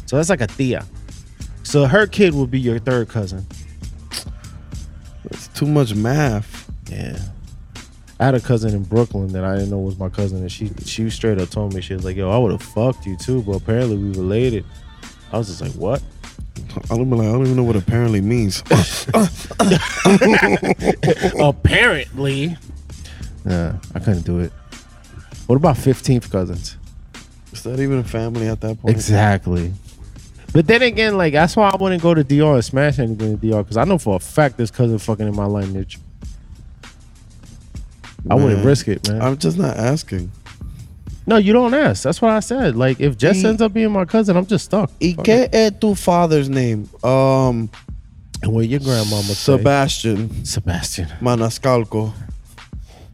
Speaker 1: so that's like a tia. So her kid would be your third cousin.
Speaker 3: it's too much math.
Speaker 1: Yeah. I had a cousin in Brooklyn that I didn't know was my cousin, and she she straight up told me she was like, "Yo, I would have fucked you too, but apparently we related." I was just like, "What?"
Speaker 3: I don't, be like, I don't even know what apparently means.
Speaker 1: apparently, nah, Oh, I couldn't do it. What about fifteenth cousins?
Speaker 3: Is that even a family at that point?
Speaker 1: Exactly. But then again, like that's why I wouldn't go to DR and smash anything in DR because I know for a fact this cousin fucking in my lineage. I wouldn't
Speaker 3: Man,
Speaker 1: risk it, man. Uh,
Speaker 3: I'm just not asking.
Speaker 1: no, you don't ask. That's what I said. Like if Jess
Speaker 3: He-
Speaker 1: ends up being my cousin, I'm just stuck.
Speaker 3: ¿Y
Speaker 1: Fuck
Speaker 3: qué es tu father's name? Um,
Speaker 1: And what your grandmama say?
Speaker 3: Sebastian
Speaker 1: Sebastian.
Speaker 3: Manascalco.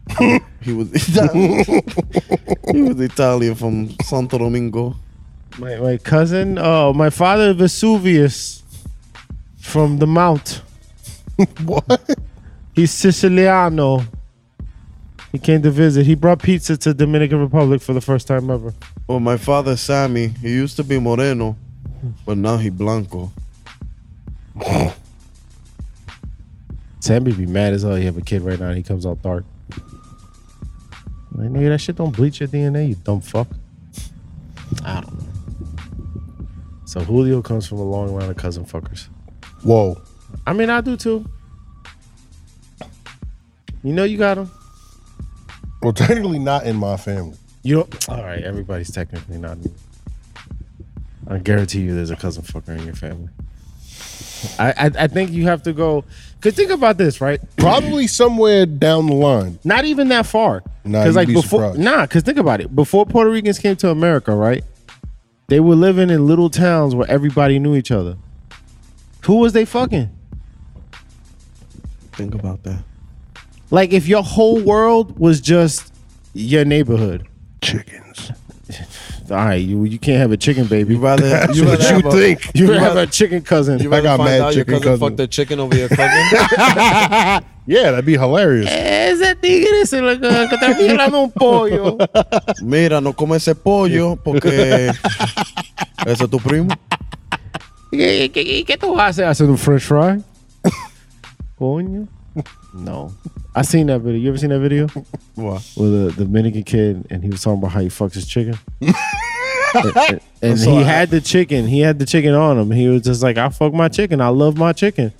Speaker 3: he was Italian. he was Italian from Santo Domingo.
Speaker 1: My, my cousin, uh, my father Vesuvius from the mount.
Speaker 2: What?
Speaker 1: He's Siciliano. He came to visit. He brought pizza to Dominican Republic for the first time ever.
Speaker 3: Well, my father Sammy, he used to be Moreno, but now he Blanco.
Speaker 1: Sammy be mad as hell. He have a kid right now. and He comes out dark. Like nigga, that shit don't bleach your DNA. You dumb fuck. I don't know. So Julio comes from a long line of cousin fuckers.
Speaker 2: Whoa.
Speaker 1: I mean, I do too. You know you got him.
Speaker 2: Well, technically not in my family.
Speaker 1: You don't. All right, everybody's technically not. in- I guarantee you, there's a cousin fucker in your family. I I, I think you have to go. Cause think about this, right?
Speaker 2: Probably somewhere down the line.
Speaker 1: Not even that far.
Speaker 2: Nah,
Speaker 1: Cause
Speaker 2: you'd
Speaker 1: like
Speaker 2: be
Speaker 1: before,
Speaker 2: surprised.
Speaker 1: nah. Cause think about it. Before Puerto Ricans came to America, right? They were living in little towns where everybody knew each other. Who was they fucking?
Speaker 3: Think about that.
Speaker 1: Like if your whole world was just your neighborhood.
Speaker 2: Chickens.
Speaker 1: all right, you you can't have a chicken baby.
Speaker 3: You rather have, you
Speaker 2: What
Speaker 3: rather
Speaker 2: you
Speaker 3: have a-
Speaker 2: think?
Speaker 1: You rather have a chicken cousin.
Speaker 3: You
Speaker 2: I
Speaker 3: rather
Speaker 2: got
Speaker 3: find
Speaker 2: mad
Speaker 3: out your
Speaker 2: chicken
Speaker 3: cousin,
Speaker 2: cousin.
Speaker 3: fucked the chicken over your cousin?
Speaker 2: Yeah, that'd be hilarious.
Speaker 1: Eh, Ese tigre se lo que está violando un pollo.
Speaker 3: Mira, no come ese pollo porque ese es tu primo.
Speaker 1: ¿Qué, qué, qué tú haces? Hacer un french fry? Coño. No. I seen that video. You ever seen that video?
Speaker 3: What?
Speaker 1: With the Dominican kid and he was talking about how he fucks his chicken. and and- and he had the chicken. He had the chicken on him. He was just like, I fuck my chicken. I love my chicken.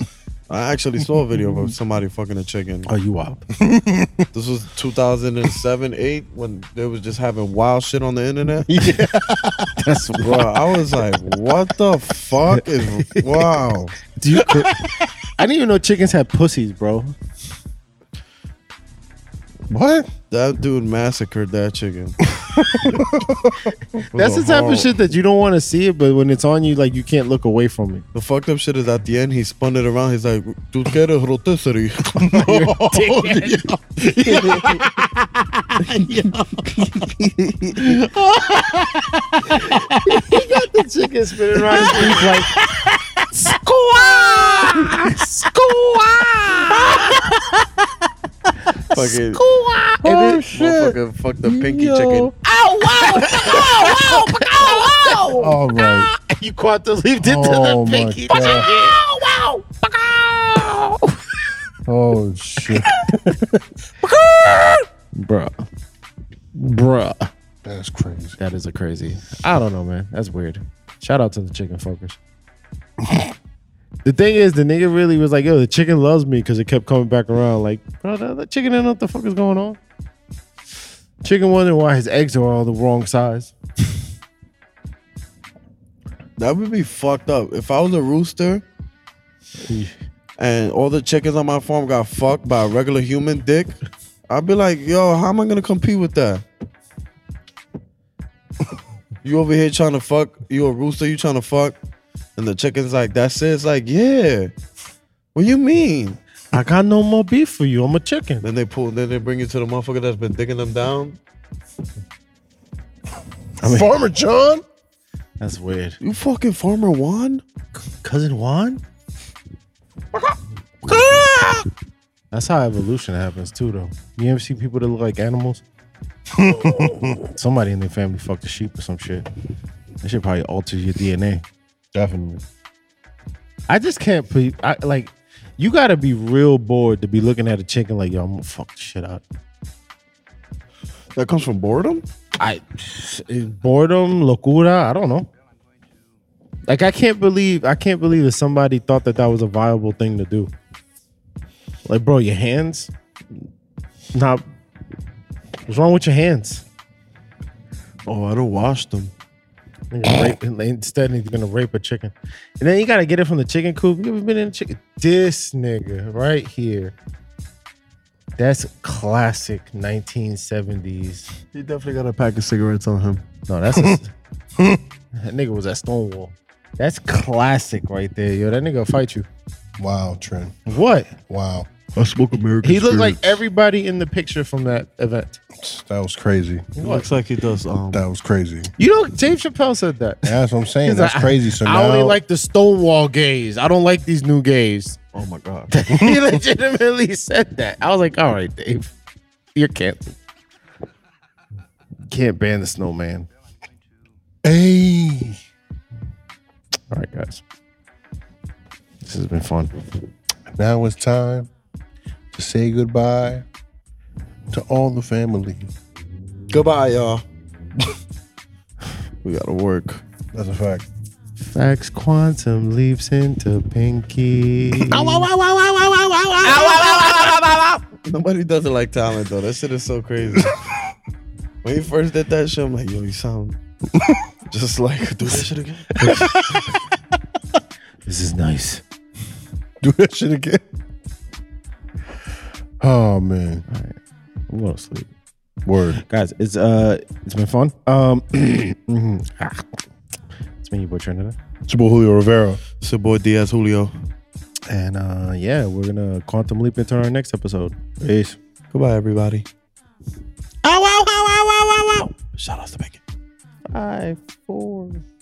Speaker 3: I actually saw a video of somebody fucking a chicken.
Speaker 1: Oh, you up.
Speaker 3: This was 2007, 8 when they was just having wild shit on the internet.
Speaker 1: That's
Speaker 3: Bro, I was like, what the fuck is wow?
Speaker 1: Do you, I didn't even know chickens had pussies, bro.
Speaker 2: What?
Speaker 3: That dude massacred that chicken.
Speaker 1: That's the type of shit that you don't want to see it, but when it's on you, like you can't look away from it.
Speaker 3: The fucked up shit is at the end he spun it around. He's like, "Tu quieres rotisserie?"
Speaker 1: the chicken spinning around his feet like
Speaker 3: fucking, oh shit! Fucking fuck the pinky chicken.
Speaker 2: Oh my!
Speaker 1: you caught the leaf did the
Speaker 2: Oh my
Speaker 1: pinky.
Speaker 2: god! Oh shit!
Speaker 1: Bruh. Bruh.
Speaker 2: That's crazy.
Speaker 1: That is a crazy. I don't know, man. That's weird. Shout out to the chicken fuckers. the thing is, the nigga really was like, yo, the chicken loves me because it kept coming back around. Like, bro, the, the chicken didn't know what the fuck is going on. Chicken wondering why his eggs are all the wrong size.
Speaker 3: That would be fucked up. If I was a rooster and all the chickens on my farm got fucked by a regular human dick, I'd be like, yo, how am I gonna compete with that? you over here trying to fuck, you a rooster, you trying to fuck, and the chicken's like, that's it. It's like, yeah. What you mean?
Speaker 1: I got no more beef for you. I'm a chicken.
Speaker 3: Then they pull, then they bring you to the motherfucker that's been digging them down.
Speaker 2: Farmer John.
Speaker 1: That's weird.
Speaker 3: You fucking farmer Juan?
Speaker 1: Cousin Juan? That's how evolution happens too, though. You ever see people that look like animals? Somebody in their family fucked a sheep or some shit. That shit probably alters your DNA.
Speaker 2: Definitely.
Speaker 1: I just can't. Pre- I like. You gotta be real bored to be looking at a chicken like, yo, I'm gonna fuck the shit out.
Speaker 3: That comes from boredom?
Speaker 1: I boredom, locura. I don't know. Like I can't believe I can't believe that somebody thought that that was a viable thing to do. Like, bro, your hands. Not. What's wrong with your hands?
Speaker 3: Oh, I don't wash them.
Speaker 1: Nigga rape- and instead, he's gonna rape a chicken, and then you gotta get it from the chicken coop. You ever been in a chicken? This nigga right here. That's classic 1970s.
Speaker 3: He definitely got a pack of cigarettes on him.
Speaker 1: No, that's a, that nigga was at Stonewall. That's classic right there, yo. That nigga will fight you.
Speaker 2: Wow, Trent.
Speaker 1: What?
Speaker 2: Wow,
Speaker 3: I smoke American.
Speaker 1: He looked like everybody in the picture from that event.
Speaker 2: that was crazy.
Speaker 3: He looks like he does. Um,
Speaker 2: That was crazy.
Speaker 1: You know, Dave Chappelle said that.
Speaker 2: That's what I'm saying.
Speaker 1: He's
Speaker 2: That's
Speaker 1: like,
Speaker 2: crazy. So
Speaker 1: I
Speaker 2: now,
Speaker 1: only like the Stonewall gays. I don't like these new gays.
Speaker 3: oh my god.
Speaker 1: he legitimately said that. I was like, all right, Dave, you're canceled. Can't ban the snowman.
Speaker 2: hey,
Speaker 1: All right, guys. This has been fun.
Speaker 2: now it's time to say goodbye to all the family.
Speaker 3: Goodbye, y'all. we gotta work.
Speaker 2: That's a fact.
Speaker 1: Facts quantum leaps into pinky.
Speaker 3: Nobody does it like talent though. That shit is so crazy. when he first did that shit, I'm like, yo, you sound just like do that shit again.
Speaker 1: This is nice.
Speaker 2: Do that shit again. Oh man,
Speaker 1: I'm going to sleep.
Speaker 2: word.
Speaker 1: Guys, it's uh it's been fun. Um mhm. Ah. It's been your boy Trinidad.
Speaker 2: It's your boy Julio Rivera.
Speaker 3: It's your boy Diaz Julio.
Speaker 1: And uh yeah, we're gonna quantum leap into our next episode. Peace.
Speaker 3: Goodbye, everybody. Ow, ow, ow, ow, ow, ow, ow. Shout out to Bacon.
Speaker 1: high four.